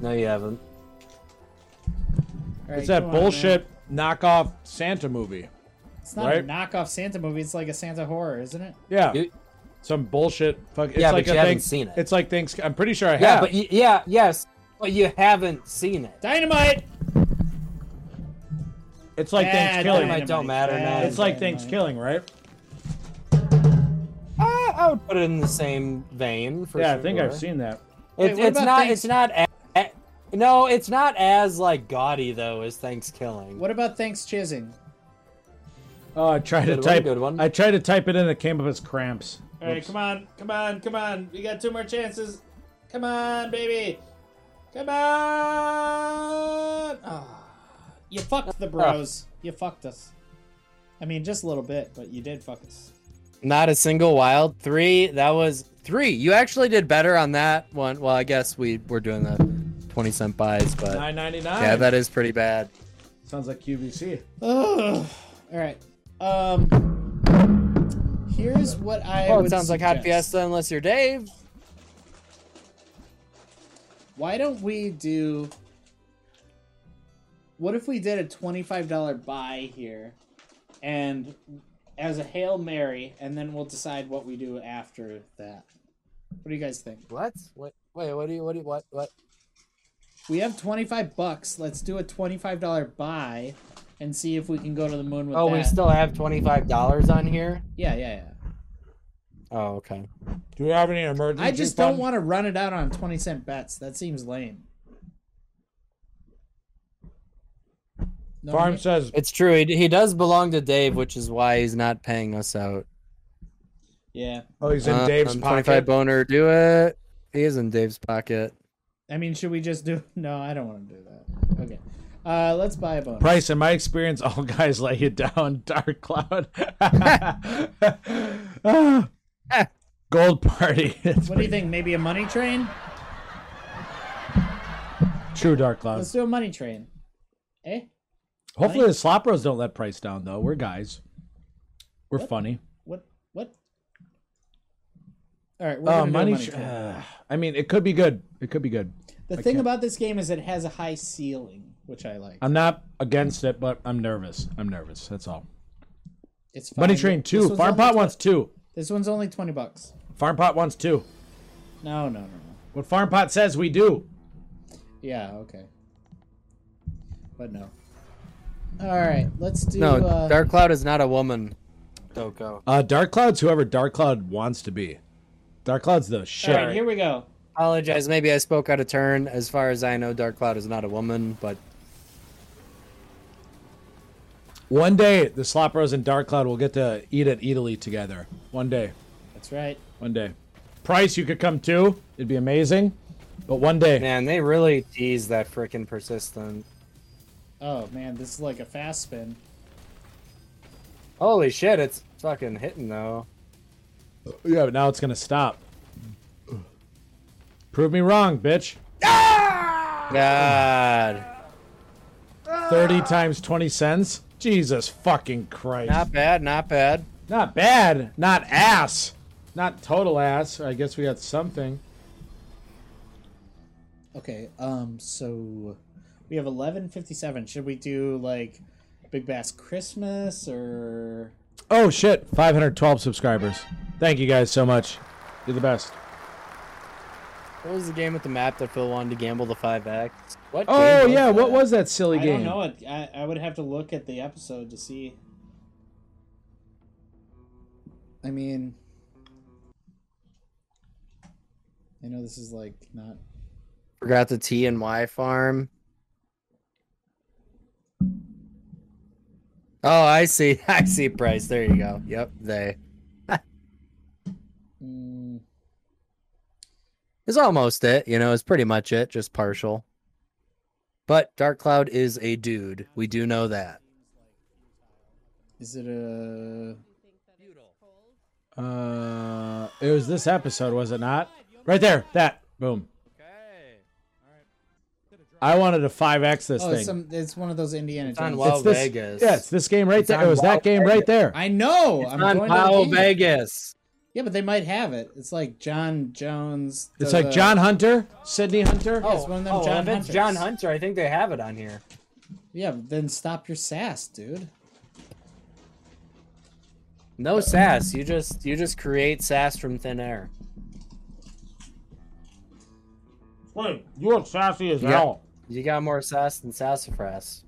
No, you haven't.
All right,
It's that
come on,
bullshit knockoff Santa movie.
man. It's not
right?
a knockoff Santa movie. It's like a Santa horror, isn't it?
Yeah.
You-
Some bullshit. Fuck. It's
Yeah,
like
but
a
you haven't
thing-
seen it.
It's like things. I'm pretty sure I
Yeah,
have.
but y- yeah, yes, but you haven't seen it.
Dynamite.
it's like
Yeah,
Thanksgiving.
Dynamite don't matter now.
It's like
Dynamite.
Thanksgiving, right?
I, I would put it in the same vein. For
yeah, I
sure.
think I've seen that.
It,
Wait, what
it's
about
not.
Thanks-
It's not. A, a- no, it's not as like gaudy though as Thanksgiving.
What about thanks chizzing?
Oh, I tried
Good
to
one,
type.
good one.
I tried to type it in. It came up as cramps.
All right, come on, come on, come on. We got two more chances. Come on, baby. Come on. Ah, you fucked
Ah.
the bros. You fucked us. I mean, just a little bit, but you did fuck us.
Not a single wild three. That was three. You actually did better on that one. Well, I guess we were doing the twenty cent buys, but
Nine ninety nine.
yeah, that is pretty bad.
sounds like QVC.
Ugh. All right. Um, Here's what I.
Oh, it
would
sounds like Hot
suggest.
Fiesta unless you're Dave.
Why don't we do? What if we did a twenty-five dollar buy here, and as a hail mary, and then we'll decide what we do after that. What do you guys think?
What? What? Wait, what do you? What do you? What? What?
We have twenty-five bucks. Let's do a twenty-five dollar buy, and see if we can go to the moon with
Oh,
that.
we still have twenty five dollars on here.
Yeah, yeah, yeah.
Oh, okay.
Do we have any emergency?
I just don't
fund?
want to run it out on 20 cent bets. That seems lame. No,
Farm
me-
says
It's true. He, he does belong to Dave, which is why he's not paying us out.
yeah.
Oh, he's in
Uh,
Dave's
um,
pocket.
boner, do it. He is in Dave's pocket.
I mean, should we just do <laughs> No, I don't want to do that. Okay. Uh, let's buy a bonus.
Price, in my experience, all guys lay you down. <laughs> Dark cloud. Ah. Gold party. <laughs> It's
What do you think? Maybe a money train?
true dark cloud.
Let's do a money train. Eh?
Hopefully the slop bros don't let price down though. We're guys. We're funny.
What? What? All right. We're
Oh,
gonna do a
money.
money
tr- <sighs>
train.
uh, I mean, it could be good. It could be good.
The
I
thing
can't- Uh,
about this game is it has a high ceiling, which I like.
I'm not against it, but I'm nervous. I'm nervous. That's all.
It's fine.
Money train
This
two.
one's
Farm
only
pot
tw-
wants two.
This one's only 20 bucks.
Farm pot wants two.
No, no, no, no.
What farm pot says we do.
Yeah, okay. But no. Alright, let's do
No,
uh,
Dark Cloud is not a woman. Doko.
Uh, Dark Cloud's whoever Dark Cloud wants to be. Dark Cloud's the shit.
Alright, here we go.
Apologize. Maybe I spoke out of turn. As far as I know, Dark Cloud is not a woman, but
One day, the Slop Bros and Dark Cloud will get to eat at Italy together. One day.
That's right.
One day. Price, you could come too. It'd be amazing. But one day.
man, they really tease that freaking persistent.
Oh man, this is like a fast spin.
Holy shit, it's fucking hitting though.
Yeah, but now it's going to stop. Prove me wrong, bitch.
God.
30 times 20 cents? Jesus fucking Christ.
Not bad, not bad.
Not bad. Not ass. Not total ass. I guess we got something.
Okay, um so we have eleven fifty seven. Should we do like Big Bass Christmas or
Oh shit, 512 subscribers. Thank you guys so much. You're the best.
What was the game with the map that Phil wanted to gamble the 5x? What
Oh
game
yeah, what
that?
was that silly
I
game?
don't know it I, I would have to look at the episode to see. I mean I know this is like not
Forgot the T and Y farm. Oh, I see. <laughs> I see price. There you go. Yep, they.
mm,
It's almost it, you know, it's pretty much it, just partial. But Dark Cloud is a dude. We do know that.
is it a
Uh, it was this episode, was it not? Right there, that boom. I wanted a 5x this
Oh,
thing.
it's, some, it's one of those Indiana
It's on
Jones.
Wild-
It's this,
Vegas.
Yeah, it's this game right
It's
there.
on
It was
Wild
that game right there.
I know. I'm
on
going to the
Pao
game.
Vegas.
Yeah, but they might have it. It's like John Jones.
It's
the-
like John Hunter, Sydney Hunter.
Yeah, it's one of them oh, John
if it's
Hunters.
Oh, John Hunter, I think they have it on here.
Yeah, but then stop your sass, dude.
No sass. You just you just create sass from thin air.
Wait, you're sassy as
Yeah. You got more sass than sassafras.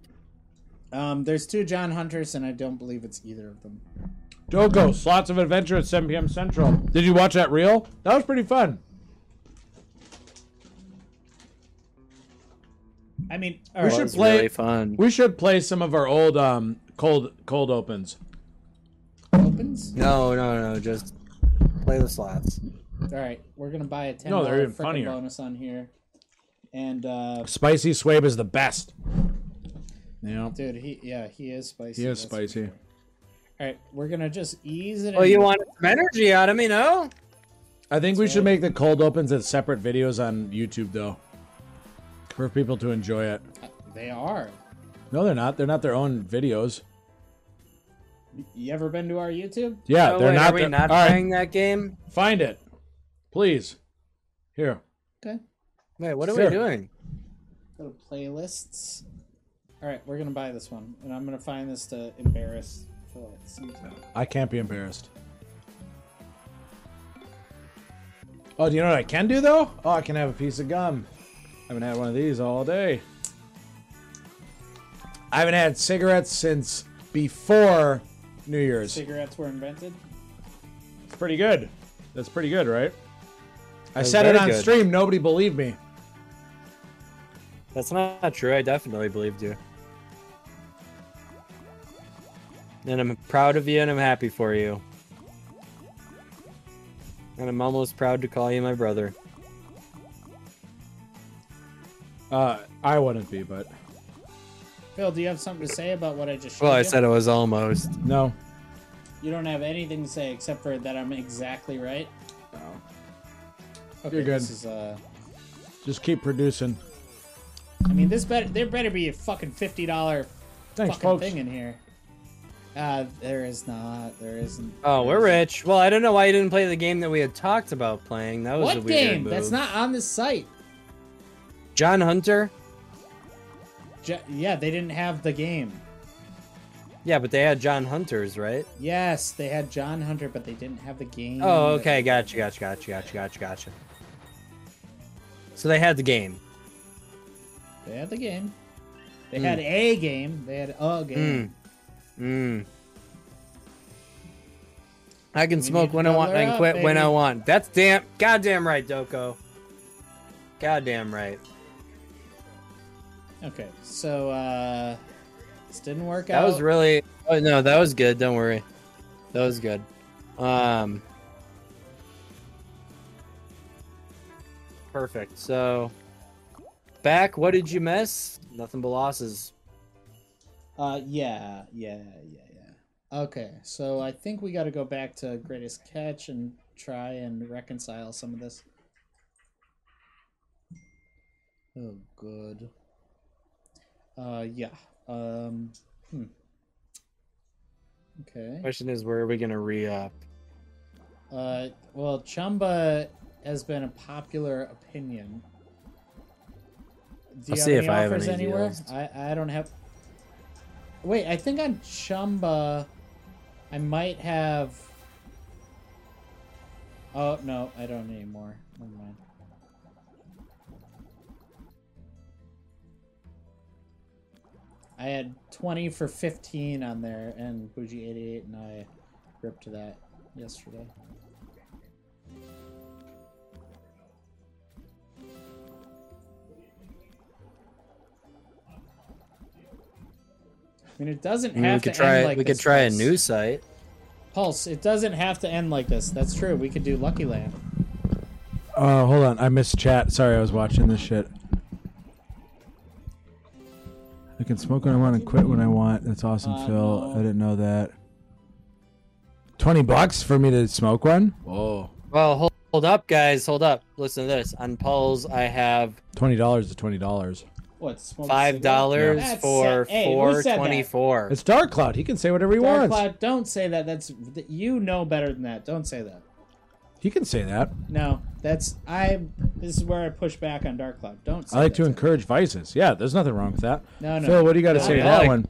Um, there's two John Hunters, and I don't believe it's either of them.
Doko, slots of adventure at 7 p.m. Central. Did you watch that reel? That was pretty fun.
I mean,
We
alright.
should
It's
play.
really fun.
We should play some of our old um cold cold opens.
opens.
No, no, no. Just play the slots.
All right, we're gonna buy a ten
No, they're
dollar
even funnier.
bonus on here. And uh,
Spicy swabe is the best. Yeah,
dude, he yeah, he is spicy.
he is
That's-
spicy.
All right, we're gonna just ease it. in.
Well, Oh, you wanted some energy out of me, no?
I think we should make the cold opens as separate videos on YouTube though, for people to enjoy it.
They are.
No, they're not. They're not their own videos.
You ever been to our YouTube?
Yeah,
Oh,
Uh, they're
wait,
not.
are we
they're-
not
all right,
playing that game?
find it, please. Here,
Okay.
Wait, what are
Sure.
we doing?
Go to playlists. All right, we're gonna buy this one, and I'm gonna find this to embarrass Philip.
I can't be embarrassed. Oh, do you know what I can do though? Oh, I can have a piece of gum. I haven't had one of these all day. I haven't had cigarettes since before New Year's.
Cigarettes were invented.
It's pretty good. That's pretty good, right? I
That's
said it
very
on
good.
stream. Nobody believed me.
That's not not true. I definitely believed you. And I'm proud of you and I'm happy for you. And I'm almost proud to call you my brother.
Uh, I wouldn't be, but
Phil, do you have something to say about what I just showed
Well, I
you?
said it was almost.
no.
you don't have anything to say except for that I'm exactly right. Okay,
You're good.
This is, uh,
Just keep producing.
I mean, this better there better be a fucking fifty dollar
Thanks,
fucking
folks.
thing in here. Uh, there is not. There isn't.
Oh,
there
we're
isn't.
rich. Well, I don't know why you didn't play the game that we had talked about playing. That was a
What
weird
game?
move.
That's not on this site.
John Hunter.
Ju- yeah, they didn't have the game.
Yeah, but they had John Hunters, right?
Yes, they had John Hunter, but they didn't have the game.
Oh, okay. Gotcha, gotcha, gotcha, gotcha, gotcha, gotcha. So they had the game.
They had the game.
Hmm.
They had a game. They had a game.
Mm. Mm. I can smoke
need to
when I want
level
and I
up,
can quit when I
baby.
want. That's damn goddamn right, Doko. Goddamn right.
Okay, so uh, this didn't work
That
out.
was really oh no, that was good, don't worry. That was good. Um Perfect. So back, what did you miss? Nothing but losses.
Uh, yeah, yeah, yeah, yeah. Okay, so I think we got to go back to greatest catch and try and reconcile some of this. Oh, good. Uh, yeah. Um, hmm. Okay.
Question is where are we gonna re up?
Uh, well, Chumba has been a popular opinion. Do
I'll
you have
see
any
if I have
offers
any
anywhere?
deals.
I, I don't have. Wait, I think on Chumba, I might have. Oh no, I don't anymore. Never mind. I had twenty for fifteen on there, and Bougie eighty eight, and I ripped that yesterday. I mean, it doesn't
I mean,
have
we could
to end
try
like
we could
this,
try a
Pulse.
new site.
Pulse, it doesn't have to end like this. That's true. We could do Lucky Land.
Oh, hold on. I missed chat. Sorry, I was watching this shit. I can smoke when I want and quit when I want. That's awesome,
Uh,
Phil.
no.
I didn't know that. 20 bucks for me to smoke one? Whoa.
Well, hold, hold up, guys. Hold up. Listen to this. On Paul's, I have
$20 to $20.
What? smoke a
five
cigarette?
dollars
That's
for
sa- hey, who
four
said that?
twenty-four.
It's Dark Cloud. He can say whatever he
Dark
wants.
Cloud, don't say that. That's th- you know better than that. Don't say that.
He can say that.
No, that's I. This is where I push back on Dark Cloud. Don't. Say
I like
that
to
him.
encourage vices. Yeah, there's nothing wrong with that.
No, no.
Phil, what do you got to say to
I
that
like-
one?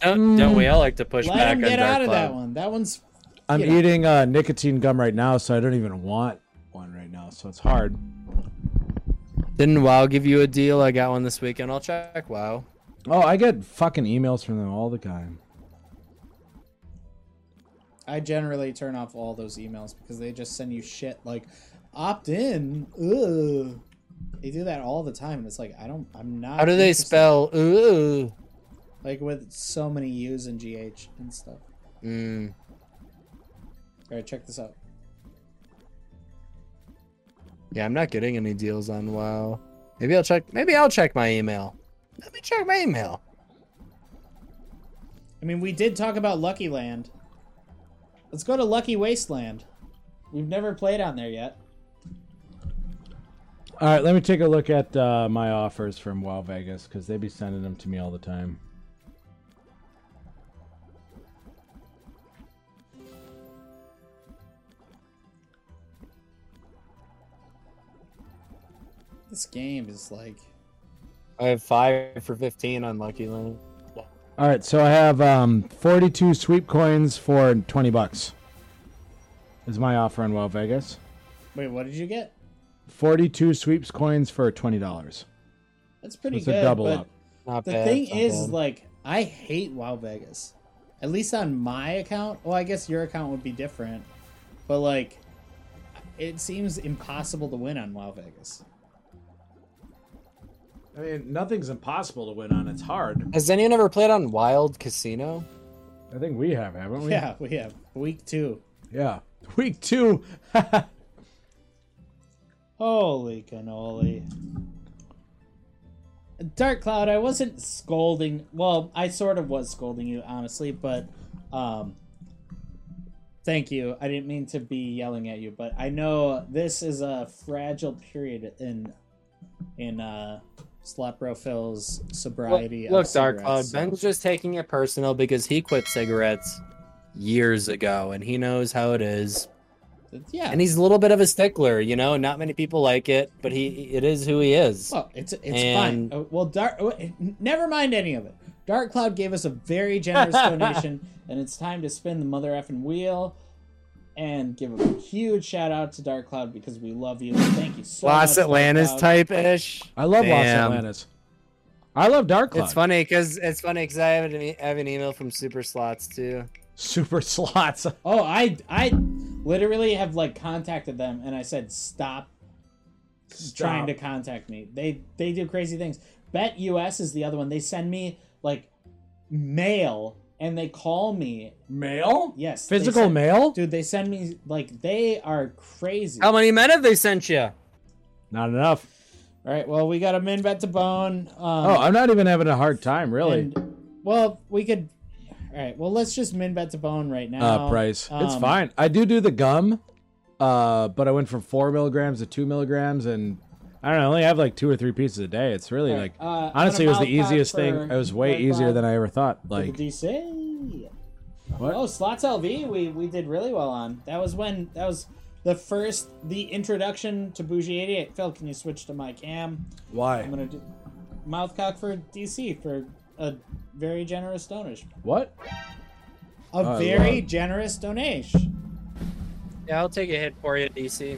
Don't, don't we all like to push
Let
back
him
on
get
Dark
out of
Cloud?
that one. That one's.
I'm
you know.
eating uh, nicotine gum right now, so I don't even want one right now, so it's hard.
Didn't WoW give you a deal? I got one this weekend. I'll check WoW.
Oh, I get fucking emails from them all the time.
I generally turn off all those emails because they just send you shit like, opt in. Ugh. They do that all the time, and it's like I don't. I'm not.
How do they
interested.
spell ooh?
Like with so many U's and GH and stuff.
Mm.
All right, check this out.
Yeah, I'm not getting any deals on WoW. Maybe I'll check. Maybe I'll check my email. Let me check my email.
I mean, we did talk about Lucky Land. Let's go to Lucky Wasteland. We've never played on there yet.
All right, let me take a look at uh, my offers from WoW Vegas because they be sending them to me all the time.
This game is like
I have five for 15 on Lucky Land.
All right, so I have um, 42 sweep coins for 20 bucks. Is my offer on Well Vegas?
wait, what did you get?
42 sweeps coins for twenty dollars.
That's pretty
It's a
good.
double
but
up.
Not
The
bad.
thing
not
is,
bad.
like, I hate WoW Vegas. At least on my account. Well, I guess your account would be different, but like, it seems impossible to win on WoW Vegas.
I mean, nothing's impossible to win on. It's hard.
has anyone ever played on Wild Casino?
I think we have, haven't we?
<laughs> Yeah, we have week two.
Yeah. <laughs> Week two. <laughs>
Holy cannoli. Dark Cloud, I wasn't scolding. Well, I sort of was scolding you, honestly, but um, thank you. I didn't mean to be yelling at you, but I know this is a fragile period in in uh, Slapro Phil's sobriety. of
Look, Dark
cigarettes,
Cloud,
so-
Ben's just taking it personal because he quit cigarettes years ago and he knows how it is.
Yeah,
And he's a little bit of a stickler, you know. Not many people like it, but he it is who he is.
Well, it's it's
And-
fine. Uh, Well, dark. uh, Never mind any of it. Dark Cloud gave us a very generous donation, and it's time to spin the mother effing wheel. And give a huge shout out to Dark Cloud because we love you. Thank you so much.
Lost
Dark
Atlantis
Cloud.
type ish.
I love Los
Damn.
Atlantis. I love Dark Cloud.
It's funny because it's funny because I have an, e- I have an email from Super Slots too.
Super <laughs> slots.
Oh, I I literally have like contacted them, and I said stop trying to contact me. They they do crazy things. Bet US is the other one. They send me like mail, and they call me.
mail.
Yes, they
Physical
send-
mail?
Dude, they send me like they are crazy.
How many men have they sent you?
Not enough.
All right, well, we got a min bet to bone. Um,
Oh, I'm not even having a hard time, really.
and- well, we could. All right, well, let's just min bet to bone right now.
uh, price. it's
Um,
fine. I do do the gum, uh, but I went from four milligrams to two milligrams, and I don't know. I only have like two or three pieces a day. It's really
All
like
right, uh,
honestly, it was the
about that
easiest thing.
for
It was way
Red
easier
Bob.
than I ever thought.
for the
Like
DC.
What?
Oh, slots LV, we we did really well on. That was when that was the first the introduction to Bougie 88. Phil, can you switch to my cam? I'm
why?
gonna do mouthcock for DC for a very generous donation.
What?
A
Oh, I
very
love-
generous donation.
Yeah, I'll take a hit for you, DC.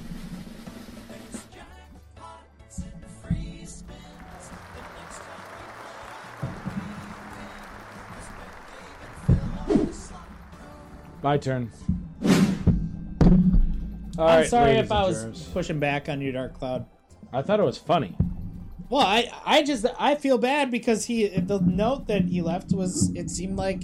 My turn. All
I'm
right,
sorry
ladies
if
and
I was
germs.
pushing back on you, Dark Cloud.
I thought it was funny.
Well, I I just I feel bad because he the note that he left was it seemed like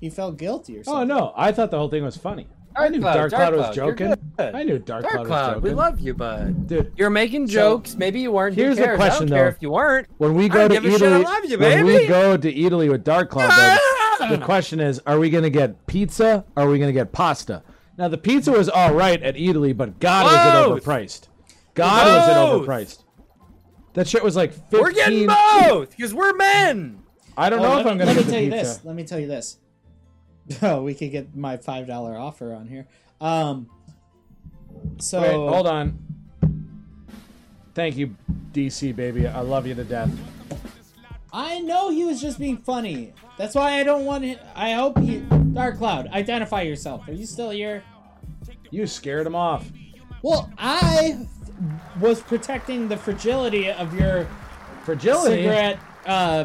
he felt guilty or
Oh
something.
no, I thought the whole thing was funny. I
Dark
knew
Cloud,
Dark
Dark
Cloud was
Cloud, you're
joking.
good.
I knew Dark
Dark
Cloud
Cloud,
was
we
joking.
love you, bud.
Dude,
You're making jokes. Maybe you weren't. who
Here's the
cares?
question,
I don't care
though.
if you weren't.
when we
I
go
don't
to
give a shit,
Italy,
I love you,
when we
baby. Ah!
go to Italy with Dark Cloud, though, the question is: Are we gonna get pizza? Or are we gonna get pasta? Now the pizza was all right at Italy, but God was
Both.
it overpriced. God was
Both.
it overpriced. That shit was like 15
We're getting both because we're men.
I don't
Oh,
know
let
if
me,
I'm gonna
let me
get <laughs> the
tell you
pizza.
this. Let me tell you this. <laughs> Oh, we could get my five dollar offer on here. Um. So
Wait, hold on. Thank you, DC baby. I love you to death.
I know he was just being funny. That's why I don't want it. I hope he. Dark Cloud, identify yourself. Are you still here?
You scared him off.
Well, I was protecting the fragility of your
Fragility.
cigarette, uh,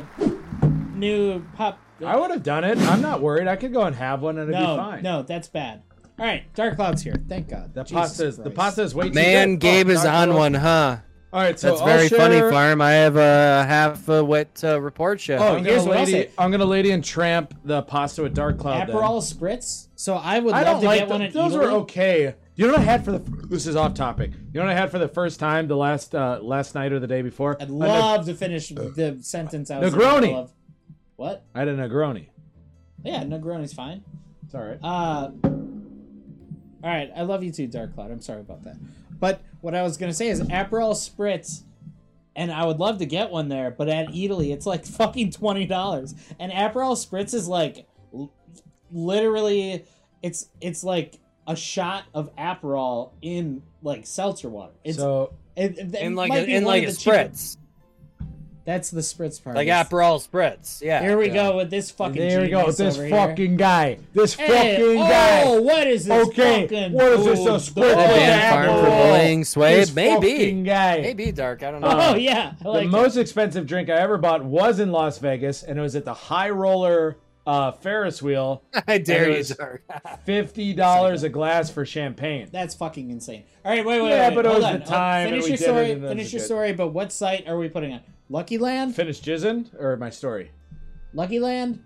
new pop.
I would have done it. I'm not worried. I could go and have one and it'd be
No,
fine.
no, that's bad. All right, Dark Cloud's here. Thank God.
The
Jesus
pasta is the
Christ.
pasta is way too
Man,
good.
Gabe
Oh,
is
Dark
on
Lord.
one, huh?
All right, so
That's
I'll
very funny,
share-
Farm. I have a half a wet uh, report you.
Oh,
I'm
here's
gonna
what I'll
lady-
say. I'm gonna lady and tramp the pasta with dark cloud. then.
Aperol spritz. So I would
I
love
don't
to
like
get
them.
one at
those
Italy.
were okay. You know what I had for the this is off topic. You know what I had for the first time the last uh, last night or the day before.
I'd
A Neg-
love to finish the sentence I was in the
Negroni.
middle of. What?
I had a Negroni.
Yeah, Negroni's fine.
It's all right.
Uh, all right, I love you too, Dark Cloud. I'm sorry about that. But what I was gonna say is Aperol Spritz, and I would love to get one there, but at Italy it's like <laughs> fucking twenty dollars, and Aperol Spritz is like l- literally, it's it's like a shot of Aperol in like seltzer water. It's
so
it, it, it
in like
might
a,
be
in
one
like a
of the cheaper-
spritz,
That's the spritz part.
like
It's-
Aperol spritz. Yeah.
Here we
yeah.
go with this fucking.
there we go.
genius
This
over
fucking guy. This
Here. Hey,
fucking
Oh,
guy.
what is this?
Okay,
Fucking
what is this, a
dude?
spritz
The-
with
Oh,
an
man, farm for
Aperol.
bullying sway.
This fucking
Maybe.
guy.
Maybe dark. I don't know.
Oh yeah, I like
the
it.
most expensive drink I ever bought was in Las Vegas, and it was at the High Roller uh, Ferris wheel.
<laughs> I dare you,
Anyways.
dark.
Fifty dollars a glass for champagne.
That's fucking insane. All right, wait, wait,
Yeah,
wait.
but it
hold
was
on.
the
Oh,
time and
finish
we
your
did it
story.
and it was
finish your
good.
story. But what site are we putting on? Lucky Land,
Finish jizzing or my story.
Lucky Land,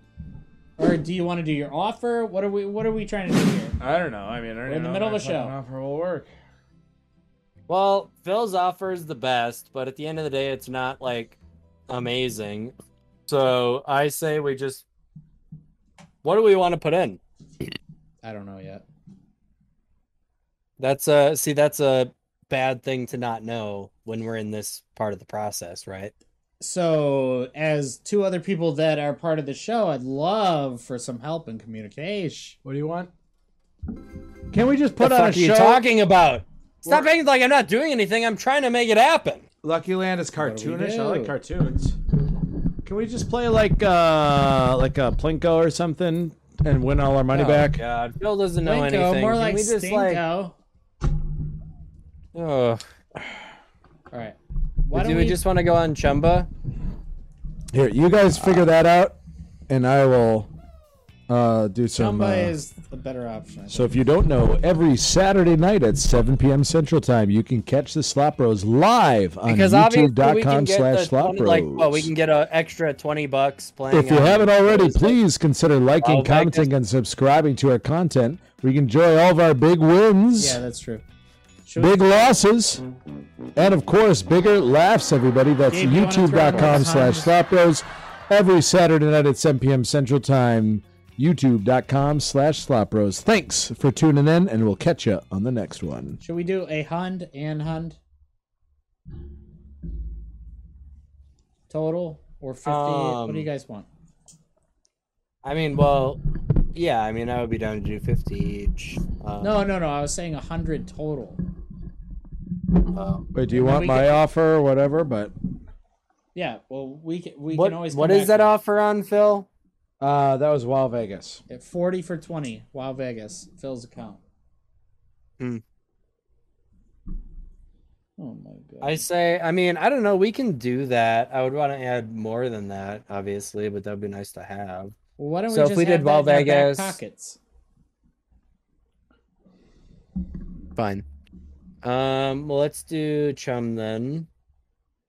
or do you want to do your offer? What are we? What are we trying to do here?
I don't know. I mean, I
We're in the middle of a show.
will work.
Well, Phil's offer is the best, but at the end of the day, it's not like amazing. So I say we just. What do we want to put in?
I don't know yet.
That's a see. That's a bad thing to not know when we're in this part of the process, right?
So, as two other people that are part of the show, I'd love for some help in communication.
What do you want? Can we just put
the
on
fuck
a
are you
show?
talking about? Stop acting like I'm not doing anything. I'm trying to make it happen.
Lucky Land is
do we
cartoonish. I
do?
like cartoons. Can we just play like uh like a plinko or something and win all our money
Oh,
back?
God, Phil doesn't know
Blinko,
anything.
more
Can
like
we just
Stinko.
like?
All
Ugh.
right. Why
do we, just want to go on Chumba?
Here, you guys figure that out, and I will uh do some.
Chumba
uh,
is the better option. I think.
So if you don't know, every Saturday night at 7 p.m. Central Time, you can catch the Slop Bros live on
because obviously we
youtube.com
can get
slash
the
Slop
20 like well we
Bros.
can get an extra 20 bucks playing
If you
on
haven't already,
Thursday.
please consider liking,
Well, thank
commenting, and subscribing to our content. We can enjoy all of our big wins,
yeah, that's true. Should
big losses, and of course, bigger laughs, everybody. That's
Gabe, you wanna throw
youtube.com
more
slash
times?
Slop Bros. Every Saturday night at 7 p.m. Central Time, youtube.com slash Slop Bros. Thanks for tuning in, and we'll catch you on the next one.
Should we do a hund and hund? Total or 50? what do you
Um,
guys want?
i mean well yeah i mean i would be down to do 50 each um,
No, no, no. I was saying 100 total.
um,
Wait, do you
then
want
we
my
can-
offer or whatever? But
Yeah, well, we can, we
what,
can always.
what
come
is
back
that offer on phil
uh, that was Wild Vegas.
to it. 40 for 20. Wild Vegas. Phil's account.
Hmm.
Oh, my God.
i say i mean i don't know we can do that i would want to add more than that obviously but that would be nice to have
Well, why don't
So
we
if
just
we
have that
did
in our
Wild
back
Vegas-
pockets?
fine um well let's do chum then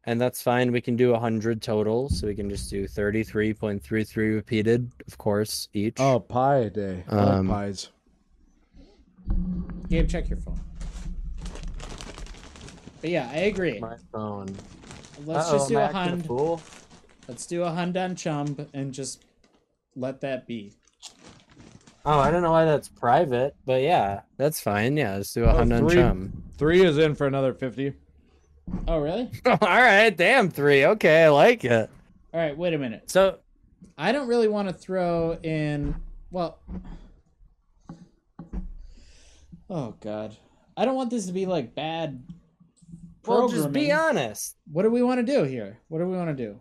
and that's fine we can do 100 total so we can just do 33.33 repeated of course each
Oh, pie day. I like
Um,
pies.
Gabe, check your phone. But yeah, I agree.
my phone
Let's
Uh-oh,
just do
am I
a
acting
hund.
fool?
Let's do a Hund on Chumb and just let that be.
oh i don't know why that's private but yeah that's fine yeah let's do a
Oh,
hund on
three.
chum <laughs>
Three is in for another 50.
Oh, really?
all right damn three okay i like it
All right, wait a minute.
so
I don't really want to throw in. Well. Oh, God. I don't want this to be like bad.
well just be
programming.
honest
What do we want to do here? What do we want to do?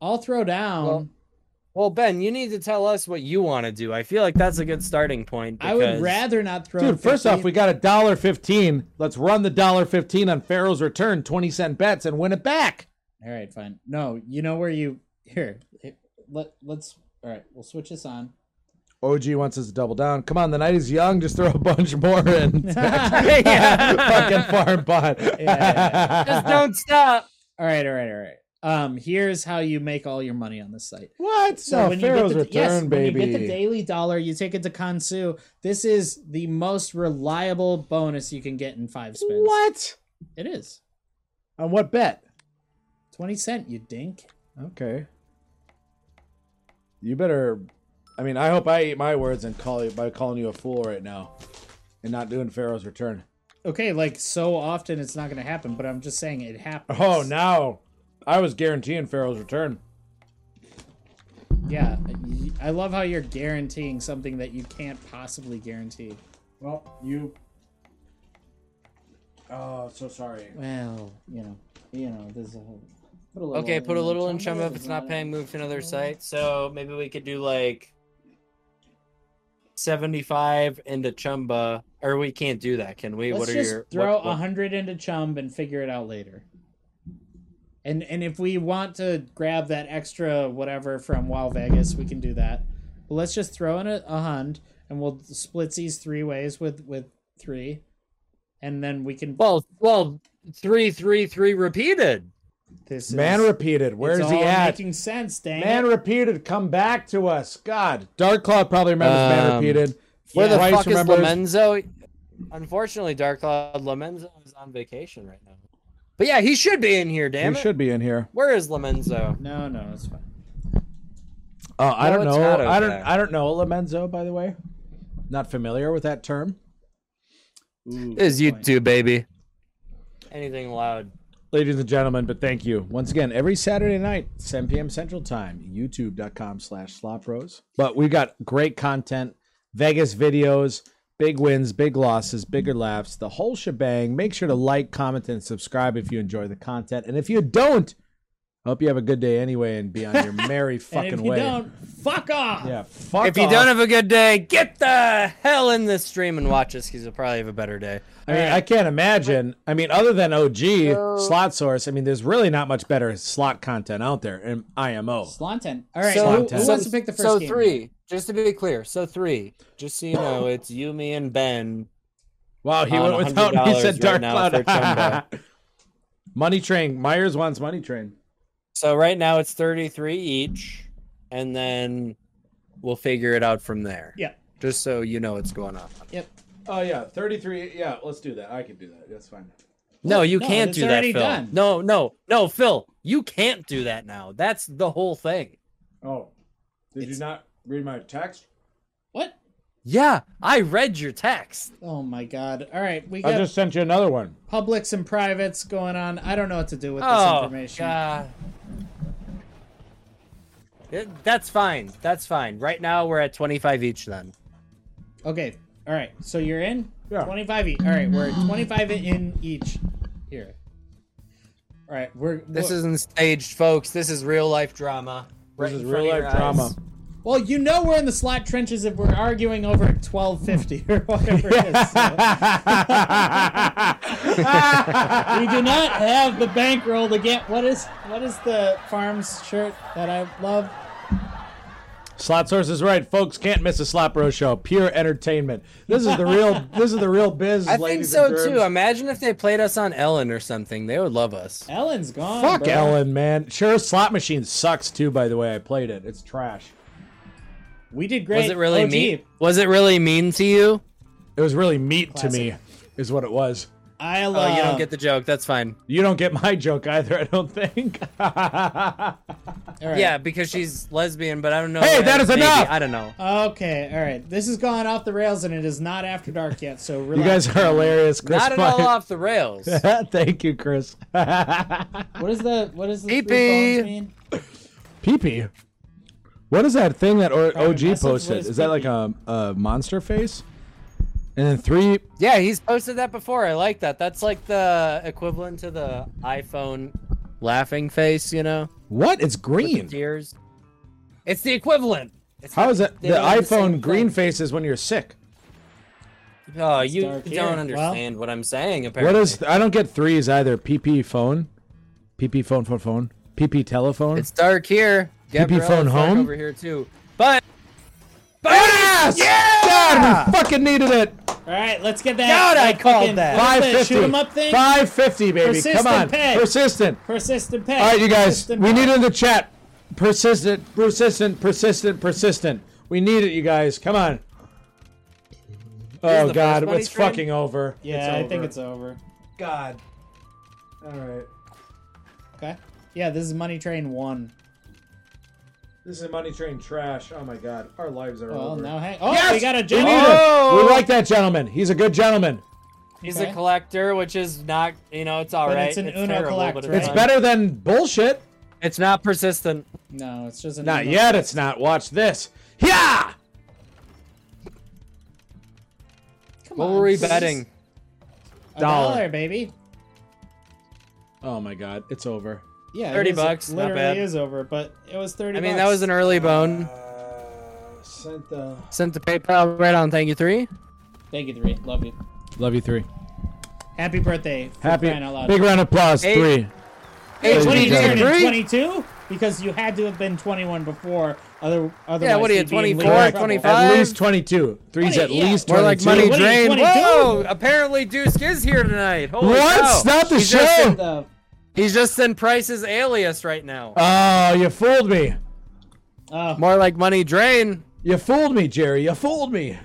I'll throw down.
Well, well ben you need to tell us what you want to do i feel like that's a good starting point
I would
because-
rather not throw.
Dude, first off,
50.
we got a dollar fifteen. Let's run the dollar fifteen on Pharaoh's return, twenty cent bets, and win it back.
All right, fine. No, you know where you here. It- Let let's. All right, we'll switch this on.
OG wants us to double down. Come on, the night is young. Just throw a bunch more
<laughs>
in. <laughs> Fucking farm pot.
yeah,
just don't stop
All right, all right, all right. Um, here's how you make all your money on this site.
<laughs> What? no, Pharaoh's
the,
return,
yes,
baby.
when you get the daily dollar, you take it to Kansu. This is the most reliable bonus you can get in five spins.
what?
It is
On what bet?
twenty cent. You dink.
Okay. You better. I mean, I hope I eat my words and call you by calling you a fool right now, and not doing Pharaoh's return.
Okay, like so often it's not going to happen, but I'm just saying it happens.
Oh, now I was guaranteeing Pharaoh's return.
Yeah, I love how you're guaranteeing something that you can't possibly guarantee.
Well, you. Oh, so sorry.
Well, you know, you know, there's a whole. Put a little
Okay, put a little in
Chumba.
Chumba if it's not paying, move to another site. So maybe we could do like 75 into Chumba. Or we can't do that, can we?
Let's
what are
just
your
throw
what-
a
what-
hundred into Chumb and figure it out later. And and if we want to grab that extra whatever from Wild Vegas, we can do that. But let's just throw in a, a hund, and we'll split these three ways with with three, and then we can.
Well, well, three, three, three repeated.
This is-
Man
it's
repeated. Where's he
all
at?
Making sense, dang
Man
it.
repeated. Come back to us. God. Dark Claw probably remembers Man
Um,
repeated.
Where the
Weiss
fuck is
remembers.
Lomenzo? Unfortunately, Dark Cloud, Lomenzo is on vacation right now. But yeah, he should be in here, damn
He
it.
should be in here.
Where is Lomenzo?
No, no, it's fine.
Oh, I
No,
don't
it's
know.
not
I don't.
okay.
I don't know Lomenzo. By the way, not familiar with that term.
Ooh,
Is
good point.
YouTube, baby. Anything loud.
ladies and gentlemen but thank you once again every saturday night 7 p.m central time youtube.com slash slop Bros. but we got great content vegas videos big wins big losses bigger laughs the whole shebang make sure to like comment and subscribe if you enjoy the content and if you don't I hope you have a good day anyway and be
<laughs>
on your merry
And
fucking
if you
way
don't, fuck off.
yeah fuck
If you
off.
don't have a good day, get the hell in this stream and watch us because you'll probably have a better day.
I mean, I can't imagine. I mean, other than OG slot source, I mean, there's really not much better slot content out there in IMO.
Slanton. All right,
So-
who, who
so-
wants to pick the first
so
game?
three, just to be clear, so three, just so you know, it's you, me, and Ben.
Wow, he
on
went without. He
$100
said Dark
right now for
Cloud. <laughs> money Train. Myers wants Money Train.
So right now it's 33 each, and then we'll figure it out from there.
Yeah.
Just so you know what's going on.
Oh yeah, thirty-three. Yeah, let's do that. I can do that. That's fine.
No, you
No,
can't
it's
do that,
already
Phil.
done.
No, no, no, Phil, you can't do that now. That's the whole thing.
Oh, did
It's-
you not read my text?
What?
Yeah, I read your text.
Oh my god. All right, we
I
got
just sent you another one.
publics and privates going on. I don't know what to do with this
Oh,
information.
God. It- that's fine. That's fine. Right now we're at 25 each then.
Okay. All right. So you're in
Yeah.
25 each. All right, we're at 25 in each here. All right, we're
This
well,
isn't staged, folks. This is real life drama. Right
This is
in front
real
of your
life drama.
eyes.
Well, you know we're in the slot trenches if we're arguing over 1250 or whatever it is. so. <laughs> we do not have the bankroll to get what is what is the farms shirt that I love?
<laughs> Slot source is right, folks. Can't miss a Slop Bro show. Pure entertainment. This is the real. this is the real biz.
I think
ladies
so
and germs.
too. Imagine if they played us on Ellen or something. They would love us.
Ellen's gone.
Fuck
bro.
Ellen, man. Sure, slot machine sucks too. By the way, I played it. It's trash.
We did great.
Was it really
OG.
mean? Was it really mean to you?
It was really meat
Classic.
to me, is what it was.
I
Oh,
love.
you don't get the joke. That's fine.
You don't get my joke either, I don't
<laughs>
think.
All right.
Yeah, because she's lesbian, but I don't know.
Hey,
where-
that is
maybe.
enough!
I don't know.
Okay, all right. This has gone off the rails, and it is not after dark yet. So relax.
you guys are hilarious, Chris.
Not at all off the <laughs>
<laughs>
rails.
Thank you, Chris.
What is the what is the three
Pee-pee.
phones mean?
Pee-pee. What is that thing that or-
Probably
OG
massive. What
posted?
is
Is, that like a, a monster face? And then three.
yeah, he's posted that before. I like that. That's like the equivalent to the iPhone laughing face, you know,
What? It's
with the
green.
tears. It's the equivalent. It's
How
not-
is that?
they
The
don't have the same
iPhone green
thing.
face is when you're sick.
Oh,
It's
you
dark
don't
here. Well-
understand what I'm saying. Apparently,
What is? I don't get threes either. PP phone, PP phone, phone, phone, PP telephone.
It's dark here. Gabriella's
phone
dark
home?
over here too. But but
Yes! God, we fucking needed it.
All right, let's get that.
God, I
that
called
fucking-
that.
what
Five
is that,
fifty.
Shoot 'em up thing.
Five fifty, baby.
Persistent
Come on.
pay.
Persistent.
Persistent pay.
All right, you guys.
Persistent
We
pay.
need it in the chat. Persistent. Persistent. Persistent. Persistent. We need it, you guys. Come on.
Here's
Oh
the
God,
first money
it's
train.
fucking over.
Yeah, I think it's over.
God. All right.
Okay. Yeah, this is Money Train One.
This is money train trash. Oh my God, our lives are
Well,
over.
now hang. Oh,
Yes!
we got a
We need
job.
Oh!
it. We like that gentleman. He's a good gentleman.
he's
Okay.
a collector, which is not you know it's all right.
But it's an Uno collect,
but
right?
It's
not-
better than bullshit.
It's not persistent.
No, it's just an
Not
email.
yet, it's not. Watch this. Yeah!
Come
What
on,
were we
this is
betting?
A
Dollar.
dollar, baby.
Oh my god, it's over.
Yeah, it
30
is-
bucks, not
Literally
bad.
is over, but it was thirty.
I mean,
bucks.
that was an early bone.
Uh, sent the...
Sent to PayPal right on. Thank you three.
Thank you, three. Love you.
Love you three.
Happy birthday. for
Happy
crying out loud.
big round of applause.
Eight.
Three.
Hey,
Hey,
what are you
you
turning?
three?
22? Because you had to have been 21 before. Other, otherwise,
what are you,
you'd be in legal
24,
trouble.
25?
At
Five.
least twenty-two. Three's at
Twenty- yeah.
least
More
twenty-two.
like money
What are you,
drain.
22?
Whoa! Apparently, Deuce is here tonight. Holy
What?
cow.
Stop the
He's just
show.
in-
What the-
he's just in Price's alias right now.
Oh, you fooled me.
Oh,
Uh, More like money drain.
You fooled me, Jerry. You fooled me.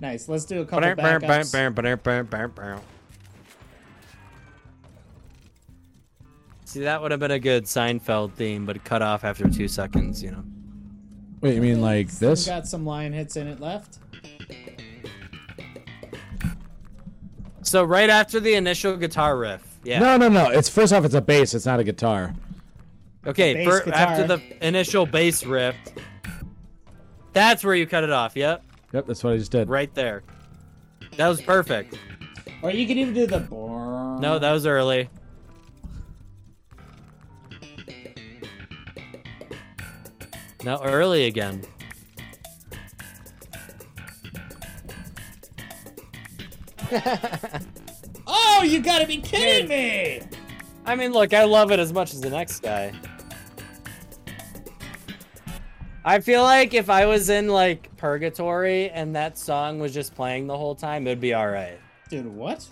nice. Let's do a couple backups.
See, that would have been a good Seinfeld theme, but it cut off after two seconds, you know.
Wait, you mean like
We got some lion hits in it left.
So right after the initial guitar riff. Yeah.
No, no, no. It's first off, it's a bass. It's not a guitar.
okay,
bass
fir-
guitar.
after the initial bass riff. That's where you cut it off. Yep.
Yep, that's what I just did.
Right there. That was perfect.
Or you could even do the. No,
No, that was early. Now early again.
Oh, you gotta be kidding me!
I mean, look, I love it as much as the next guy. I feel like if I was in like purgatory and that song was just playing the whole time, it'd be all right.
Dude, what?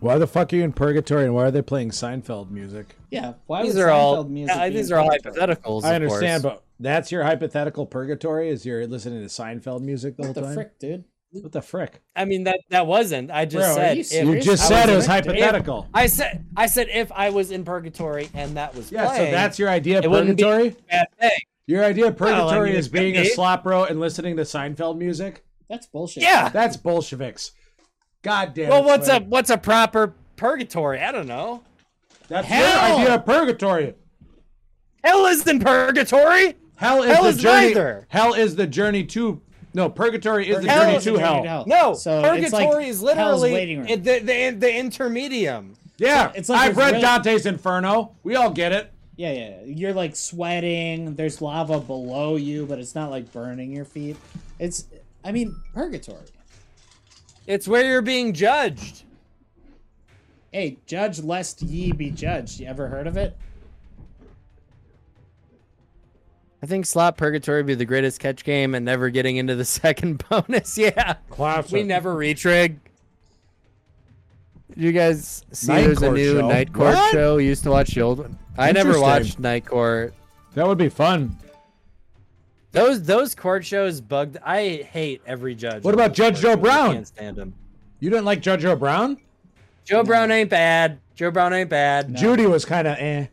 Why the fuck are you in purgatory and why are they playing Seinfeld music?
Yeah, why
These
would
are
Seinfeld
all
music
yeah,
be
these
in
are all
Purgatory?
hypotheticals.
I understand, but that's your hypothetical purgatory is you're listening to Seinfeld music the
What
whole
the
time?
frick, dude?
What the frick?
but I mean that that wasn't. I just
Bro, are
said
you
if-
serious?
You just
I
said it was
wasn't there.
hypothetical.
I said I said if I was in purgatory and that was
Yeah, so
playing,
that's your idea of
it wouldn't be-
purgatory?
a bad thing.
Your idea of
Well, I
purgatory
mean,
is
it
being
could
a
be.
slop row and listening to Seinfeld music?
That's bullshit.
Yeah.
That's Bolsheviks. God damn
Well,
it,
what's a
Twitter.
what's a proper purgatory? I don't know.
That's
hell?
your idea of purgatory.
Hell is in purgatory.
Hell is
Hell
the
is
journey.
neither.
Hell is the journey to. No, purgatory is
Hell
the
is
journey
a
to hell.
No,
Oh, So
purgatory
it's like
is
hell's
literally
waiting room.
it- the, the the intermedium.
Yeah,
It's like
I've
there's
read
really-
Dante's Inferno. We all get it.
Yeah, yeah. You're like sweating. There's lava below you, but it's not like burning your feet. It's, I mean, purgatory.
It's where you're being judged.
Hey, judge lest ye be judged. You ever heard of it?
I think slot purgatory would be the greatest catch game and never getting into the <laughs> second bonus. Yeah,
Classic.
we never retrig. Did you guys see
Night
there's a
Court
new
show?
Night Court
What?
show? You used to watch the old one. I never
Interesting.
watched Night Court.
That would be fun.
Those those court shows bugged. I hate every judge.
What about Judge Joe
I
Brown?
can't stand him.
You didn't like Judge O'Brown?
Joe Brown ain't bad. Joe Brown ain't bad.
Judy was kind of eh.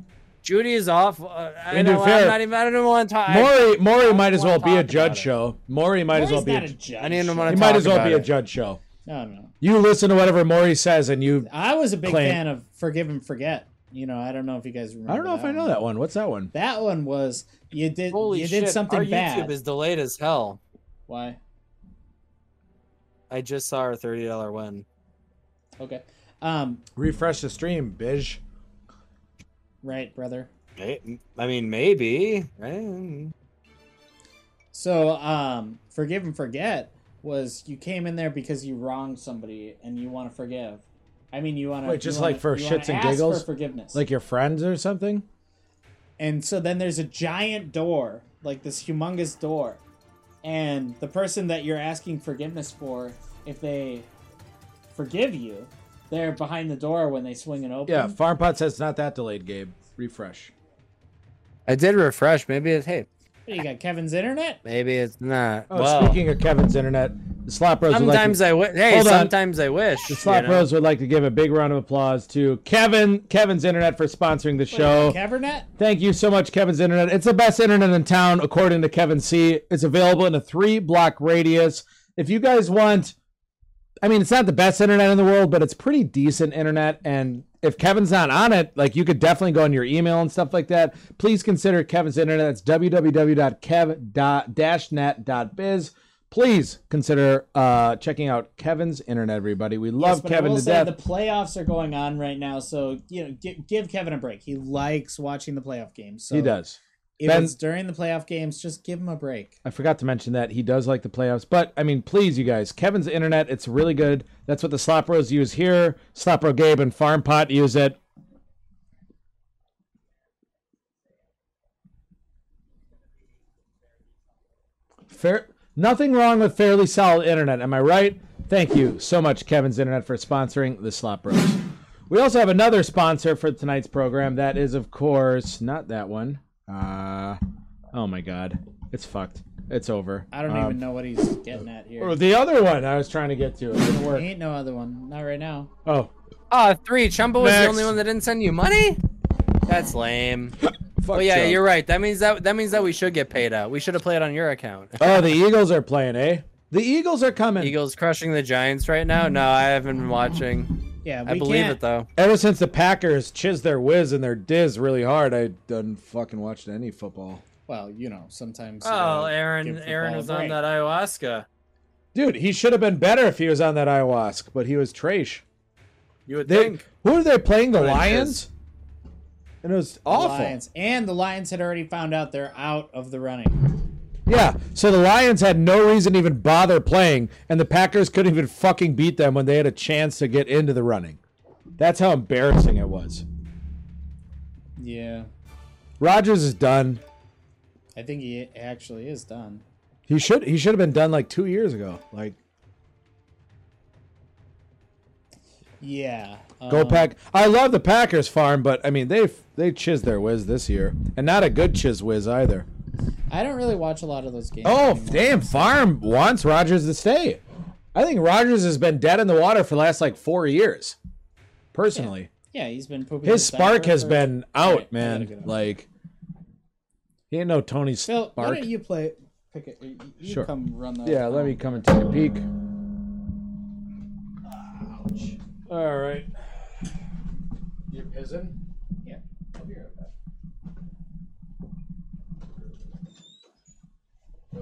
Judy is off. Uh, I
And to
know.
be fair,
I'm not even. I don't even want to talk.
Maury, Maury
don't
might as well
wanna
be a
talk
judge
about it.
show. Maury might as well
Maury's
be. A,
not a
ju-
judge.
I didn't even
he
want to talk
might as well
about
be a
it.
judge show.
No, no.
You listen to whatever Maury says, and you.
I was a big
Claim.
fan of Forgive and Forget. You know, I don't know if you guys remember.
I don't know if I know that one. What's that one?
That one was you did
Holy
you
shit!
did something
our
bad.
YouTube is delayed as hell.
Why?
I just saw our thirty dollar win.
Okay. Um.
Refresh the stream, Bish.
Right, brother.
May- I mean, maybe. right?
So, um, forgive and forget was you came in there because you wronged somebody and you want to forgive. I mean, you want to
Wait, just like for shits and giggles?
for forgiveness.
Like your friends or something?
and so then there's a giant door, like this humongous door, and the person that you're asking forgiveness for, if they forgive you, they're behind the door when they swing it open.
Yeah, Farm Pot says not that delayed, Gabe. Refresh.
I did refresh. Maybe it's hey.
What, you got Kevin's internet.
Maybe it's not.
Oh,
well,
speaking of Kevin's internet, the Slop Bros would like
sometimes
to,
I wish. Hey,
Hold on.
sometimes I wish.
the Slop
you know?
Bros would like to give a big round of applause to Kevin Kevin's internet for sponsoring the show.
Cavernet.
Thank you so much, Kevin's Internet. It's the best internet in town, according to Kevin C. It's available in a three block radius. If you guys want, I mean, it's not the best internet in the world, but it's pretty decent internet. And if Kevin's not on it, like you could definitely go on your email and stuff like that. Please consider Kevin's Internet. It's www.kev-net.biz. please consider uh, checking out Kevin's internet, everybody. We
Yes,
love
but I
Kevin
will
to
say
death.
The playoffs are going on right now, so you know, give, give Kevin a break. He likes watching the playoff games. So
he does.
If
Ben-
it's during the playoff games, just give him a break.
I forgot to mention that he does like the playoffs, but I mean, please, you guys, Kevin's internet, it's really good. That's what the Slop Bros use here. Slop Bro Gabe and Farm Pot use it. Fair, nothing wrong with fairly solid internet, am I right? Thank you so much, Kevin's Internet, for sponsoring the Slop Bros. We also have another sponsor for tonight's program. That is, of course, not that one. Uh, oh my God, it's fucked. It's over.
I don't
Um,
even know what he's getting at
or
here.
the other one I was trying to get to. It didn't work.
Ain't no other one. Not right now.
Oh,
Ah, three. Chumbo was the
Next.
only one that didn't send you money.
<laughs>
That's lame.
fuck.
Oh yeah,
Joe.
you're right. That means that that means that we should get paid out. We should have played on your
<laughs>
account.
Oh, the Eagles are playing, eh? The Eagles are coming.
Eagles crushing the Giants right now. No, I haven't been watching.
Yeah, we
I believe
can't,
it though.
Ever since the Packers chiz their whiz and their diz really hard, I done fucking watched any football.
Well, you know, sometimes. you
Oh,
gotta give
Aaron.
football
Aaron
a
was on
break.
that ayahuasca.
Dude, he should have been better if he was on that ayahuasca, but he was trash.
You would
They,
think.
who are they playing? The
Lions.
Lions? And it was
The
awful.
Lions. And the Lions had already found out they're out of the running.
Yeah. So the Lions had no reason to even bother playing, and the Packers couldn't even fucking beat them when they had a chance to get into the running. That's how embarrassing it was.
Yeah,
Rodgers is done.
I think he actually is done.
He should he should have been done like two years ago. Like
Yeah.
go
um,
pack. I love the Packers farm, but I mean they they chiz their whiz this year, and not a good chiz whiz either.
I don't really watch a lot of those games.
Oh
anymore.
damn! Farm wants Rogers to stay. I think Rogers has been dead in the water for the last like four years. Personally,
Yeah, he's been pooping.
his
diaper
spark has
for-
been out,
Right, I gotta get
man.
him.
Like he ain't no Tony
Phil,
Spark.
why don't you play? Pick it. You you
Sure.
come run the.
Yeah, let me come and take a peek. All right. You pissing?
Yeah,
I'll be right back.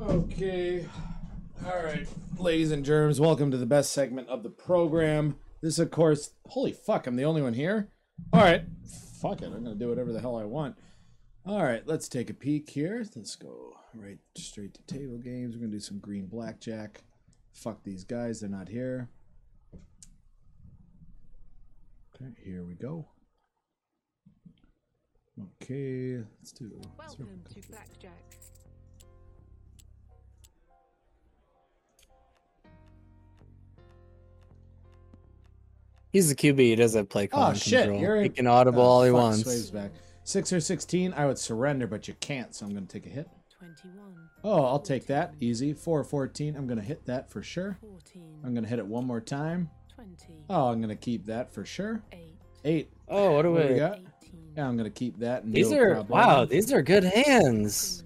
Okay. All right, ladies and germs, welcome to the best segment of the program. This, of course, holy fuck, I'm the only one here. All right, fuck it, I'm gonna do whatever the hell I want. All right, let's take a peek here. Let's go right straight to table games. We're gonna do some green blackjack. Fuck these guys, they're not here. Okay, here we go. Okay, let's do.
Welcome to Blackjack.
He's the QB. He doesn't play.
Oh
calling
shit!
control.
You're
he can audible
Oh,
all he
fuck,
wants.
Swabe's back. Six or sixteen, I would surrender, but you can't, so I'm gonna take a hit.
21.
Oh, I'll take that easy. Four or fourteen, I'm gonna hit that for sure.
14.
I'm gonna hit it one more time.
20.
Oh, I'm gonna keep that for sure.
8.
Eight.
Oh, what do
What do we
we?
got?
18.
Yeah, I'm gonna keep that. and
These
no
are
problem.
wow. These are good hands.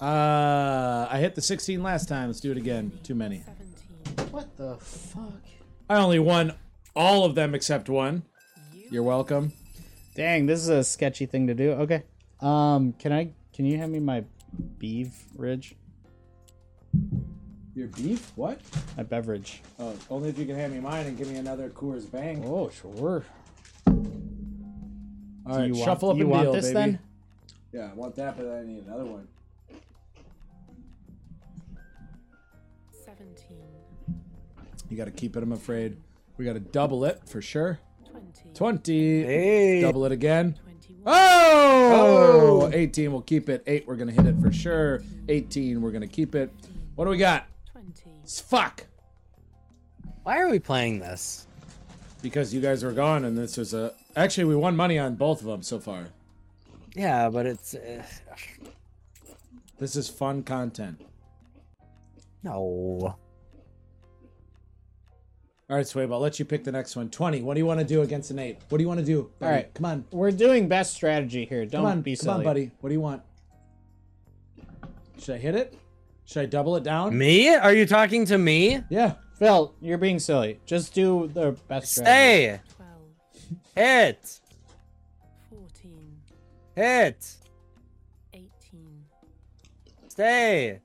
Uh, I hit the sixteen last time. Let's do it again. Too many.
17.
What the fuck?
I only won all of them except one. You're welcome.
Dang, this is a sketchy thing to do. Okay. Um, can I? Can you hand me my beverage?
Your beef? What?
My beverage.
Oh, only if you can hand me mine and give me another Coors Bang.
Oh sure.
All right,
you want-
shuffle up
you
and
want
deal,
this
baby.
then?
Yeah, I want that, but I need another one.
17.
You got to keep it. I'm afraid. We got to double it for sure.
20.
Twenty.
Hey,
Double it again.
21.
Ah! Oh! 18, we'll keep it. 8, we're going to hit it for sure. 18, we're going to keep it. What do we got?
20.
It's fuck.
why are we playing this?
Because you guys were gone, and this was a. Actually, we won money on both of them so far.
Yeah, but it's uh,
This is fun content.
no.
All right, Swabe, I'll let you pick the next one. 20, what do you want to do against an 8? What do you want to do? buddy?
All right.
come on.
We're doing best strategy here. Don't
Come on,
be
come
silly.
on, buddy. What do you want? Should I hit it? Should I double it down?
Me? Are you talking to me?
Yeah.
Phil, you're being silly. Just do the best strategy.
Stay.
12.
Hit.
14.
Hit.
18.
Stay.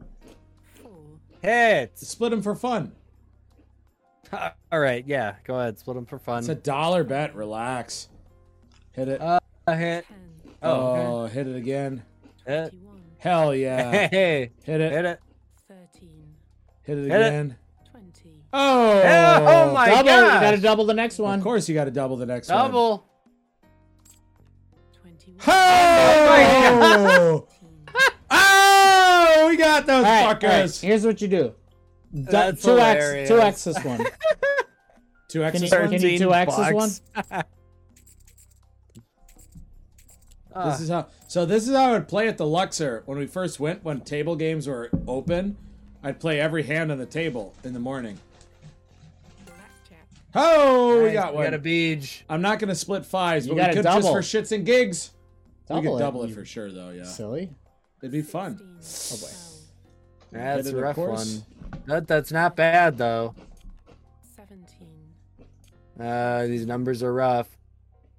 4.
Hits.
Split them for fun.
<laughs> All right, yeah. Go ahead, split them for fun.
It's a dollar bet. Relax. Hit it.
Uh, a hit.
10,
Oh,
oh, hit it again.
okay.
21,
Hell
Hit.
yeah.
Hey,
<laughs> hit it.
hit it.
13,
Hit it
Hit it.
again.
20.
Oh.
Yeah, oh my
double. You
gosh.
gotta double the next
Of
one.
course, you got to double the next
<laughs>
one.
Double.
21,
Oh!
18,
<laughs> Oh, we got those
All right, all right,
fuckers.
Here's what you do. Du-
That's
two
hilarious.
x two x this
<laughs>
one.
Two
Can you,
X's.
can you two x this one?
bucks. <laughs> Ah.
This is how. So this is how I would play at the Luxor when we first went. When table games were open, I'd play every hand on the table in the morning. Oh, we
Nice,
got
we got
one.
a beach.
I'm not gonna split fives,
You
but
gotta
we could just
double.
for shits and gigs. we could
it,
double it,
you
for sure, though. Yeah,
Silly.
it'd be fun.
15,
That's
Hit
a
it, of
rough
course.
one. That, that's not bad though.
17,
Uh, these numbers are rough.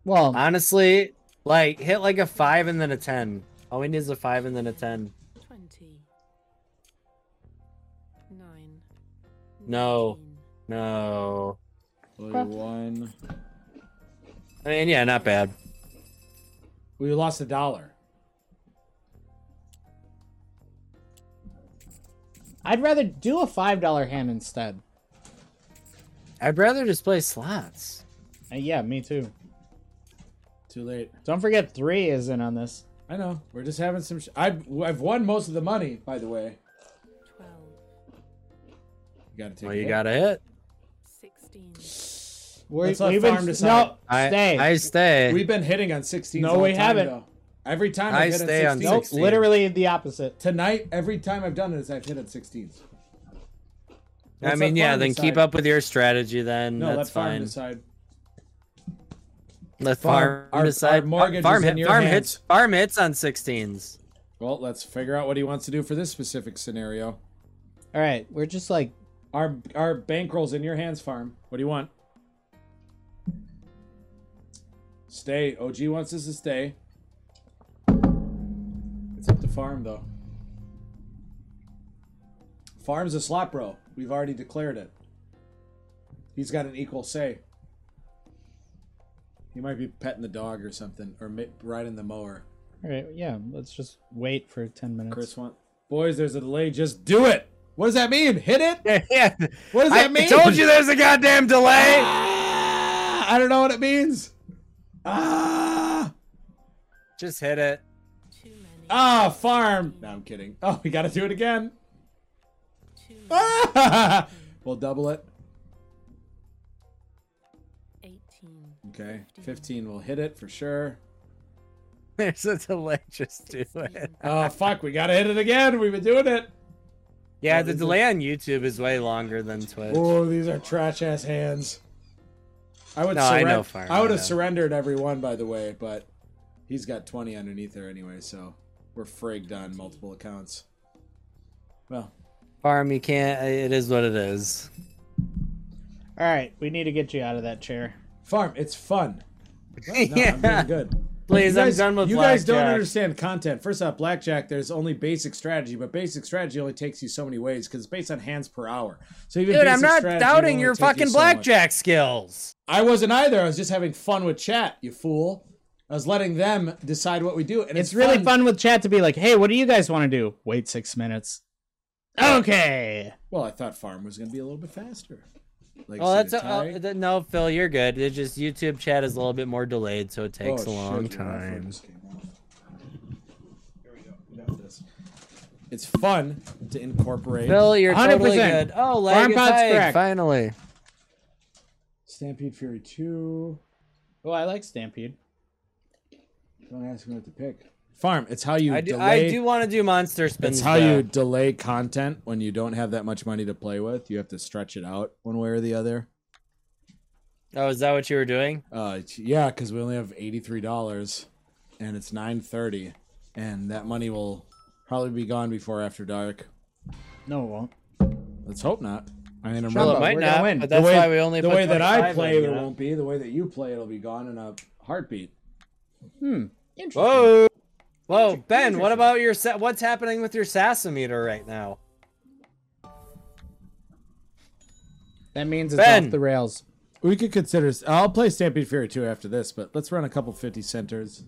Well,
Honestly, like hit like a five and then a ten. All we need is a five and then a ten.
20, 9,
No.
Oh.
No.
19,
Play one.
I mean, yeah, not bad.
We lost a dollar.
I'd rather do a five dollar hand instead.
I'd rather just play slots.
Uh, yeah, me too.
Too late.
Don't forget three is in on this.
I know. We're just having some. Sh- I've I've won most of the money, by the way.
12,
You gotta take.
Well,
a
you
hit.
gotta hit.
16,
We're,
Let's let
been-
Farm decide.
no,
I
stay.
I stay.
We've been hitting on 16.
No,
all
we
time,
haven't.
Though. Every time
I
I've hit
stay
on
on
16.
nope,
16.
literally the opposite.
Tonight, every time I've done this, I've hit on 16s.
I
Let's
mean,
let
yeah.
Farm
Then keep
decide.
up with your strategy. Then
No,
that's
let farm
fine.
decide.
Let
Farm-
farm,
our- our
decide.
mortgage is
farm
in
hit-
your
farm
hands.
hits. Farm hits on sixteens.
<laughs> Well, let's figure out what he wants to do for this specific scenario.
All right, we're just like
Our our bankroll's in your hands, farm. What do you want? Stay. OG wants us to stay. It's up to farm though. Farm's a slot bro. We've already declared it. He's got an equal say. He might be petting the dog or something, or ma- riding the mower.
All right, yeah, let's just wait for 10 minutes.
Chris want. Boys, there's a delay. Just do it. What does that mean? Hit it.
yeah.
What does
I
that mean?
told you there's a goddamn
<laughs>
delay.
Ah, I don't know what it means. Ah,
Just hit it. <laughs>
too many,
ah, farm. No, I'm kidding. Oh, we got to do it again.
too many,
Ah, we'll double it.
18,
Okay, 15 will hit it for sure.
There's a delay. Just do it.
16,
Oh, fuck, we got to hit it again. We've been doing it.
Yeah,
Oh,
the
is it-
delay on YouTube is way longer than Twitch.
Oh, these are trash ass hands. I would
No, I
surren-
know, farm,
I would
I
have
know.
surrendered every one, by the way, but he's got 20 underneath there anyway, so we're frigged on multiple accounts. Well,
Farm, you can't. uh, It is what it is.
All right, we need to get you out of that chair.
farm, it's fun. No,
<laughs>
I'm
yeah.
doing good.
Please,
You guys-
I'm done with
You guys don't
blackjack.
understand content. First off, blackjack, there's only basic strategy, but basic strategy only takes you so many ways because it's based on hands per hour. So even
Dude,
basic
I'm not
strategy will
doubting
only
your
take you
fucking
so much.
blackjack skills.
I wasn't either. I was just having fun with chat. You fool. I was letting them decide what we do, and it's,
It's really fun with chat to be like, hey, what do you guys want to do? Wait six minutes. Okay.
Well, I thought farm was going to be a little bit faster. Like,
Well, that's
a,
uh, th- no, Phil. You're good. It's just YouTube chat is a little bit more delayed, so it
Oh,
takes a long time.
It's fun to incorporate
Phil, you're 100%. totally
100%.
good. Oh,
Farm
lag is
pod's
high,
correct.
Finally.
Stampede Fury 2.
Oh, I like Stampede.
Don't ask me what to pick. Farm. It's how you
I do,
delay.
I do want to do monster spins.
It's how
though.
you delay content when you don't have that much money to play with. You have to stretch it out one way or the other.
Oh, is that what you were doing?
Uh, t- yeah, because we only have eighty-three dollars, and it's nine thirty, and that money will probably be gone before after dark.
No, it won't.
Let's hope not. I mean,
Well,
remember
it might
we're gonna
not.
win.
But
The
that's
the way,
why we only
the
put
way that I
25
play,
in,
it
you know?
won't be. The way that you play, it'll be gone in a heartbeat.
Interesting.
Whoa. Whoa, Ben, what about your sa- what's happening with your sassometer right now?
That means it's
Ben.
off the rails.
We could consider. I'll play Stampede Fury 2 after this, but let's run a couple 50 centers.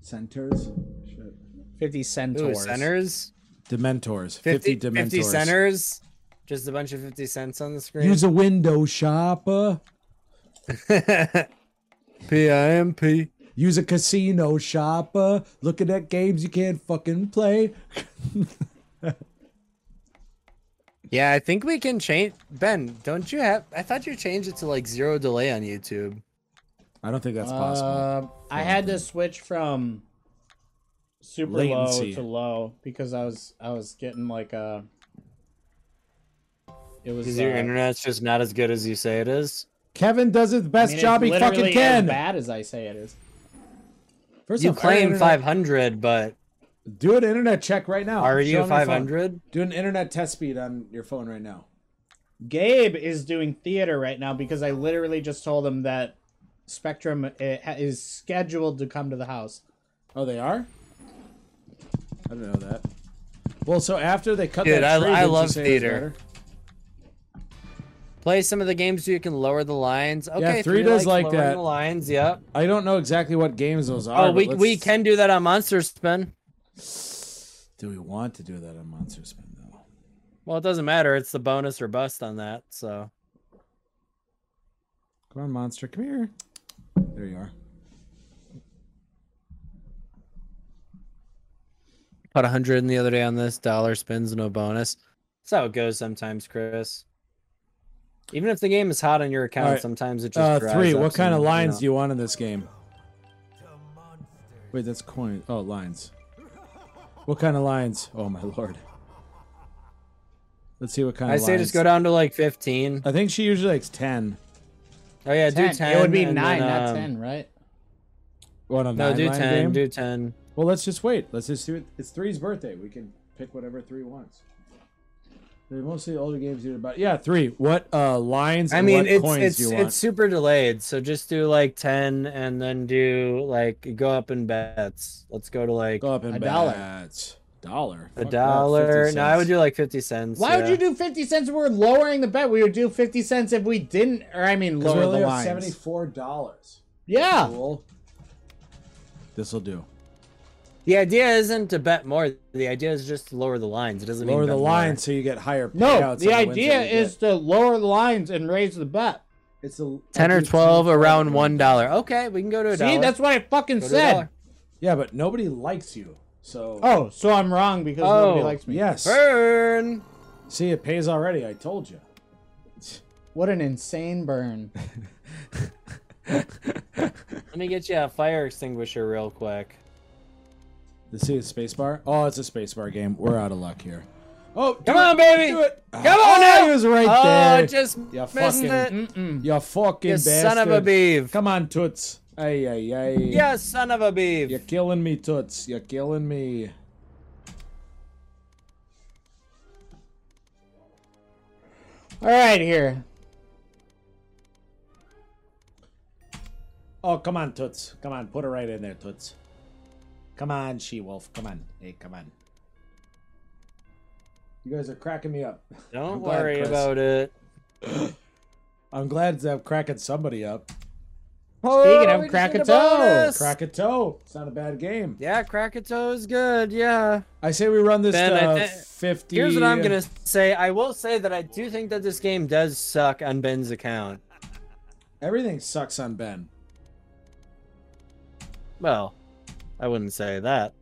Centers? Shit.
50
Ooh,
centaurs.
centers.
Dementors. 50,
50,
Dementors.
50 centers. Just a bunch of 50 cents on the screen.
Use a window shopper. <laughs>
P-I-M-P.
Use a casino shopper. Looking at games you can't fucking play.
Yeah, I think we can change. Ben, don't you have? I thought you changed it to like zero delay on YouTube.
I don't think that's
Uh,
possible.
Um, I had to switch from super
Latency.
low to low because I was I was getting like a. It was
Because
uh,
your internet's just not as good as you say it is.
Kevin does his
I
best
mean, it's
job he
literally
fucking
As
can.
bad as I say it is.
First
You
off, our
claim
internet-
500, but
Do an internet check right now.
are
Show
you
on your phone.
500?
Do an internet test speed on your phone right now.
Gabe is doing theater right now because I literally just told him that Spectrum i- ha- is scheduled to come to the house.
Oh, they are? I didn't know that. Well, so after they cut
Dude,
that
I-
tree,
I
didn't you
love
say it was
theater.
better?
Play some of the games so you can lower the lines. Okay,
three does like
lowering
that.
The lines, yep.
I don't know exactly what games those are.
Oh,
but
we,
let's-
we can do that on Monster Spin.
Do we want to do that on Monster Spin though?
Well, it doesn't matter. It's the bonus or bust on that. So
Come on, monster, come here. There you are.
put 100 in the other day on this. Dollar spins, no bonus. That's how it goes sometimes, Chris. Even if the game is hot on your account,
Alright,
sometimes it just
Uh,
dries
three.
up,
What
so
kind of
you
lines
know.
do you want in this game? Wait, that's coin. Oh, lines. What kind of lines? Oh my lord. Let's see what kind
I
of.
say
lines.
just go down to like 15.
I think she usually likes ten.
Oh yeah, do
10.
10.
it would be
and
nine,
then,
not
um,
ten, right?
What a
No,
nine
do
line
10.
game?
Do 10.
Well, let's just wait. Let's just do it. It's three's birthday. We can pick whatever three wants. They're mostly older games. You're about yeah, three. What uh lines?
I
and
mean,
what
it's
coins
it's
do you want?
it's super delayed, so just do like 10 and then do like go up in bets. Let's go to like
Go up in
A dollar.
bets. Dollar.
a
Fuck that,
dollar.
50
No, I would
cents.
do like 50 cents.
Why would
yeah.
you do fifty cents? if We're lowering the bet. We would do fifty cents if we didn't, or I mean,
'Cause
lower
we
the
only have
lines.
seventy-four dollars.
Ah.
Yeah.
Cool. This will do.
The idea isn't to bet more. The idea is just to lower the lines. It doesn't mean
Lower
bet
the
more.
line so you get higher.
No,
payouts
the
on wins
idea
that you get.
is to lower the lines and raise the bet.
it's a,
Ten or
every
twelve
team-
around one dollar. Okay, we can go to a dollar.
See, that's what I fucking
Go to a
said.
dollar.
Yeah, but nobody likes you. So
Oh, so I'm wrong because nobody
Oh.
likes me.
yes.
Burn.
See, it pays already. I told you.
What an insane burn. <laughs>
Let me get you a fire extinguisher real quick.
The see a space bar? Oh, it's a space bar game. We're out of luck here. Oh, do
Come
it,
on, baby.
Do it. Come
on now.
He was right
Oh,
there.
just
Yeah,
missed
fucking-
it.
Mm-mm.
you fucking
You
bastard.
son of a beef.
Come on, Toots. Ay, ay, ay.
Yeah, son of a beef.
You're killing me, Toots. You're killing me.
All right, here.
Oh, come on, Toots. Come on, put it right in there, Toots. Come on, she wolf. Come on. Hey, come on. You guys are cracking me up. <laughs>
Don't
I'm glad,
worry
Chris.
about it.
I'm glad that I'm cracking somebody up.
Speaking
Oh, we
of
just need a
Krakatoa,
bonus.
Crack a toe. It's not a bad game.
Yeah, Krakatoa is good. Yeah.
I say we run this
Ben,
to
I thi-
50.
Here's what I'm gonna say. I will say that I do think that this game does suck on Ben's account.
Everything sucks on Ben.
Well, I wouldn't say that.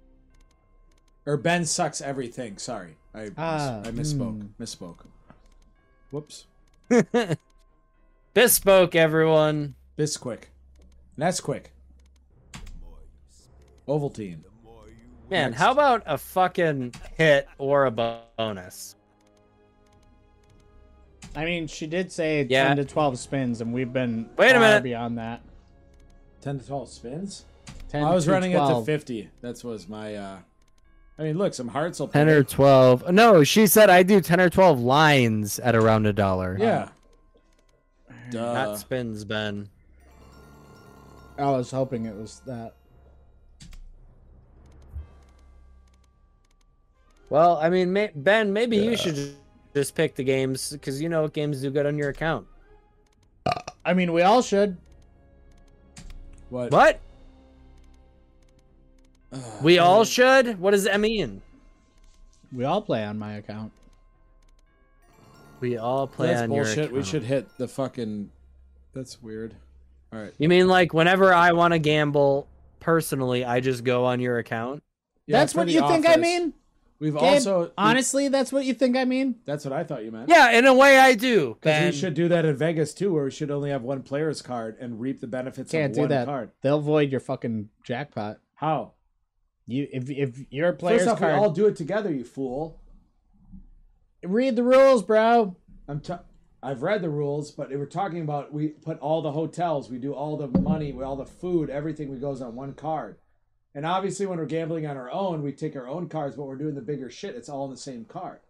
Or Ben sucks everything. Sorry. I, mis-
Ah,
I misspoke.
hmm.
Misspoke. Whoops.
Bespoke, everyone.
This quick. That's quick. Ovaltine.
Man,
Next.
how about a fucking hit or a bonus?
I mean, she did say
Yeah.
10 to 12 spins, and we've been
Wait a
far
minute.
beyond that.
10 to 12 spins?
10
I was
to
running
12.
it to 50. That was my. uh I mean, look, some hearts will.
10
play.
or 12. No, she said I do 10 or 12 lines at around a dollar.
Yeah.
Not
Duh.
spins, Ben.
I was hoping it was that.
Well, I mean, may- Ben, maybe you should ju- Just pick the games because you know what games do good on your account.
I mean, we all should.
What?
<sighs> What? we all should? What does that mean?
We all play on my account.
We all play
That's
on your
bullshit.
account.
We should hit the fucking. That's weird. All right.
You mean like whenever I want to gamble personally, I just go on your account?
Yeah,
that's
for
what
the
you think I
office.
mean?
We've
Gabe?
also we-
honestly, that's what you think I mean?
That's what I thought you meant.
Yeah, in a way I do.
Because we
Ben.
should do that in Vegas too, where we should only have one player's card and reap the benefits
Can't
of
do
one
that.
card.
They'll void your fucking jackpot.
How?
You if if you're a player's
First off,
card,
we all do it together, you fool.
read the rules, bro.
I'm t- I've read the rules, but we're talking about we put all the hotels, we do all the money, we all the food, everything we goes on one card. And obviously, when we're gambling on our own, we take our own cards, but we're doing the bigger shit. It's all in the same card.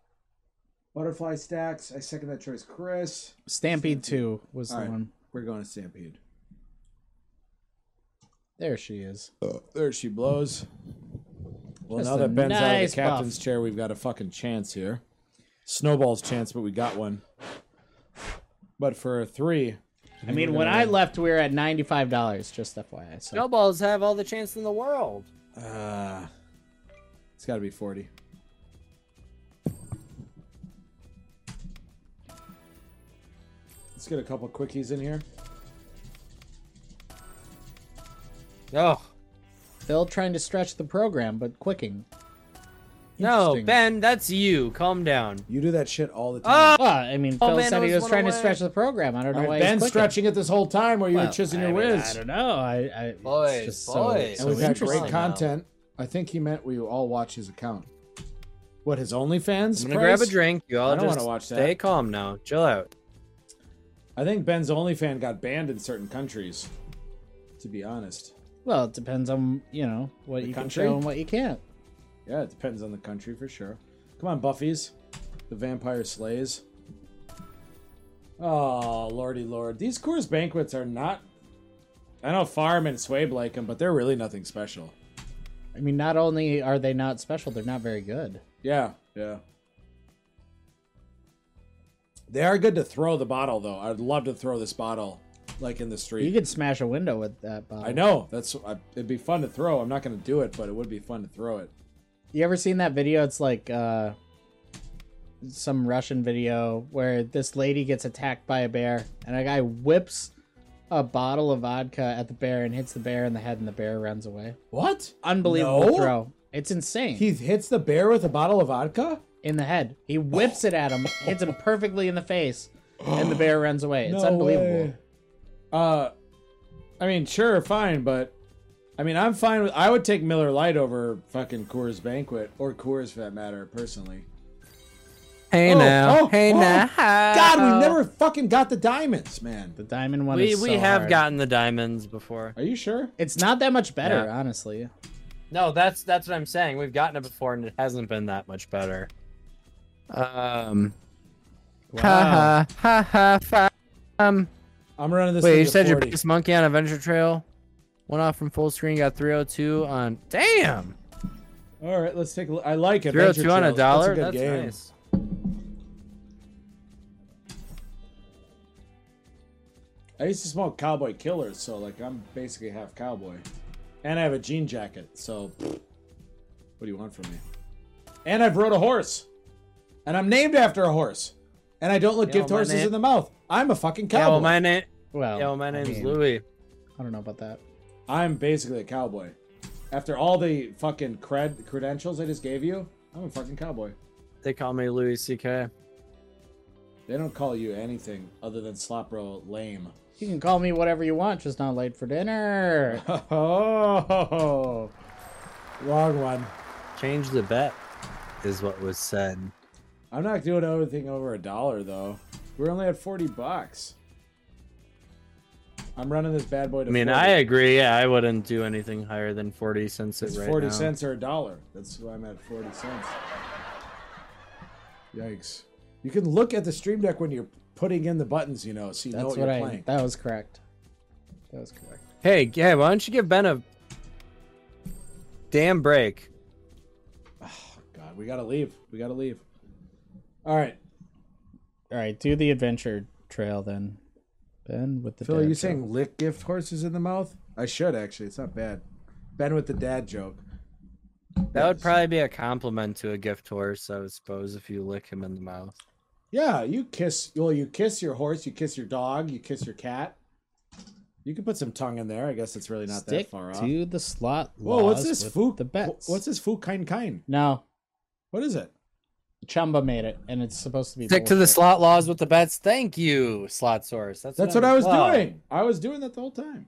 Butterfly stacks. I second that choice, Chris.
Stampede Two was
All
the
right.
one.
We're going to Stampede.
There she is.
Uh, There she blows. Well,
Just
now
a
that Ben's out of
nice
the
buff.
captain's chair, we've got a fucking chance here. Snowball's chance, but we got one. But for a three,
I mean, when I left, we were at ninety five dollars. Just FYI. So
Snowballs have all the chance in the world.
uh, it's got to be 40. Let's get a couple quickies in here.
Oh.
Phil trying to stretch the program, but quicking.
No,
Interesting.
Ben, that's you. Calm down.
You do that shit all the time.
Oh,
Well, I mean,
Oh,
Phil
man,
said
it
he was
was one
trying to
away.
stretch the program. I don't know
All
why
right,
he's
Ben's
quicking.
stretching it this whole time where you
Well,
were chiseling
I
your
mean,
whiz.
I don't know. I, I
Boys,
it's just so,
boys.
so
And we've had
interesting.
great
interesting.
content. I think he meant we all watch his account. What his OnlyFans?
I'm gonna
price?
grab a drink. You all
I don't
just
wanna watch that.
stay calm now. Chill out.
I think Ben's OnlyFan got banned in certain countries. To be honest,
Well, it depends on you know what
The
you
country?
can show and what you can't.
yeah, it depends on the country for sure. Come on, Buffy's, the vampire slays. Oh lordy lord, these Coors banquets are not. I know Farm and Swabe like them, but they're really nothing special.
I mean, not only are they not special, they're not very good.
Yeah, yeah. They are good to throw the bottle though. I'd love to throw this bottle like in the
You
street.
could smash a window with that bottle.
I know that's I, it'd be fun to throw. I'm not gonna do it, but it would be fun to throw it.
You ever seen that video? It's like uh, some Russian video where this lady gets attacked by a bear, and a guy whips a bottle of vodka at the bear and hits the bear in the head, and the bear runs away.
What?
Unbelievable
No?
throw! It's insane.
He hits the bear with a bottle of vodka?
in the head. He whips it at him, hits him perfectly in the face, and the bear runs away.
<gasps>
It's
No
unbelievable.
way. Uh, I mean, sure, fine, but I mean, I'm fine with. I would take Miller Lite over fucking Coors Banquet or Coors for that matter, personally.
Hey
Oh,
now.
oh,
hey
oh.
now.
God, we never fucking got the diamonds, man.
The diamond one
We,
is
we
so
have
hard.
gotten the diamonds before.
Are you sure?
It's not that much better,
Yeah.
honestly.
No, that's that's what I'm saying. We've gotten it before, and it hasn't been that much better. Um.
Wow.
Ha ha ha ha. Fa, um.
I'm running this.
Wait,
thing
you
to
said your
40.
biggest monkey on Adventure Trail went off from full screen, got 302 on. Damn!
All right, let's take. a look. I like it.
302 on a dollar?
That's,
That's,
a good game.
nice.
I used to smoke Cowboy Killers, so like I'm basically half cowboy, and I have a jean jacket. So, what do you want from me? And I've rode a horse, and I'm named after a horse, and I don't look
Yeah,
gift
well, my
horses
name-
in the mouth. I'm a fucking
Yeah,
cowboy.
well, my name.
Well,
Yeah, well, my
I
name's
mean,
Louie.
I don't know about that.
I'm basically a cowboy. After all the fucking cred credentials I just gave you, I'm a fucking cowboy.
They call me Louis C.K.
They don't call you anything other than slop roll lame. <laughs>
You can call me whatever you want, just not late for dinner.
Oh, wrong one.
Change the bet, is what was said.
I'm not doing anything over a dollar though. We're only at forty bucks. I'm running this bad boy to.
I mean,
40.
I agree. Yeah, I wouldn't do anything higher than 40 cents it
It's
right
forty
now.
cents or a dollar. That's why I'm at forty cents. Yikes! You can look at the stream deck when you're putting in the buttons, you know, so you know
That's
what,
what
you're
I.
playing.
That was correct. That was correct.
Hey, yeah, why don't you give Ben a damn break?
God, we gotta leave. We gotta leave. All right,
All right, do the adventure trail then. Ben with the
Phil, are
dad
you
joke.
saying lick gift horses in the mouth? I should actually. It's not bad. Ben with the dad joke.
That would probably be a compliment to a gift horse, I would suppose, if you lick him in the mouth.
Yeah, you kiss. Well, you kiss your horse. You kiss your dog. You kiss your cat. You can put some tongue in there. I guess it's really not
stick
that far off.
to the slot laws
Whoa, what's this
with
food?
the bets?
What's this food? Kind kind.
No,
What is it?
Chumba made it, and it's supposed to be
Stick to the
bullshit.
slot laws with the bets. Thank you, slot source. That's,
That's what I was
Wow.
doing. I was doing that the whole time.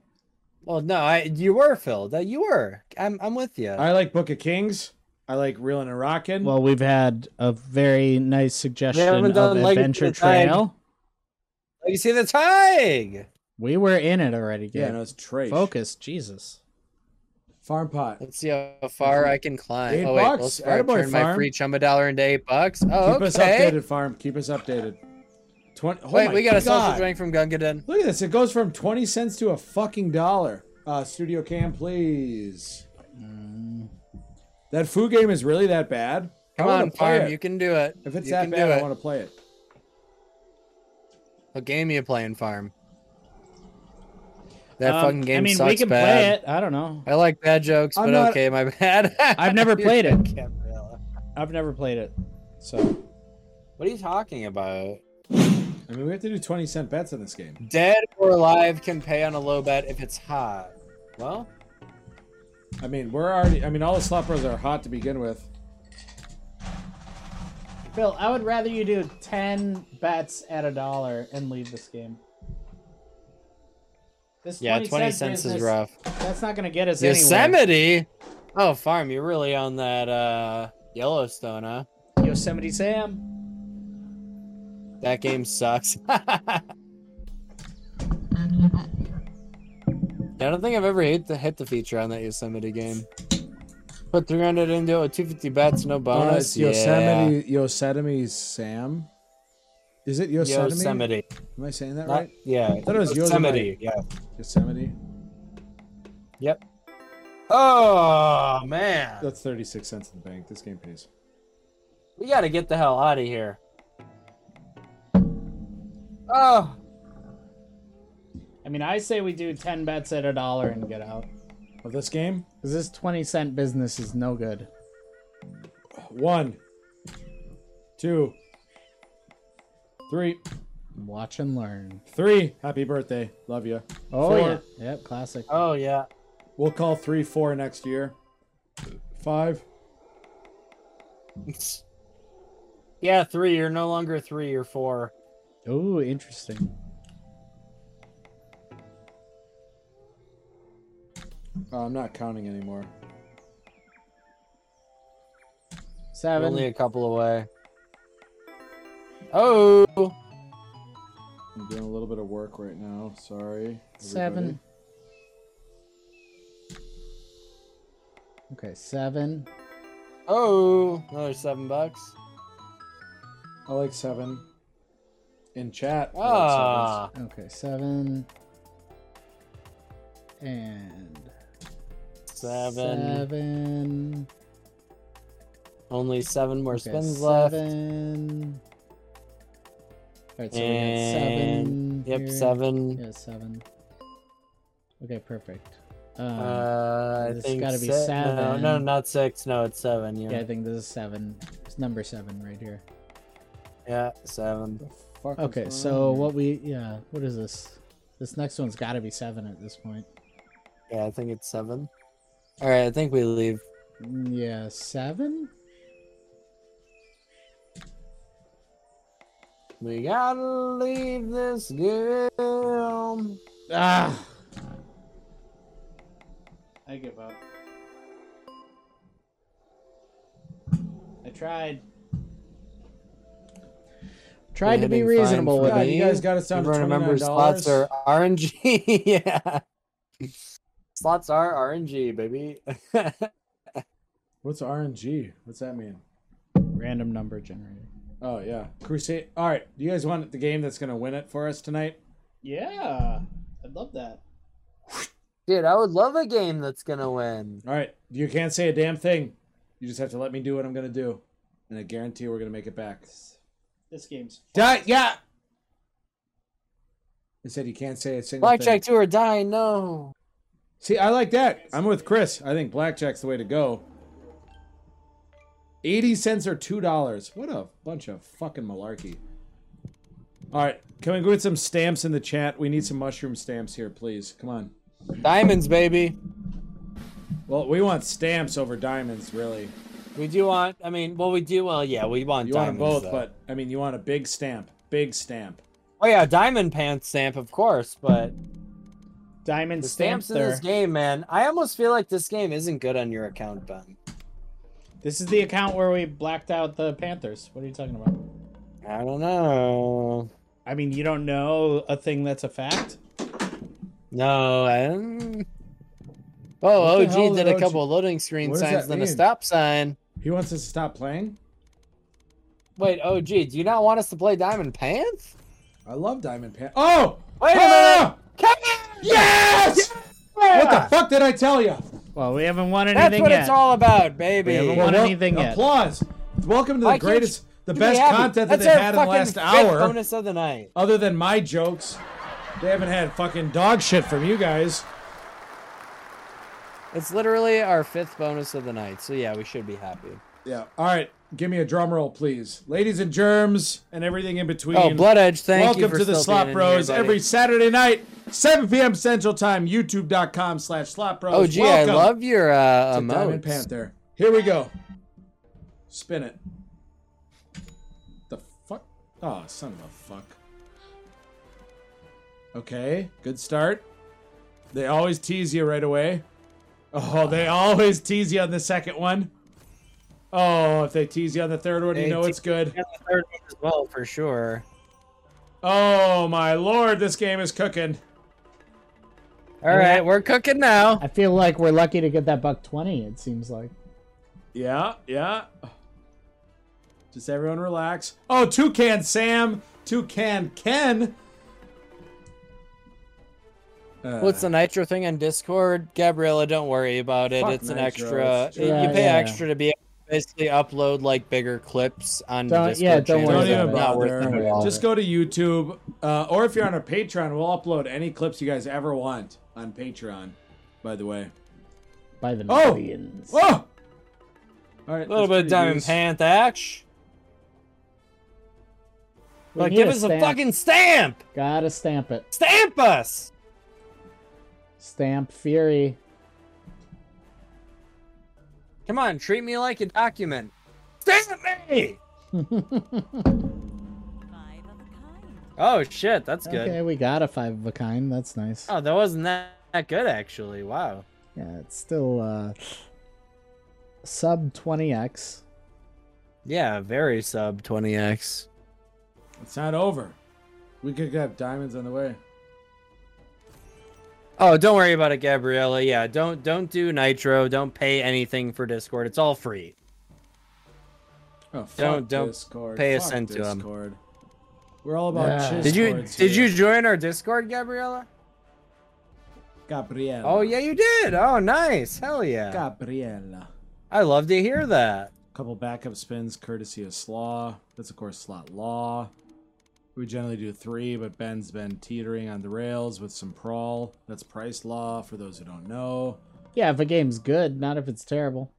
Well, no, I you were Phil. That you were. I'm I'm with you.
I like Book of Kings. I like Reelin' and Rockin'.
Well, we've had a very nice suggestion of
done Legacy
adventure
of the Tide.
trail.
you see the tag.
We were in it already.
yeah,
Gabe.
no, it's trash.
Focus, Jesus.
Farm pot.
Let's see how far I can climb.
Eight
oh wait,
bucks.
let's start
Attaboy,
turn my
farm.
free chumba dollar into eight bucks. Oh,
Keep us
okay.
updated, farm. Keep us updated. Twenty. Oh
wait,
my
we got a
God.
social drink from Gungadin.
Look at this. It goes from 20 cents to a fucking dollar. Uh, studio cam, please. That food game is really that bad. I
Come
wanna
on,
play
farm,
it.
you can do it.
If it's
you
that
can
bad,
do
I
it.
want to play it.
What game are you playing, farm? That
Um,
fucking game
I mean,
sucks
we can
bad.
play it. I don't know.
I like bad jokes,
I'm
but
not-
okay, my bad. <laughs>
I've never played it.
Gabriella.
I've never played it, so
What are you talking about?
I mean, we have to do 20 cent bets on this game.
Dead or alive can pay on a low bet if it's hot. Well,
I mean, we're already. I mean, all the slot bros are hot to begin with.
Phil, I would rather you do ten bets at a dollar and leave this game. This
yeah, 20, cents is
business,
rough.
That's not gonna get us anywhere.
Yosemite? Oh, farm, you're really on that uh Yellowstone, huh?
Yosemite Sam.
That game sucks. <laughs> I don't think I've ever hit the hit the feature on that Yosemite game. Put 300 into it with 250 bets, no bonus.
Uh, Yosemite, Yosemite Sam. Is it
yeah.
Yosemite?
Yosemite.
Am I saying that
Not-
right?
yeah.
thought it was
Yosemite. Yeah.
Yosemite.
Yep. Oh man,
That's 36 cents in the bank. This game pays.
we gotta get the hell out of here. Oh,
I mean, I say we do ten bets at a dollar and get out.
Of this game?
Cause this twenty cent business is no good.
One, two, three,
Watch and learn.
three. Happy birthday. Love you.
Oh
Four.
yeah. Yep, classic.
oh yeah.
We'll call three, four next year. Five.
<laughs> Yeah, three. You're no longer three. You're four.
Oh, interesting.
Oh, I'm not counting anymore.
You're
Seven.
Only a couple away. Oh,
I'm doing a little bit of work right now. Sorry.
Seven. Okay, seven.
oh, another seven bucks.
everybody. I like seven. In chat.
Oh,
I like
Ah,
Okay, seven. And
seven.
Seven.
Only seven more
Okay,
spins left.
seven. Alright, so
And
we got seven.
yep,
here.
seven.
Yeah, seven. Okay, perfect. Um,
Uh, I
It's
think
gotta be
se- No, no,
seven.
not six. No, it's seven. Yeah,
yeah, I think this is seven. It's number seven right here.
yeah, seven.
sevens. The fuck is going
Okay,
on
so
here?
what we yeah, what is this? This next one's got to be seven at this point.
Yeah, I think it's seven. All right, I think we leave.
Mm, Yeah, seven.
We gotta leave this game.
Ah, I give up. I tried. Tried to be
hitting fine
reasonable
for
with
God,
it.
me.
you guys got us down to
Everyone remembers slots
$29.
are RNG. <laughs> yeah. Slots are RNG, baby. <laughs>
What's RNG? What's that mean?
Random number generator.
Oh, yeah. Crusade. All right. Do you guys want the game that's going to win it for us tonight?
Yeah, I'd love that.
Dude, I would love a game that's gonna win.
All right, you can't say a damn thing. You just have to let me do what I'm gonna do, and I guarantee we're gonna make it back.
This game's
Di- yeah.
They said you can't say a single
Blackjack
thing.
two or die. No.
See, I like that. I'm with Chris. I think blackjack's the way to go. 80 cents or $2. What a bunch of fucking malarkey. All right. Can we get some stamps in the chat? We need some mushroom stamps here, please. Come on.
Diamonds, baby.
Well, we want stamps over diamonds, really.
We do want. I mean, well, we do. Well, yeah, we want.
You want 'em
diamonds,
both,
though.
but I mean, you want a big stamp. Big stamp.
oh yeah, diamond pants stamp, of course. But
diamond
the stamps
stamps.
in
There.
this game, man. I almost feel like this game isn't good on your account, Ben.
This is the account where we blacked out the Panthers. What are you talking about?
I don't know.
I mean, you don't know a thing that's a fact.
No, I don't. Oh,
What the hell
OG did
did
a couple loading screen
What does
signs,
that
then a
mean?
stop sign.
He wants us to stop playing?
Wait, OG, do you not want us to play Diamond Pants?
I love diamond pan. Oh!
Wait a minute!
Ah!
Kevin!
Yes! What the fuck did I tell you?
Well, we haven't won anything
That's what
yet.
it's all about, baby.
haven't won
Well,
anything yet.
Applause. Welcome to the
Why can't
greatest,
you-
the
Give me
best
happy.
content that
That's
they've
our
had in the
fucking
last
fifth
hour.
Bonus of the night.
Other than my jokes, they haven't had fucking dog shit from you guys.
It's literally our fifth bonus of the night. So yeah, we should be happy.
Yeah. All right. Give me a drum roll, please, ladies and germs, and everything in between.
Oh, Blood Edge, thank
Welcome
you. for
to the
still
Slop
being in
Bros.
here, buddy.
every Saturday night, 7 p.m. Central Time. YouTube.com slash Slop Bros.
Oh, gee,
Welcome
I love your uh,
to Diamond
emotes.
Panther. Here we go. Spin it. The fuck? Oh, son of a fuck. Okay, good start. They always tease you right away. Oh, they always tease you on the second one. Oh, if they tease you on the third one, you
They
know
tease
it's good.
And the third one as well, for sure.
Oh my lord, this game is cooking.
All right, we're cooking now.
I feel like we're lucky to get that buck twenty. It seems like.
Yeah, yeah. Just everyone relax. Oh, Toucan Sam, Toucan Ken. Uh,
What's the nitro thing on Discord? Gabriella, don't worry about it.
Fuck
It's an
Nitro,
extra.
it's
You
true.
Yeah,
pay
yeah.
extra to be able to basically upload like bigger clips on
Don't-
the Discord.
yeah, don't
channel.
Don't
worry
even
about it.
Not worth
bother.
it at all.
Just go to YouTube, uh, or if you're on our Patreon, we'll upload any clips you guys ever want on Patreon. By the way.
By the
Oh!
millions.
Oh. All right.
a little bit of Diamond Pant action.
We
But
need
give us
stamp.
a fucking stamp!
Gotta stamp it.
Stamp us!
Stamp Fury.
Come on, treat me like a document. Stamp
<laughs>
me!
Five of a kind.
Oh shit, that's good.
Okay, we got a five of a kind. That's nice.
Oh, that wasn't that, that good actually. Wow.
Yeah, it's still uh, sub twenty x.
Yeah, very sub 20x.
It's not over. We could have diamonds on the way.
Oh, don't worry about it, Gabriella. Yeah, don't don't do Nitro. Don't pay anything for Discord. It's all free.
Oh, fuck
Don't- don't
Discord.
pay a
fuck
cent to 'em.
Discord. We're all about
Yeah.
Did you
Discords
did
here.
you join our Discord, Gabriella?
Gabriella?
Oh yeah, you did. Oh nice. Hell yeah.
Gabriella.
I love to hear that.
Couple backup spins courtesy of Slaw. That's of course slot law. We generally do three, but Ben's been teetering on the rails with some prawl. That's price law for those who don't know.
Yeah, if a game's good, not if it's terrible.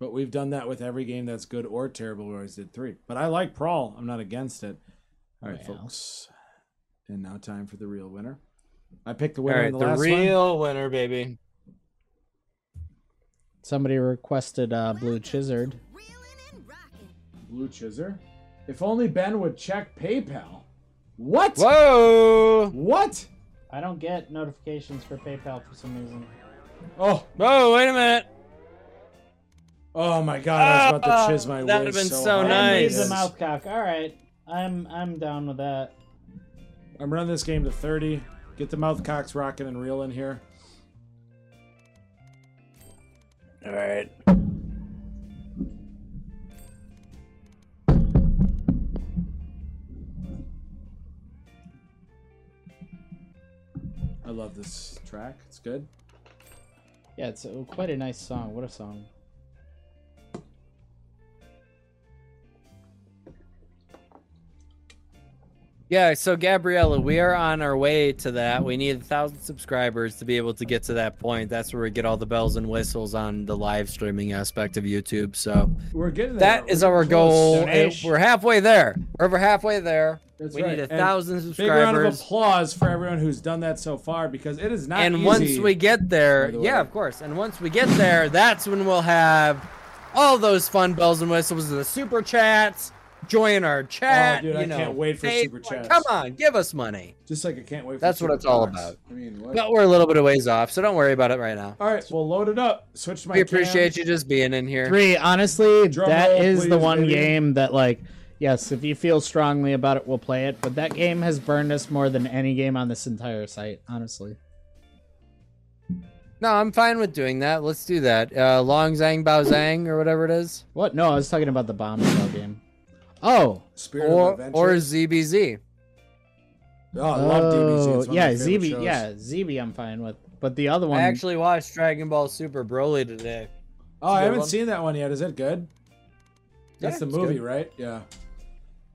But we've done that with every game that's good or terrible. We always did three. But I like Prawl. I'm not against it. All right,
Well.
folks. And now time for the real winner. I picked the
All
winner
right,
in the,
the,
last one.
real winner, baby.
Somebody requested uh, Blue Chizard.
Blue Chiser. If only Ben would check PayPal. What?
Whoa!
What?
I don't get notifications for PayPal for some reason.
Oh,
Whoa! Wait a minute.
oh my God! I was about to chiz my
Oh,
whiz.
that would've been so
hard.
nice.
He's a mouth cock. All right, I'm I'm down with that.
I'm running this game to 30. Get the mouth cocks rocking and reeling here. All right. I love this track. It's good.
Yeah, it's uh quite a nice song. What a song.
Yeah, so Gabriella, we are on our way to that. We need a thousand subscribers to be able to get to that point. That's where we get all the bells and whistles on the live streaming aspect of YouTube. So
We're getting there.
that is our goal. and
Donation.
We're halfway there. We're over halfway there.
That's
we
right.
need a
And
thousand
Big round of
subscribers.
applause for everyone who's done that so far because it is not
And
easy.
once we get there,
by the
yeah,
way.
of course. And once we get there, that's when we'll have all those fun bells and whistles, the super chats, join our chat.
Oh, dude,
you
I
know,
can't wait for
pay
super
for it.
chats.
Come on, give us money.
just like I can't wait. For
That's what
Super
it's all
Box.
about.
I mean, what?
But we're a little bit of ways off, so don't worry about it right now.
all right, well, load it up. Switch to my.
We appreciate you just being in here.
Three, honestly,
Drum
that
roll,
is the
please,
one
baby.
game that, like, yes, if you feel strongly about it, we'll play it. But that game has burned us more than any game on this entire site, honestly.
No, I'm fine with doing that. Let's do that. Uh, long Zang Bao Zang or whatever it is,
What? No, I was talking about the bomb shell game. Oh,
Spirit
or
of
or
Adventure.
ZBZ.
oh, I love DBZ.
Oh,
It's one
yeah,
of my favorite
ZB,
shows.
yeah, ZB. I'm fine with, but the other one,
I actually watched Dragon Ball Super Broly today.
Oh, I
good
haven't
one.
seen that one yet. Is it good?
Yeah,
That's the
it's
movie,
good.
right? Yeah.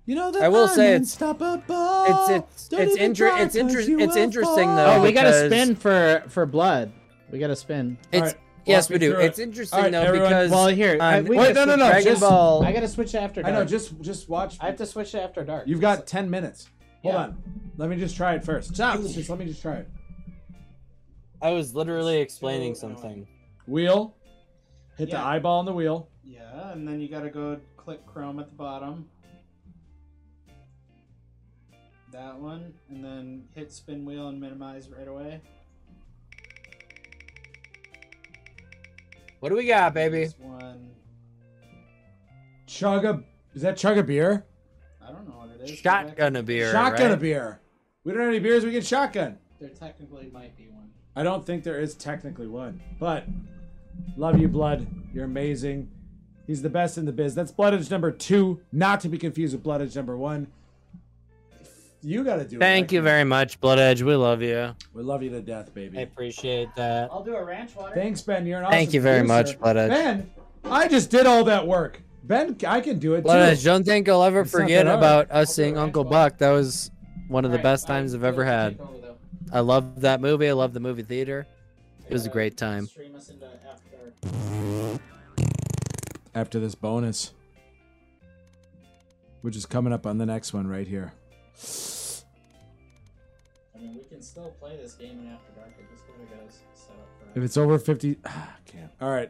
You know that
I will say it's-
unstoppable.
It's it's
Don't
it's
even
inter-
try, 'cause
it's inter-
you
it's
will
interesting though.
oh, we got to
because
spin for for blood. We got to spin.
It's
All right,
yes,
walk
we
me
do.
through it.
It's interesting
All right,
though
everyone-
because um,
Well, here, I,
on-
we
Wait, no, no,
gotta
no,
switch Dragon
Dragon
just-
Ball-
Ball.
I got to switch after
I
dark.
know. Just just watch.
I have to switch after dark.
You've got ten minutes. Hold
Yeah.
on. Let me just try it first. Stop. Just let me just try it.
I was literally explaining something.
Wheel. Hit the
Yeah.
eyeball on the wheel.
Yeah, and then you gotta go click Chrome at the bottom. That one, and then hit spin wheel and minimize right away.
What do we got, baby?
This one,
Chug a. Is that chug a beer?
I don't know what it is.
Shotgun a beer.
shotgun a
right?
beer. We don't have any beers. We get shotgun.
There technically might be one.
I don't think there is technically one, but love you, Blood. You're amazing. He's the best in the biz. That's Blood Edge number two, not to be confused with Blood Edge number one. You got to do it.
Thank
Mikey.
you very much, Blood Edge. We love you.
We love you to death, baby.
I appreciate that.
I'll do a ranch water.
Thanks, Ben. You're an awesome
Thank you very
producer.
much, Blood Edge.
Ben, I just did all that work. Ben, I can do it
Well, I
too.
don't think I'll ever
It's not
forget
that hard.
about us seeing
Alright,
Uncle
well-
Buck. That was one of the best times I've ever had. I love that movie. I love the movie theater. It was a great time.
Stream us into after dark.
After this bonus, which is coming up on the next one right here.
I mean, we can still play this game in after dark. I just gotta get us set up for
If it's over 50, <sighs> ah, can't. All right.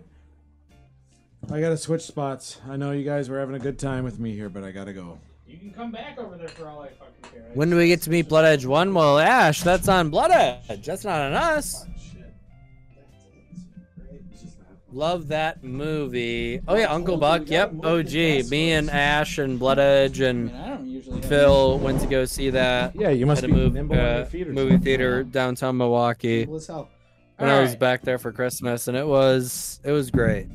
I got to switch spots. I know you guys were having a good time with me here, but I got to go.
You can come back over there for all I fucking care. I
When do we get to meet Blood Edge 1? Well, Ash, that's on Blood Edge. That's not on us. Love that movie. Oh, yeah, Uncle Buck. Yep, OG. Me and Ash and Blood Edge and
mean, I don't usually. have-
Phil went to go see that
Yeah, you
at
must
a
be
move,
nimble on
uh,
your feet or
movie
something.
theater downtown Milwaukee.
Well, as hell.
when I was back there for Christmas, and it was it was great.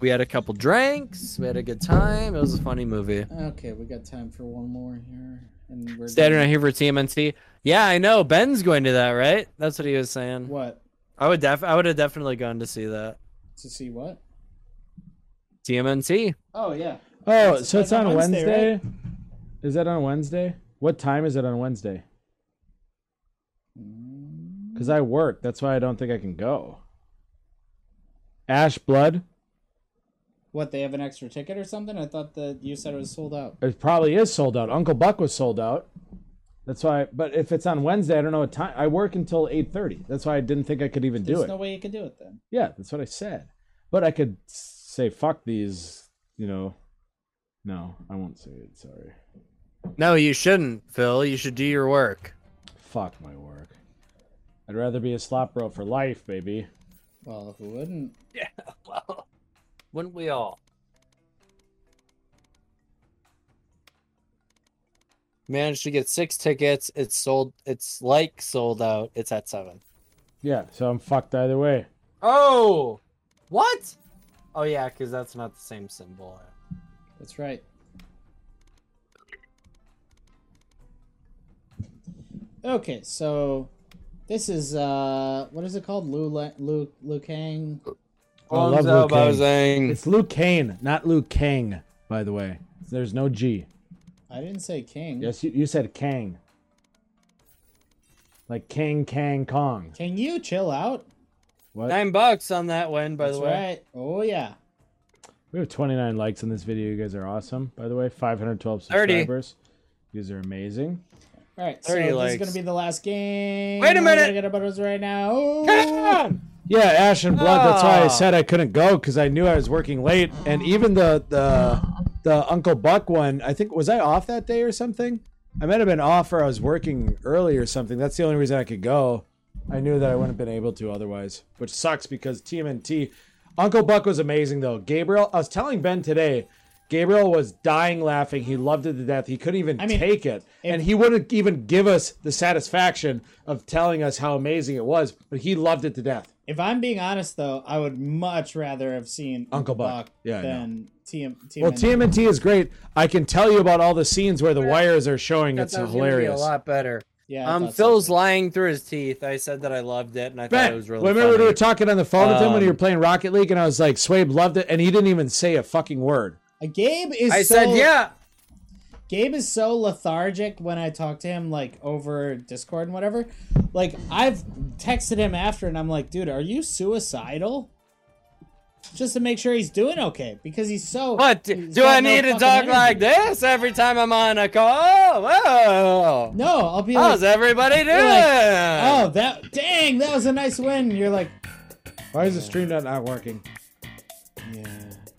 We had a couple drinks, we had a good time. It was a funny movie.
Okay, we got time for one more here, and we're
Saturday
done.
night here for TMNT. Yeah, I know Ben's going to that, right? That's what he was saying.
What
I would def I would have definitely gone to see that
to see what?
TMNT.
Oh yeah,
Oh, so it's
on
on
Wednesday,
Wednesday? Is that on Wednesday? What time is it on Wednesday?
Mm.
Because I work. That's why I don't think I can go. Ash Blood?
what they have an extra ticket or something? I thought that you said it was sold out.
It probably is sold out. Uncle Buck was sold out. That's why. But if it's on Wednesday, I don't know what time. I work until 8.30. That's why I didn't think I could even do
There's
it.
no way you can do it then.
Yeah, that's what I said. But I could s- say fuck these, you know. No, I won't say it. Sorry.
No, you shouldn't, Phil. You should do your work.
Fuck my work. I'd rather be a slop bro for life, baby.
Well, who wouldn't?
Wouldn't we all? Managed to get six tickets. It's sold. It's like sold out. It's at seven.
Yeah, so I'm fucked either way.
Oh, what? Oh yeah, because that's not the same symbol.
That's right. Okay, so this is uh, what is it called? Lu La- Lu Lu Kang.
I love Liu Kang.
Bozang.
It's Luke Kane, not Luke Kang, by the way. There's no G.
I didn't say king.
Yes, you, you said Kang. Like Kang, Kang, Kong.
Can you chill out?
What?
Nine bucks on that one, by
That's
the way.
right. Oh yeah.
We have 29 likes on this video. You guys are awesome, by the way. 512
30.
subscribers. You guys are amazing.
All right. So
30
this
likes.
is gonna be the last game.
Wait a
We're gonna
minute.
get about us right now. Oh.
Come
Yeah, Ash and Blood. That's why I
Ah.
said I couldn't go because I knew I was working late. And even the the the Uncle Buck one, I think was I off that day or something? I might have been off or I was working early or something. That's the only reason I could go. I knew that I wouldn't have been able to otherwise, which sucks because TMNT. Uncle Buck was amazing though. Gabriel, I was telling Ben today, Gabriel was dying laughing. He loved it to death. He couldn't even
I mean,
take it. and he wouldn't even give us the satisfaction of telling us how amazing it was, but he loved it to death.
If I'm being honest, though, I would much rather have seen
Uncle Buck. Yeah, I know.
than TM, TMNT.
Well, TMNT is great. I can tell you about all the scenes where the wires are showing.
That
It's
was gonna be a
hilarious.
lot better.
Yeah, I
Um,
thought so.
Phil's lying through his teeth. I said that I loved it, and I thought
Ben,
it was really.
remember
funny.
we were talking on the phone with him when you were
Um,
playing Rocket League, and I was like, "Swabe loved it," and he didn't even say a fucking word.
Uh, Gabe is.
I
so,
said, yeah.
Gabe is so lethargic when I talk to him, like over Discord and whatever. Like I've texted him after, and I'm like, dude, are you suicidal? Just to make sure he's doing okay, because he's so.
What do,
he's
do
got
I
no
need to
fucking
talk
energy.
like this every time I'm on
<laughs>
a call? Whoa!
No, I'll be like,
How's everybody doing?
you're like, oh, that dang, that was a nice win. You're like,
Why is the stream deck not working?
yeah,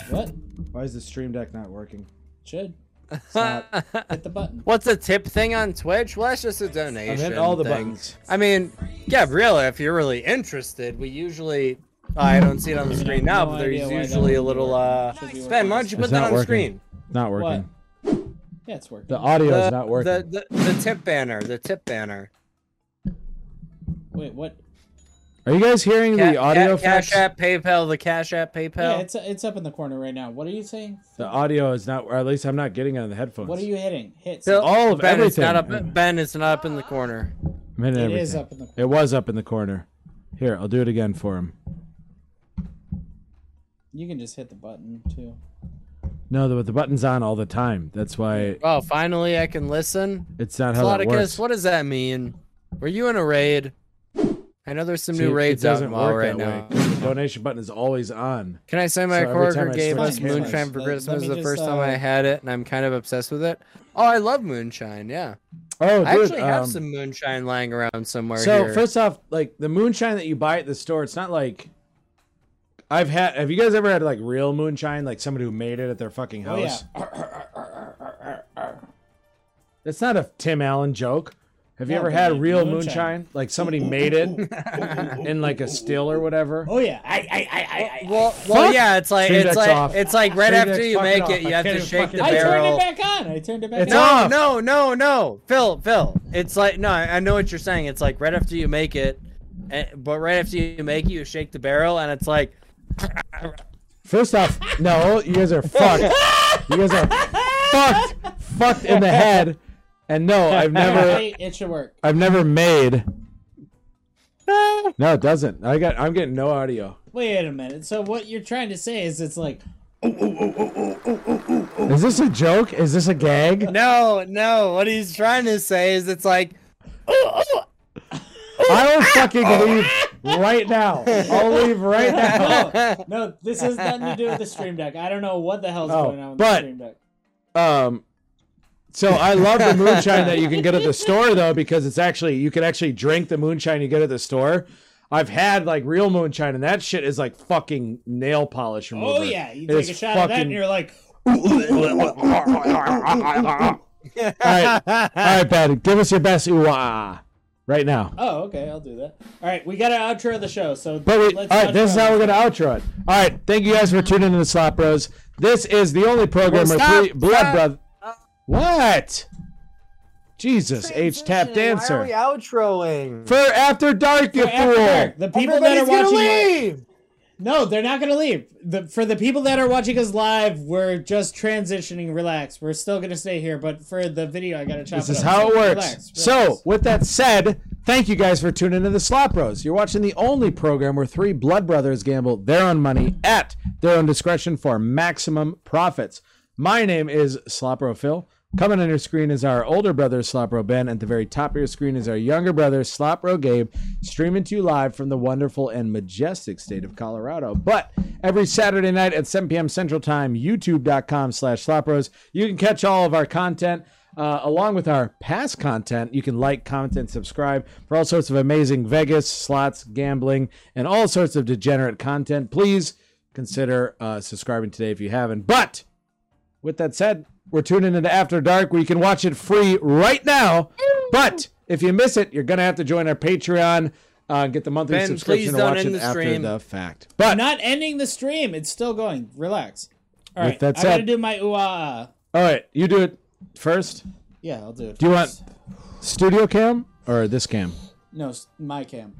what?
Why is the stream deck not working?
Should hit the button.
<laughs> What's the tip thing on Twitch? Well, that's just a donation.
I've hit all the
thing.
buttons.
I mean, yeah, really. If you're really interested, we usually. oh, I don't see it on the screen now,
no
but there's
idea why that
usually a
wouldn't
little. uh
work. Should be working.
Ben, why don't you put
It's
that
not
on the
working.
screen?
Not working.
What? Yeah, it's working.
The audio
The,
is not working.
The, the the tip banner. The tip banner.
Wait, what?
are you guys hearing
Ca-
the audio?
ca- Cash
effects?
App, PayPal. The Cash App, PayPal.
Yeah, it's it's up in the corner right now. What are you saying?
The audio is not, or at least I'm not getting it on the headphones.
What are you hitting? Hits.
Bill-
all of
ben, It's not up,
everything.
ben, it's not up in the corner.
I'm hitting
It
everything.
is up in the corner.
It was up in the corner. Here, I'll do it again for him.
You can just hit the button too.
No, the, the button's on all the time. That's why
Oh, finally I can listen.
it's not how that works.
Flodicus, what does that mean? Were you in a raid? I know there's some
See,
new
it-
raids
it
out
doesn't
in WoW
work that
right now.
way, 'cause The donation button is always on.
Can I say
So
my
every
coworker
time I
gave
switch
us
cameras-
moonshine for
Let- let
Christmas
me
the
just,
first time
uh,
I had it, and I'm kind of obsessed with it. Oh, I love moonshine. Yeah,
Oh,
I
dude.
actually have
um,
some moonshine lying around somewhere
so
here.
first off, like the moonshine that you buy at the store, it's not like I've had. Have you guys ever had like real moonshine, like somebody who made it at their fucking
Oh yeah.
house? That's not a Tim Allen joke. Have you
No,
ever
but
had
like
real moonshine?
moonshine.
Like somebody made it in like a still or whatever.
Oh yeah. I I I I. I-
well, well,
Fuck.
yeah, it's like
Stream
it's
deck's
like
off.
it's like right
Stream
after
deck's
you
fucking
make
off.
it, you
I can't
have to
even
shake
fucking-
the
I turned
barrel.
it back on. I turned it back
It's
on.
no,
off.
no, no, no, Phil, Phil. It's like no, I I know what you're saying. It's like right after you make it, eh, but right after you make it, you shake the barrel, and it's like
First off, no, you guys are fucked. You guys are fucked, fucked in the head. And no, I've never,
Hey, it should work.
I've never made. No, it doesn't. I got, I'm getting no audio.
Wait a minute. So what you're trying to say is it's
<laughs>
like
Is this a joke? Is this a gag?
no, no. What he's trying to say is it's like
I will fucking leave right now. I'll leave right now.
no, oh, no. This has nothing to do with the stream deck. I don't know what the hell's
Oh,
going on with
but-
the stream deck.
Um, so I love the moonshine that you can get at the store though, because it's actually you can actually drink the moonshine you get at the store. I've had like real moonshine, and that shit is like fucking nail polish remover.
Oh yeah. You
It
take
is
a shot of that and you're like,
all
<laughs>
right, all right, Ben, give us your best ooh ah right now.
oh okay, I'll do that. All right, we got an outro of the show. So
But we, all
let's
right, this is
outro.
how we're gonna outro it. All right, thank you guys for tuning in to Slap Bros. This is the only program
Well,
where
stop,
three blood
stop.
brother. What? Jesus, H tap dancer.
Why are we outroing?
For after dark, you
For After
fool.
Dark, the people
Everybody's
that are
gonna
watching. live-
leave.
No, they're not going to leave. The, for the people that are watching us live, we're just transitioning. Relax. We're still going to stay here, but for the video, I got to chop
This
it
is
up.
how it
So
works.
relax, relax.
So, with that said, thank you guys for tuning into the Slop Bros. You're watching the only program where three blood brothers gamble their own money at their own discretion for maximum profits. My name is Slopro Phil. Coming on your screen is our older brother, Slopro Ben. At the very top of your screen is our younger brother, Slopro Gabe, streaming to you live from the wonderful and majestic state of Colorado. But every Saturday night at 7 p.m. Central Time, youtube.com slash slopros, you can catch all of our content. Uh, along with our past content, you can like, comment, and subscribe for all sorts of amazing Vegas, slots, gambling, and all sorts of degenerate content. Please consider uh, subscribing today if you haven't. But with that said, we're tuning into After Dark where you can watch it free right now. But if you miss it, you're going to have to join our Patreon. Uh, get the monthly
Ben, please
subscription to
don't
watch
end
it
the
after
stream.
the fact. But
Not ending the stream. It's still going. Relax. All
With
right.
that
I gotta
said-
do my ooh ah. ah.
all right, you do it first.
Yeah, I'll do it.
Do you
first.
want studio cam or this cam?
No, s- my cam.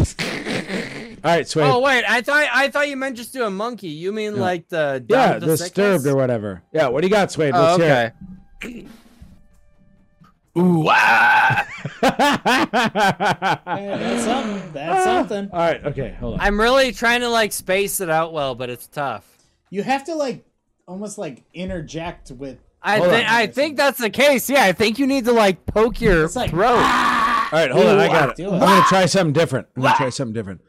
All right, Sway.
Oh wait, I thought I thought you meant just do a monkey. You mean like the Dawn
yeah,
of the
disturbed
Sickness?
or whatever. Yeah, what do you got, Sway?
Oh,
Let's hear
okay.
it.
Ooh, ah!
Hey, that's something.
Ah!
That's something.
<laughs> All right, okay, hold on.
I'm really trying to like space it out well, but it's tough.
You have to like almost like interject with.
I
Hold
think
on.
I think that's the case. Yeah, I think you need to like poke your
It's like,
throat.
All right, hold on. I got it.
do it.
I'm gonna try something different. I'm gonna try something different.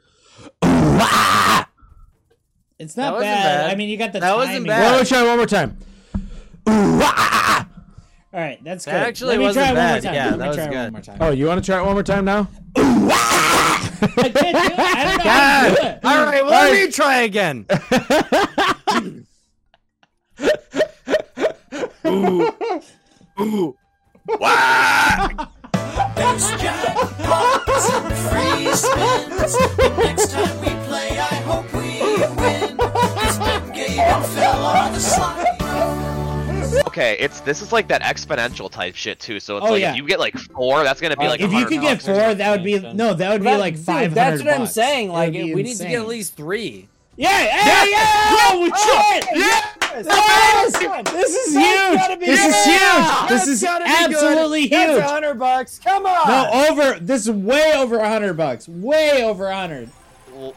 It's not
That
bad.
wasn't bad.
I mean, you got the
That
timing.
wasn't bad.
Well, let me try one more time.
All right, that's good.
That actually
Let me
wasn't
try one more
bad.
time.
Yeah,
Let
that
me
was
try
good.
one more time.
Oh, you want to try it one more time now?
I can't do it. I don't know <laughs> how to do it.
All right, well, let me try <laughs> again.
There's giant pots and free spins. But next time we play, I hope we win. This big game fell on the slide.
Okay, it's this is like that exponential type shit too. So it's
Oh,
like
yeah. Uh,
if you get like four, that's gonna be like
if you could get
$100.
four, that would be no, that would be like five hundred.
That's what I'm saying. Like, we need to get at least three.
Yeah, yeah, yeah! Oh, shit! Yes! This is huge! This is huge! This is absolutely huge!
hundred bucks. Come on.
No, over. This is way over a hundred bucks. Way over a hundred.
Well,